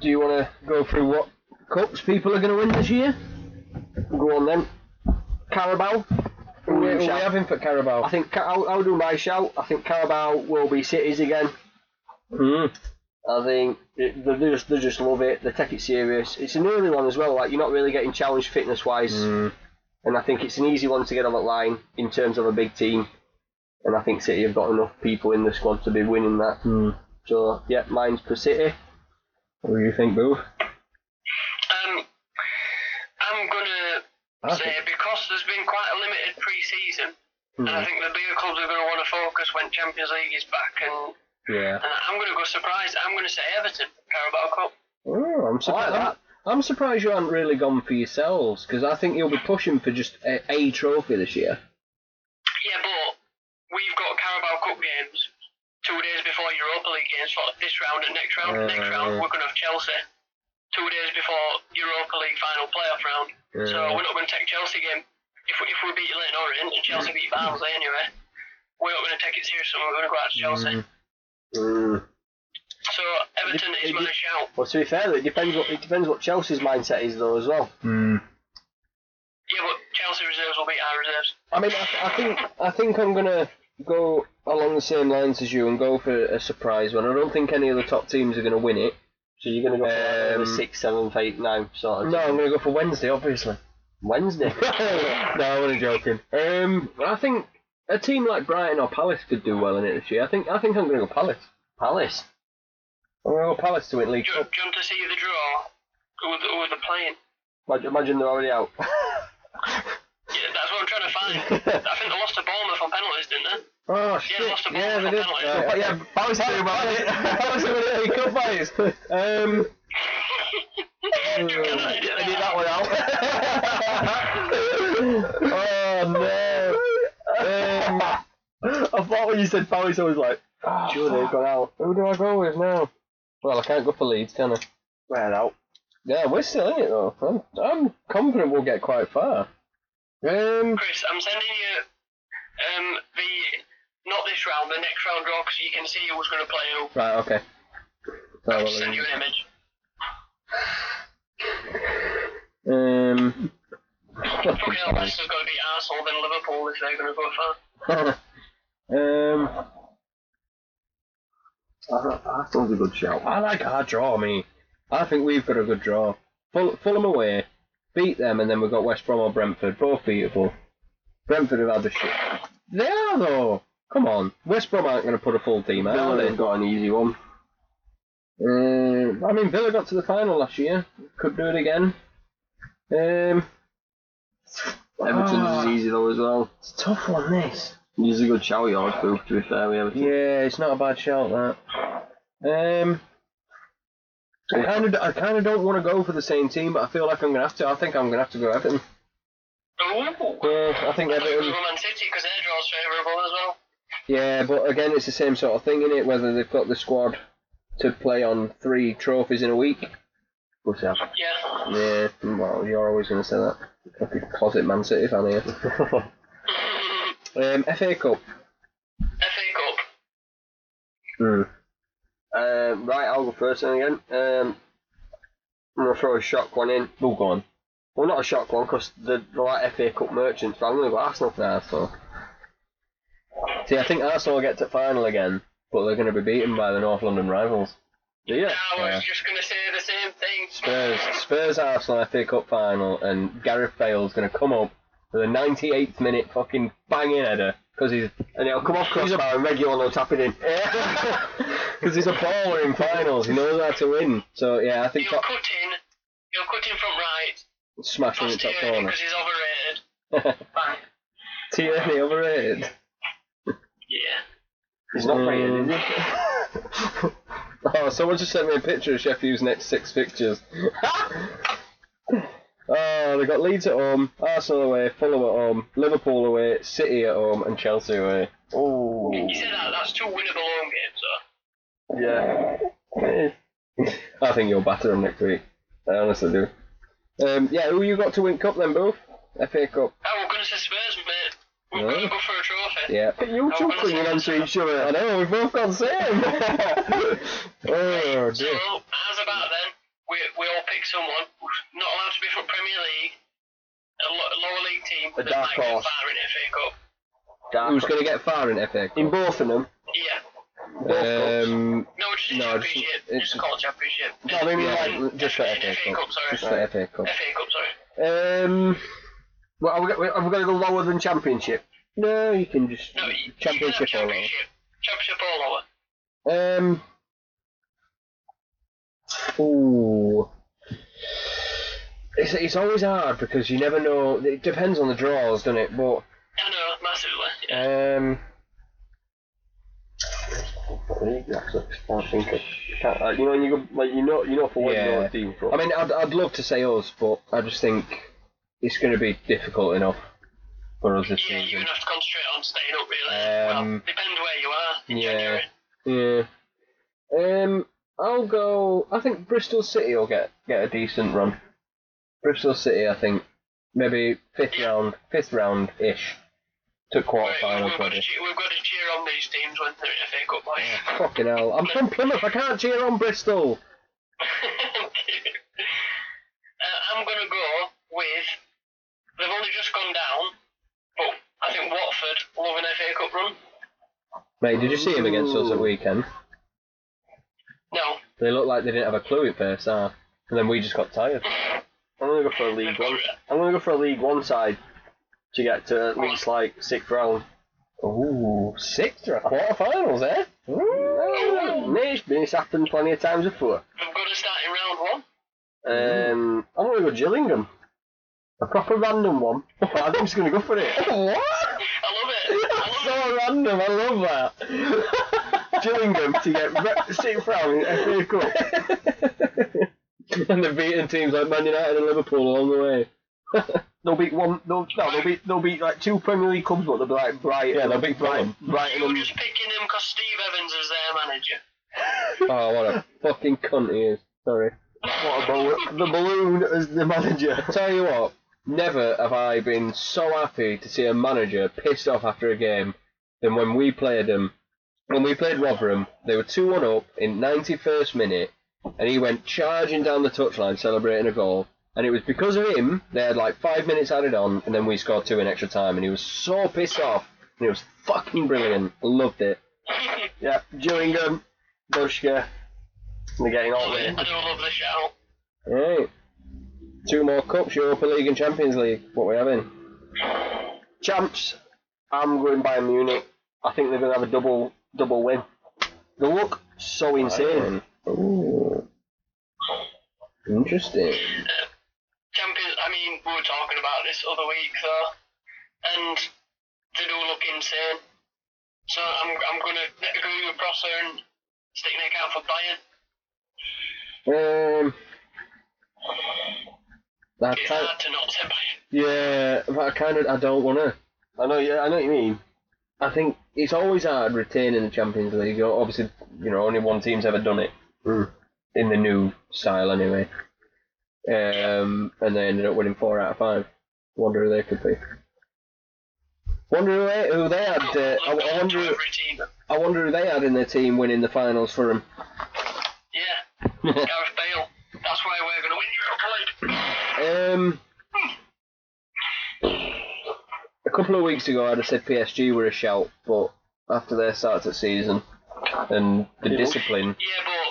A: do you want to go through what cups people are going to win this year?
B: Go on then. Carabao.
A: Who are we, who we
B: Shout.
A: having for Carabao?
B: I think Ca- I'll, I'll do my shout. I think Carabao will be cities again.
A: Mm.
B: I think it, they, they just they just love it. They take it serious. It's an early one as well. Like you're not really getting challenged fitness wise,
A: Mm.
B: and I think it's an easy one to get on that line in terms of a big team. And I think City have got enough people in the squad to be winning that.
A: Mm.
B: So yeah, mine's for City.
A: What do you think, Boo?
C: Um, I'm gonna
A: I
C: say
A: think-
C: because there's been quite a limited pre-season, and I think the bigger clubs are gonna want to focus when Champions League is back. And,
A: Yeah.
C: and I'm gonna go surprise. I'm gonna say Everton Carabao Cup.
A: Oh, I'm surprised.
B: that.
A: I'm, I'm surprised you haven't really gone for yourselves because I think you'll be pushing for just a, a trophy this year.
C: Yeah, but we've got Carabao Cup games two days before Europa League games for this round and next round. next round
A: Mm.
C: we're gonna have Chelsea. Two days before Europa League final playoff round. So
A: Mm.
C: we're not gonna take Chelsea game. If we, if we beat Leighton Orient and Chelsea beat Barnsley anyway, we're not gonna take it seriously. We're gonna go out to Chelsea.
B: Mm.
C: So Everton is
B: Did-
C: my
B: did-
C: shout.
B: Well, to be fair, it depends what it depends what Chelsea's mindset is though as well.
A: Mm.
C: Yeah, but Chelsea reserves will beat our reserves.
A: I mean, I, I think I think I'm gonna go along the same lines as you and go for a surprise one. I don't think any of the top teams are gonna win it.
B: So you're gonna go for
A: Um,
B: um, six, seven, eight, nine sort of.
A: No, I'm gonna go for Wednesday, obviously.
B: Wednesday.
A: no, I'm only joking. Um, I think a team like Brighton or Palace could do well in it this year. I think I think I'm gonna go Palace.
B: Palace.
A: I'm gonna go Palace to win League
C: Do you,
A: Cup.
C: do you want to see the draw? Who are the, who are the playing?
B: Imagine, imagine they're already out.
C: Yeah, that's what I'm trying to find. I think they lost to Bournemouth on penalties, didn't they?
A: Oh
C: Yeah,
A: shit!
C: lost the ball
A: Yeah, they
C: on
A: did.
C: penalty.
A: Yeah, yeah, Palace do well. in it. Palace do well in League Cup fights. Um,
C: I did that.
B: one out.
A: oh no! Um,
B: I thought when you said Palace, I was like, "Ah,
A: oh,
B: sure they've gone out.
A: Who do I go with now? Well, I can't go for Leeds, can I?
B: Well out.
A: Yeah, we're still in it though. I'm, I'm confident we'll get quite far. Um,
C: Chris, I'm sending you um, the not this round, the next round draw, because you can see who's going to play who.
A: right, okay. Oh, So,
C: I'll just send you an image.
A: um,
C: Fucking hell, Leicester's going to beat Arsenal, then Liverpool if they're going to go far.
A: um,
B: Arsenal's a good shout.
A: I like our draw, me. I think we've got a good draw. Full, Fulham away, beat them, and then we've got West Brom or Brentford. Both beatable. Brentford have had the shit. They are though. Come on, West Brom aren't going to put a full team out, are
B: Villa
A: they?
B: have got an easy one.
A: Um, I mean, Villa got to the final last year. Could do it again. Um,
B: Everton's
A: Ah.
B: is easy though as well.
A: it's a tough one, this.
B: He's a good shout, yours, Booth, to be fair with Everton.
A: Yeah, it's not a bad shout, that. Um, I kind of, I kind of don't want to go for the same team, but I feel like I'm gonna have to. I think I'm gonna have to go Everton.
C: Ooh!
A: Yeah, I think Everton.
C: Liverpool Man City, because their draw's favourable as well.
A: Yeah, but again, it's the same sort of thing, is it? Whether they've got the squad to play on three trophies in a week. We'll see.
C: Yeah.
A: Yeah, well, you're always going to say that. Fucking closet Man City fan
B: eh?
A: here. Um, FA Cup.
C: FA Cup.
B: Um, right, I'll go first then again. Um, I'm going to throw a shock one in.
A: All gone.
B: Well, not a shock one, because they're, they're like FA Cup merchants, but I'm going to go Arsenal.
A: Nah, so. See, I think Arsenal will get to final again, but they're going to be beaten by the North London rivals.
B: Yeah.
C: I was
A: Yeah.
C: just going to say the same thing.
A: Spurs, Spurs Arsenal FA Cup final, and Gareth Bale's going to come up with a 98th minute fucking banging header because he's
B: And it'll come off crossbar and regular will tap it in.
A: because he's a baller in finals. He knows how to win. So yeah, I think
C: You're
A: top,
C: cutting. You're cutting from right.
A: smashing the top
C: Tierney,
A: corner.
C: because he's overrated. Bang.
A: Tierney overrated.
C: Yeah.
B: He's not playing, is he?
A: Mm. oh, someone just sent me a picture of Sheffield's next six fixtures. oh, they've got Leeds at home, Arsenal away, Fulham at home, Liverpool away, City at home, and Chelsea away.
B: Oh.
C: You said that, that's two winnable home games, though.
B: Yeah.
A: I think you'll batter them next week. I honestly do. Um, yeah, who you got to win cup then, Booth? FA Cup.
C: Oh, we're going to say Spurs, mate. We're
A: Yeah.
C: going to go for a trophy.
A: Yeah.
B: You two clinging onto each
A: I
B: other.
A: know, we both got the same. oh
C: So,
A: dear.
C: how's about then? We, we all pick someone, not allowed to be from Premier League, a lo- lower league team,
B: A
C: that
B: dark
C: might get
B: horse.
C: far in FA Cup.
A: Who's going to get far in FA Cup?
B: In both of them.
C: Yeah.
B: Both
A: Um,
C: No it's
A: No,
C: no,
A: it's-
C: championship. It's,
A: it's-
C: a college championship.
A: No, I mean,
C: It's-
A: like, just for
C: it's
A: FA
C: FA
A: Cup.
C: Cup, sorry.
A: Just for FA Cup.
C: FA Cup, sorry.
A: Um,
B: Well, are we, go- are we going to go lower than championship?
A: no, you can just
C: No, you- you can have
A: championship or lower.
C: championship. Championship or lower.
A: Um. Ooh. It's, it's always hard because you never know. It depends on the draws, doesn't it? But
C: I know, massively. Yeah.
A: um,
B: can't think of. Can't, like, you know, you go, like you know, you know for what you know
A: Yeah.
B: a team from.
A: I mean, I'd, I'd love to say us, but I just think it's going to be difficult enough for us this
C: Yeah, you're
A: season.
C: gonna have to concentrate on staying up, really. well,
A: Um,
C: depends where you are. in
A: yeah.
C: January.
A: Yeah. Um, I'll go. I think Bristol City will get get a decent run. Bristol City, I think, maybe fifth round, fifth round ish, to quarter
C: Right,
A: final
C: we've, got to
A: probably.
C: cheer, we've got to cheer on these teams when they're in FA Cup play.
A: Oh, fucking hell! I'm from Plymouth. I can't cheer on Bristol.
C: uh, I'm going to go with. They've only just gone down, but I think Watford love an FA Cup run.
A: Mate, did you see him against us at
B: Ooh.
A: weekend?
C: No.
A: They looked like they didn't have a clue at first half, and then we just got tired.
B: I'm gonna go for a League One. I'm gonna go for a League One side to get to at least like sixth round.
A: Ooh, sixth round, quarterfinals, eh? Ooh.
B: It's been it's happened plenty of times before.
C: They've got to start in round one.
B: Um, I'm gonna go Gillingham. A proper random one. But I think he's gonna go for it.
A: What?
C: I love it. I
A: That's
C: love it.
A: so random. I love that.
B: Gillingham to get re- sixth round in FA Cup.
A: and they're beating teams like Man United and Liverpool along the way.
B: They'll beat one. They'll, no, they'll beat they'll beat like two Premier League clubs, but they'll be like Brighton.
A: Yeah, they'll beat Fulham.
B: Brighton.
C: You're
B: And,
C: just picking them because Steve Evans is their manager.
A: Oh, what a fucking cunt he is. Sorry.
B: what a balloon, the balloon as the manager.
A: Tell you what, never have I been so happy to see a manager pissed off after a game than when we played them. When we played Rotherham, they were 2 1 up in 91st minute, and he went charging down the touchline celebrating a goal. And it was because of him, they had like five minutes added on, and then we scored two in extra time, and he was so pissed off. And it was fucking brilliant. Loved it.
B: Yeah, Gillingham, Bushka. They're getting all
C: Love it.
B: in.
C: I do love the shout.
A: Right. Two more cups, Europa League and Champions League. What we having?
B: Champs, I'm going Bayern Munich. I think they're going to have a double double win. They look so insane.
A: Ooh. Interesting.
C: Champions. I mean, we were talking about this other week though, and they do look insane. So I'm I'm gonna agree with Prosser and stick Nick out for Bayern.
A: Um, I
C: It's
A: can't,
C: hard to not say Bayern.
A: yeah, but I kind of I don't want to.
B: I know, yeah, I know what you mean.
A: I think it's always hard retaining the Champions League. You know, Obviously, you know, only one team's ever done it in the new style, anyway. Um, and they ended up winning four out of five. Wonder who they could be. Wonder who they, who they had. Uh, I, I wonder.
C: Every team.
A: I wonder who they had in their team winning the finals for them.
C: Yeah, Gareth Bale. That's why we're gonna win Europa League.
A: Um, a couple of weeks ago, I'd have said PSG were a shout, but after their start to the season and the discipline,
C: Yeah,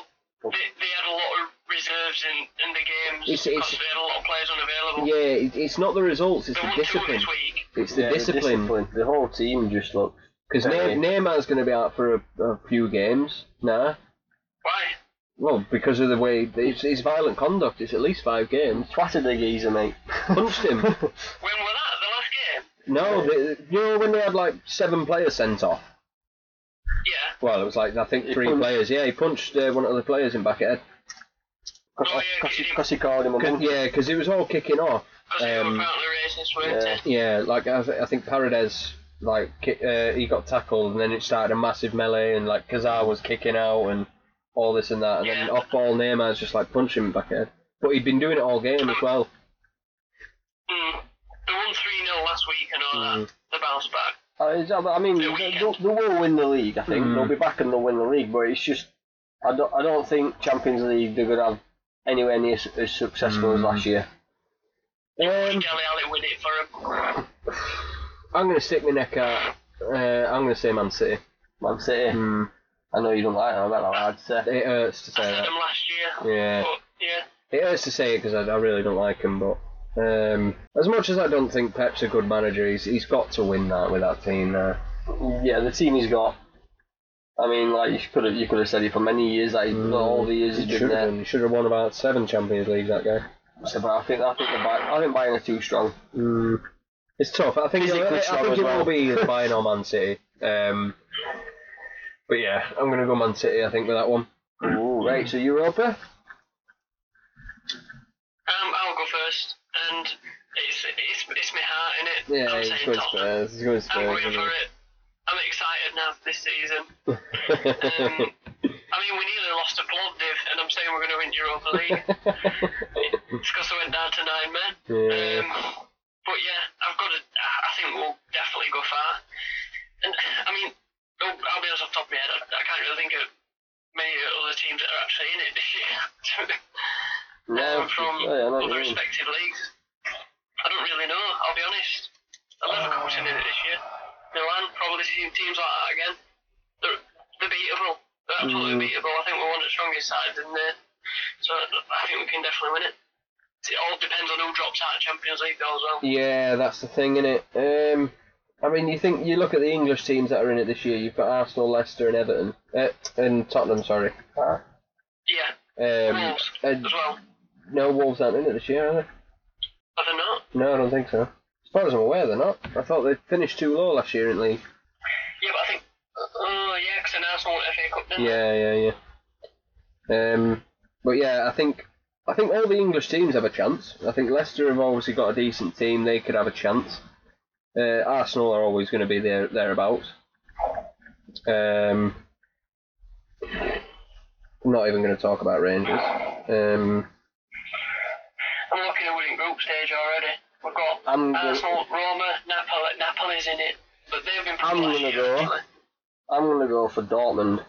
C: but they, they had a lot of reserves in, in the games
A: It's-
C: because
A: it's-
C: they had a lot of players unavailable.
A: yeah, it, it's not the results, it's
C: they
A: the
C: won two
A: discipline.
C: this week.
A: It's the
B: Yeah,
A: discipline.
B: The whole team just looks.
A: Because
B: Yeah.
A: Neymar's going to be out for a, a few games. Nah.
C: Why?
A: Well, because of the way it's, it's violent conduct. It's at least five games.
B: Twatted the geezer, mate.
A: Punched him.
C: When were that? The last game?
A: no, they, you know when they had like seven players sent off.
C: Yeah.
A: Well, it was like I think
B: He
A: three
B: punched-
A: players. Yeah, he punched uh, one of the players in back of the head.
C: Oh, yeah,
B: Because
C: get him.
B: he called him a
A: Cause,
B: monkey.
A: yeah, because it was all kicking off.
C: Because they were
A: Um,
C: apparently racist, weren't
B: yeah.
C: they?
A: Yeah, like I, th- I think Paredes like ki- uh, he got tackled and then it started a massive melee and like Kazar was kicking out and all this and that and then
C: Yeah.
A: off ball Neymar's just like punching him back head. But he'd been doing it all game as well.
C: Mm. They won 3 0 last week and all
A: Mm.
C: that. The bounce back.
B: Uh, it's- I mean, they, they, they will win the league. I think
A: Mm.
B: they'll be back and they'll win the league. But it's just, I don't, I don't think Champions League they're gonna have anywhere near s- as successful as
A: Mm.
B: last year.
A: Um,
C: Deli Alley win it for him.
A: I'm gonna stick my neck out. Uh, I'm gonna say Man City.
B: Man City.
A: Hmm.
B: I know you don't like them. I bet that hard to say.
A: It hurts to
C: I
A: say
C: said
A: that.
C: them last year.
A: Yeah.
C: But yeah,
A: It hurts to say it because I, I really don't like him, but um, as much as I don't think Pep's a good manager, he's, he's got to win that with that team there.
B: Yeah, the team he's got. I mean, like you could have you could have said it for many years. Like all the years he's
A: He
B: Hmm. been
A: should have
B: there.
A: done. He should have won about seven Champions Leagues, that guy.
B: So, but I think I think the Bay- I think Bayern are too strong. Hmm.
A: It's tough. I think,
B: Physically
A: I
B: strong
A: think
B: as
A: it
B: well.
A: will be either Bayern or Man City. Um, but yeah, I'm going to go Man City, I think, with that one.
B: Ooh, right, so Europa.
C: um, I'll go first. And it's it's, it's my heart in it.
A: Yeah,
C: I'm
A: he's
C: saying
A: going
C: Tottenham.
A: Spurs. He's going
C: I'm
A: Spurs.
C: going for
A: isn't
C: it. I'm excited now for this season.
A: he?
C: Um, I mean, we nearly lost to Plovdiv, and I'm saying we're going to win Europa League. it's because I went down to nine men.
A: Yeah.
C: Um, but yeah, I've got to. I I think we'll definitely go far. And I mean, I'll, I'll be honest off the top of my head. I, I can't really think of many other teams that are actually in it this year.
B: No,
C: from
B: yeah, I know what you
C: other
B: mean.
C: respective leagues. I don't really know. I'll be honest. I love coaching in it this year. Milan probably seen teams like that again. They're, they're beatable. They're absolutely
B: Mm.
C: beatable. I think we're one of the strongest sides in there. So I think we can definitely win it. It all depends on who drops out of Champions League though as well.
A: Yeah, that's the thing, innit? Um, I mean, you think you look at the English teams that are in it this year. You've got Arsenal, Leicester, and Everton, uh, and Tottenham. Sorry.
C: Yeah.
A: Um,
C: Wolves
A: and
C: as well.
A: no, Wolves aren't in it this year, are they?
C: Are they not?
A: No, I don't think so. As far as I'm aware, they're not. I thought they finished too low last year in league.
C: Yeah, but I think. Oh yeah, because Arsenal won the FA Cup. Didn't
A: Yeah, yeah, yeah. Um, but yeah, I think I think all the English teams have a chance. I think Leicester have obviously got a decent team; they could have a chance. Uh, Arsenal are always going to be there thereabouts. Um, I'm not even going to talk about Rangers. Um,
C: they? I'm lucky that we're in group stage already. We've got
B: I'm go-
C: Arsenal, Roma, Napoli. Napoli's in it, but they've been.
B: I'm
C: last
B: gonna
C: year,
B: go.
C: actually.
B: I'm gonna go for Dortmund.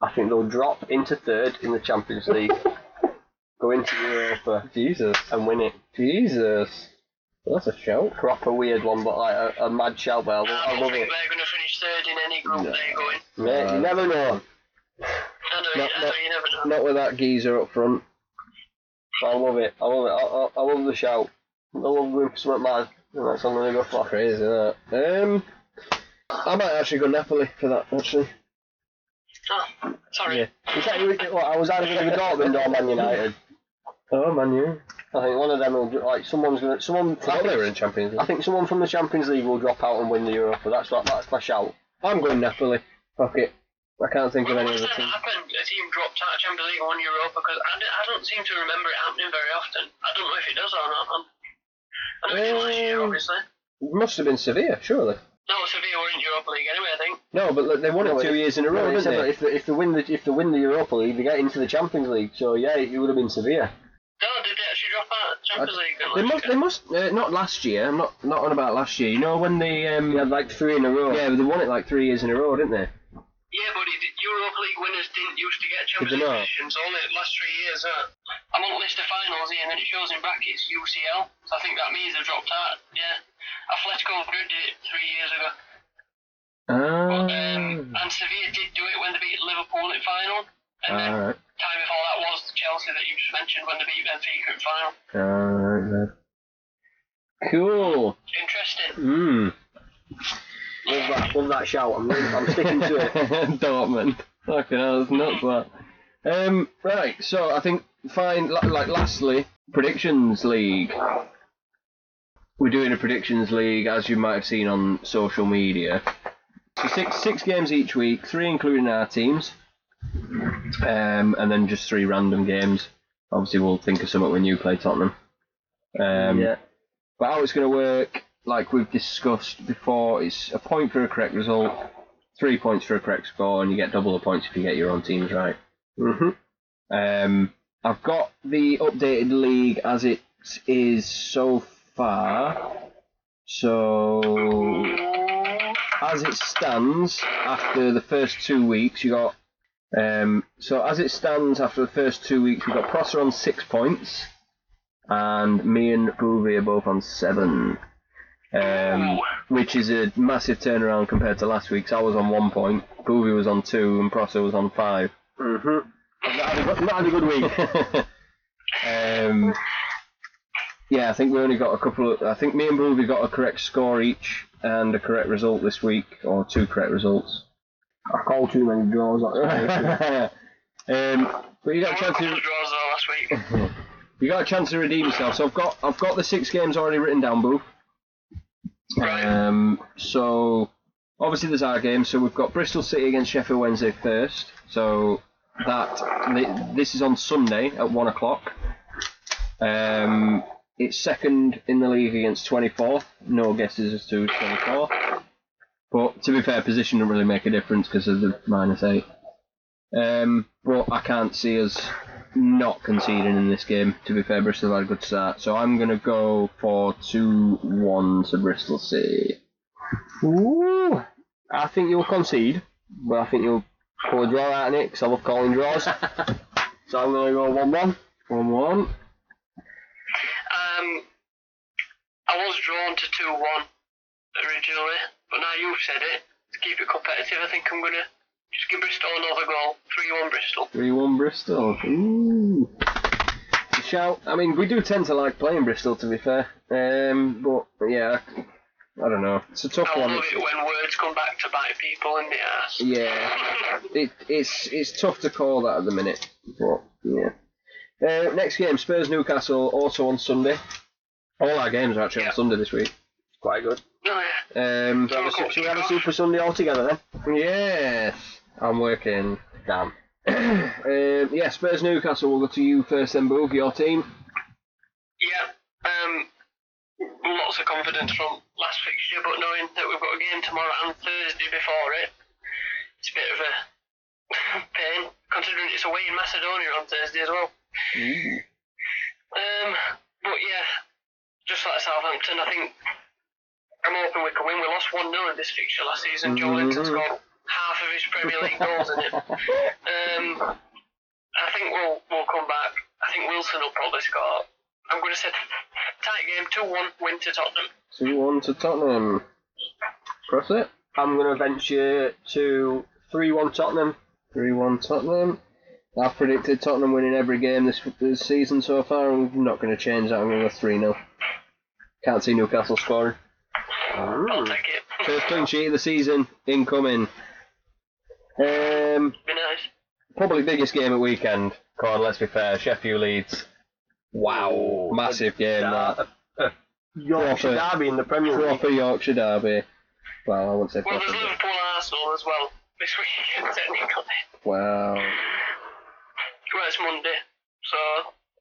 B: I think they'll drop into third in the Champions League, go into Europa
A: Jesus,
B: and win it.
A: Jesus, that's a shout.
B: Proper weird one, but like a, a mad shout. But I, lo-
C: No,
B: I
C: I
B: love
C: don't think
B: it.
C: they're going to finish third in any group they go in.
B: Mate, you never know.
C: I know,
A: No,
C: you, I
A: no.
C: know you never know.
A: Not with that geezer up front.
B: I love it. I love it. I, I, I love the shout. I love going for something mad. And that's what I'm gonna go for.
A: Crazy that. Um, I might actually go Napoli for that. Actually.
C: Oh, sorry.
A: Yeah.
B: Is that, what, I was either going to go Dortmund or Man United.
A: Oh man, you.
B: I think one of them will dr- like someone's going to
A: I
B: someone.
A: thought they were in Champions
B: I
A: League.
B: think someone from the Champions League will drop out and win the Europa. That's what that's my shout.
A: I'm going Napoli. Fuck it. I can't think of
C: When
A: any
C: was
A: other
C: that
A: team.
C: happened? A team dropped out of Champions League and won Europa? Because I, d- I don't seem to remember it happening very often. I don't know if it does or not. I'm, I know it did last year,
A: Um,
C: obviously.
A: It must have been Sevilla, surely.
C: No, Sevilla were in Europa League anyway, I think.
A: No, but look, they won
B: No,
A: it two
B: if-
A: years in a row,
B: No,
A: didn't
B: except that
A: they?
B: if they, if they win the if they win the Europa League, they get into the Champions League. So yeah, it would have been severe.
C: No, did they actually drop out of Champions League? then
A: They
C: last
A: must.
C: year?
A: They must. Uh, not last year. I'm not. Not on about last year. You know when they. Um,
B: They had like three in a row.
A: yeah, they won it like three years in a row, didn't they?
C: Yeah, but it, Europa League winners didn't used to get
A: they
C: Champions
A: not?
C: League positions. Only the last three years. Uh, I'm on the list of finals here, and then it shows in brackets UCL. So I think that means they've dropped out. Yeah, Atletico Madrid did it three years ago,
A: Ah.
C: um, and Sevilla did do it when they beat Liverpool in final. And then
A: all right.
C: time before that was Chelsea that you just mentioned when they beat Benfica in final.
A: All right then. Cool.
C: Interesting.
A: Mmm.
B: Love that, love that shout. I'm, really- I'm sticking to it.
A: Dortmund. Fucking hell, it's nuts that. Um, right, so I think fine. la- Like lastly, predictions league. We're doing a predictions league, as you might have seen on social media. So six six games each week, three including our teams, um, and then just three random games. Obviously, we'll think of something when you play Tottenham. Um,
B: yeah.
A: but how it's going to work, like we've discussed before, it's a point for a correct result, three points for a correct score, and you get double the points if you get your own teams right.
B: Mm-hmm.
A: Um, I've got the updated league as it is so far. So, as it stands after the first two weeks, you got. Um, so, as it stands after the first two weeks, we've got Prosser on six points, and me and Groovy are both on seven. um, which is a massive turnaround compared to last week's. I was on one point, Booby was on two, and Prosso was on five.
B: Mm-hmm.
A: I've not had a good, not had a good week. um, yeah, I think we only got a couple of. I think me and Booby got a correct score each and a correct result this week, or two correct results.
B: I call too many draws. That's
A: um, but you
C: There
A: got a
C: were a
A: chance
C: couple
A: to
C: of draws though last week.
A: you got a chance to redeem yourself. So I've got I've got the six games already written down, Boo.
C: Right.
A: Um, so obviously there's our game. So we've got Bristol City against Sheffield Wednesday first. So that thi- this is on Sunday at one o'clock. Um, it's second in the league against 24th. No guesses as to 24th. But to be fair, position doesn't really make a difference because of the minus eight. Um, but I can't see us not conceding in this game. To be fair, Bristol have had a good start, so I'm gonna go for two one to Bristol City.
B: Ooh, I think you'll concede, but I think you'll pull a draw out of it because I love calling draws. so I'm going to go 1 1.
A: One one.
C: Um, I was drawn to 2 1 originally, but now you've said it. To keep it competitive, I think I'm going to just give Bristol another goal. 3 1 Bristol.
A: Three one Bristol. Ooh. Good Shout. I mean, we do tend to like playing Bristol, to be fair. Um, but yeah, I don't know. It's a tough
C: I
A: one.
C: love it when words come back to bite people in the ass.
A: Yeah.
B: Mm.
A: It, it's it's tough to call that at the minute, but yeah. Uh, next game, Spurs Newcastle, also on Sunday. All our games are actually
C: Yeah.
A: on Sunday this week.
B: Quite good.
C: No, yeah.
A: Um,
B: Should we have a, su- shall we have a Super Sunday all together then?
A: yes, I'm working.
B: Damn.
A: Um, yeah, Spurs Newcastle. We'll go to you first, then Boog, your team.
C: Yeah. Um, lots of confidence from last fixture, but knowing that we've got a game tomorrow and Thursday before it, it's a bit of a pain, considering it's away in Macedonia on Thursday as well. Um, but yeah, just like Southampton, I think I'm hoping we can win. We lost 1 0 in this fixture last season. Joe Linton scored half of his Premier League goals in it. Um, I think we'll we'll come back. I think Wilson will probably score. I'm going to say tight game, 2 1 win to Tottenham.
A: Two one to Tottenham. Cross it.
B: I'm going to venture to 3 1 Tottenham.
A: Three one Tottenham. I've predicted Tottenham winning every game this, this season so far. I'm not going to change that. I'm going to go three 0 Can't see Newcastle scoring.
C: I'll take it.
A: First clean sheet of the season incoming. Um,
C: Be nice.
A: probably biggest game at weekend. Come on, let's be fair. Sheffield Leeds. Wow, massive game that.
B: Uh, uh, Yorkshire
A: Proper-
B: Derby in the Premier League.
A: Proper Yorkshire derby. Well, I won't say
C: Well,
A: proper.
C: there's
A: but-
C: Liverpool and Arsenal as well this weekend, technically.
A: Wow.
C: Well, it's Monday, so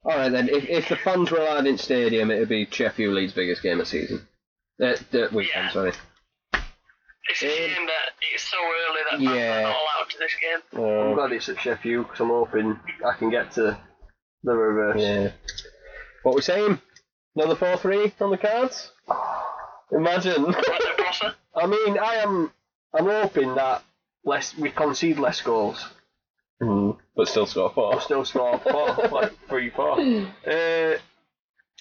A: All right then. If, if the fans were allowed in stadium, it would be Sheffield League's biggest game of season. Uh, the weekend,
C: Yeah.
A: sorry.
C: it's a
A: Um,
C: shame that it's so early that
A: yeah.
C: fans are not allowed to this game.
B: I'm
A: Uh,
B: glad it's at Sheffield because I'm hoping I can get to the reverse.
A: yeah. What we saying? Another four three on the cards. Imagine.
C: That's a process.
B: I mean, I am. I'm hoping that less we concede less goals.
A: Hmm. But still score
B: I'll
A: four.
B: still score four, like three, four. Uh,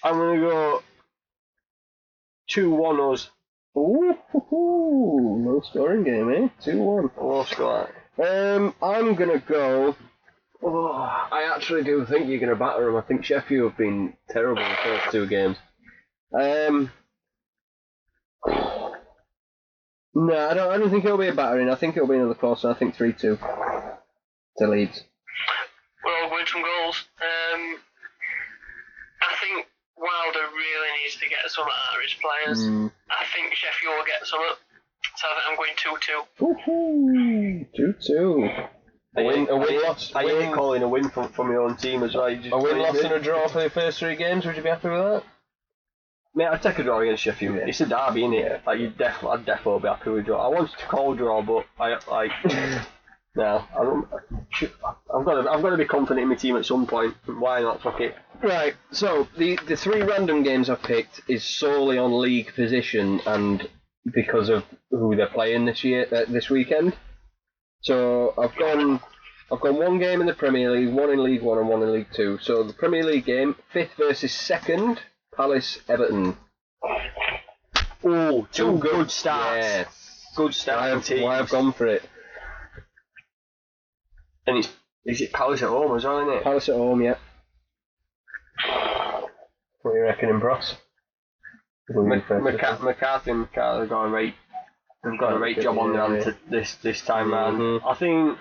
B: I'm gonna go two one us.
A: Ooh, no scoring game, eh? Two one.
B: I will score.
A: Um, I'm gonna go. Oh, I actually do think you're gonna batter them. I think Sheffield have been terrible the first two games. Um, no, I don't. I don't think it'll be a battering. I think it'll be another close. one. I think three two to Leeds.
C: We're all going some goals. Um, I think Wilder really needs to get some out of his players.
A: Mm.
C: I think Sheffield will get some up. So I think I'm going
A: Woohoo!
C: 2 2.
A: Two two.
B: A
A: win- a win loss-
B: I
A: win-
B: hate calling a win from, from your own team as well. You just
A: A win,
B: please
A: loss,
B: me.
A: and a draw for the first three games. Would you be happy with that?
B: Mate, I'd take a draw against Sheffield.
A: Yeah.
B: It's a derby, isn't it? Like you def- I'd definitely be happy with a draw. I wanted to call a draw, but I like. no, I don't. I've got to. I've got to be confident in my team at some point. Why not? Fuck it.
A: Right, so the, the three random games I've picked is solely on league position and because of who they're playing this year uh, this weekend. So I've gone I've gone one game in the Premier League, one in League One, and one in League Two. So the Premier League game, fifth versus second, Palace Everton.
B: Ooh, Oh, two
A: Two
B: good, starts.
A: Yes.
B: Good
A: Why
B: starting
A: have,
B: teams.
A: why have gone for it?
B: And it's is it Palace at home as well, isn't it?
A: Palace at home, yeah. What do you reckon, Bros?
B: Maca- McCarthy and McCarthy have got a right. They've got a right job on their hands
A: Yeah.
B: to- this this time round.
A: Mhm.
B: I think.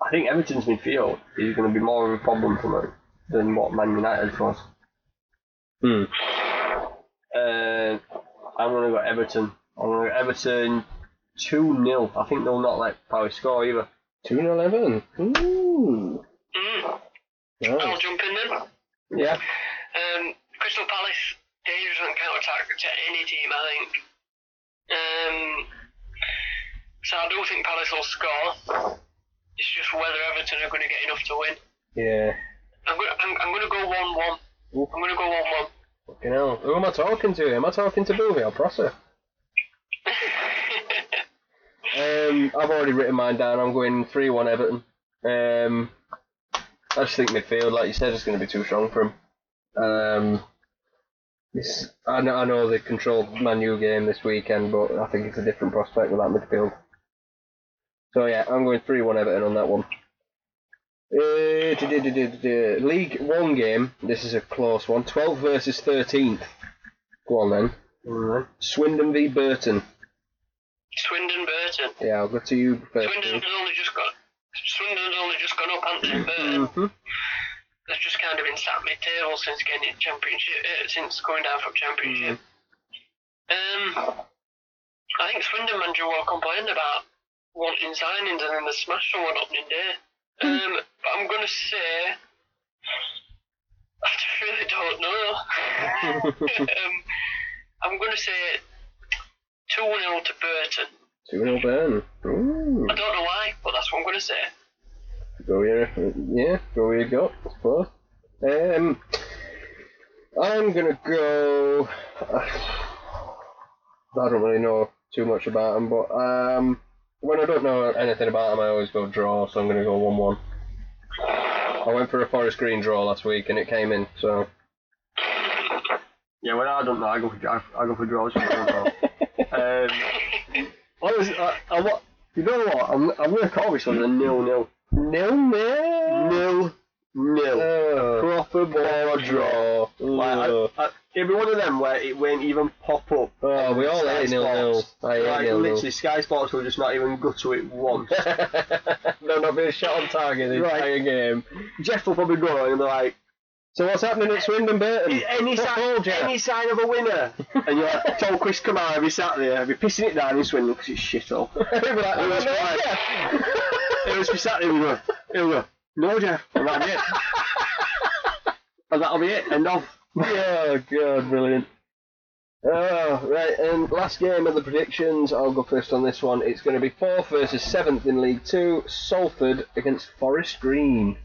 B: I think Everton's midfield is going to be more of a problem for them than what Man United was.
A: Hmm.
B: Uh, I'm going to go Everton. I'm going to go Everton two 0 I think they'll not let Palace score either.
A: Two and eleven. Hmm. Ooh.
C: Mm, I'll
A: Nice.
C: jump in then.
B: Yeah.
C: Um, Crystal Palace dangerous on counter attack to any team, I think. Um, so I do think Palace will score. It's just whether Everton are going to get enough to win.
A: Yeah.
C: I'm going. I'm, I'm going to go one-one.
A: Oof.
C: I'm going to go one-one.
A: Fucking hell. Who am I talking to? Am I talking to Booby or Prosser? Um, I've already written mine down. I'm going 3 1 Everton. Um, I just think midfield, like you said, is going to be too strong for him. Um, it's, I, know, I know they controlled Man U game this weekend, but I think it's a different prospect with that midfield. So, yeah, I'm going 3 1 Everton on that one. Uh, duh, duh, duh, duh, duh, duh. League 1 game. This is a close one. 12 versus 13th. Go on then.
B: Alright.
A: Swindon v Burton.
C: Swindon Burton.
A: Yeah, I'll go to you first.
C: Swindon's only just got. Swindon's only just gone up, Anthony Burton.
A: Mm-hmm.
C: They've just kind of been sat mid-table since getting in championship, uh, since going down from championship. Um, I think Swindon manager were complaining about wanting signings and then they smashed someone opening day. Um, but I'm gonna say, I just really don't know. um, I'm gonna say two 0 to Burton.
A: Two nil Burn. Ooh,
C: I don't know why, but that's what I'm gonna say.
A: go here. Yeah, go where you got. I suppose. Um, I'm gonna go. I don't really know too much about them, but um, when I don't know anything about them, I always go draw. So I'm gonna go one-one. I went for a forest green draw last week and it came in. So
B: Yeah, well, I don't know. I go for I, I go for draws. I don't know. Um, honestly, I, I, wa- you know what? I'm, I'm going to call this one a nil nil.
A: nil nil.
B: Nil nil.
A: Oh,
B: Proper ball draw.
A: draw.
B: Uh, Like,
A: Oh.
B: I, I, it'd be one of them where it won't even pop up.
A: Oh, we all hate nil nil. I hate
B: Like,
A: nil nil.
B: literally, Sky Sports will just not even go to it once.
A: no, not being shot on target the
B: Right.
A: entire game.
B: Jeff will probably go and be like,
A: So what's happening at Swindon Burton?
B: any
A: Football,
B: sign,
A: Jeff.
B: any sign of a winner. and you're like, told Chris Kamara, be sat there, be pissing it down in Swindon because it's shit all.
A: We're like,
B: It was
A: "Oh, no,
B: fine."
A: Jeff."
B: It was be sat there, we go, he'll go, no, Jeff, and that'll be it. and that'll be it, end off.
A: oh god, brilliant. Oh, right, and last game of the predictions. I'll go first on this one. It's going to be fourth versus seventh in League Two. Salford against Forest Green.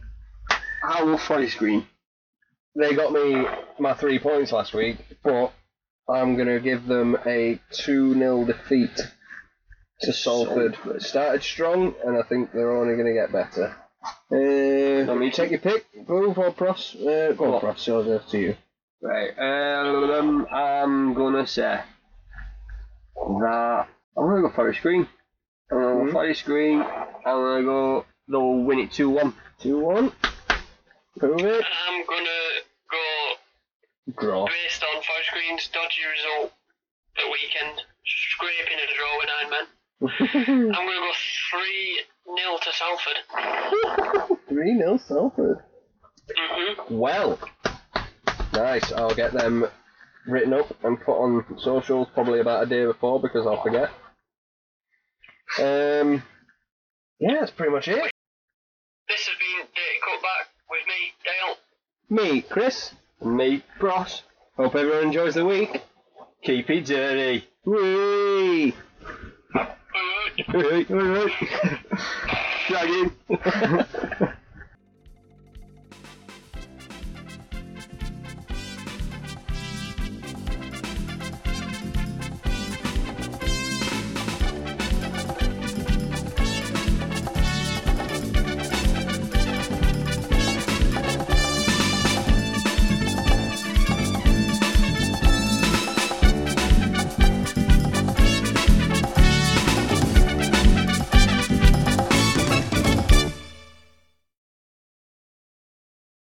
B: How will Forest Green?
A: They got me my three points last week, but I'm going to give them a 2 0 defeat to Salford.
B: Salford.
A: Started strong, and I think they're only going to get better. Uh,
B: I
A: let
B: mean-
A: me take your pick. Move or Pross? Uh, go on, Pross. So it's up to you.
B: Right, um, I'm gonna say that I'm gonna go Forest Green. I'm gonna go
A: Mhm.
B: Forest Green. I'm gonna go. They'll win it two one.
A: 2 1. Prove it.
C: I'm gonna go
A: Draw.
C: based on Forest Green's dodgy result the weekend, scraping a draw with nine men. I'm going to go 3 0 to Salford.
A: 3 0 Salford.
C: hmm
A: Well, nice. I'll get them written up and put on socials probably about a day before because I'll forget. Um, yeah, that's pretty much it.
C: This has been Dirty Cutback with me, Dale.
A: Me, Chris.
B: Me, Bros.
A: Hope everyone enjoys the week.
B: Keep it dirty.
A: Whee!
C: Alright.
A: Alright, alright.
B: Dragon.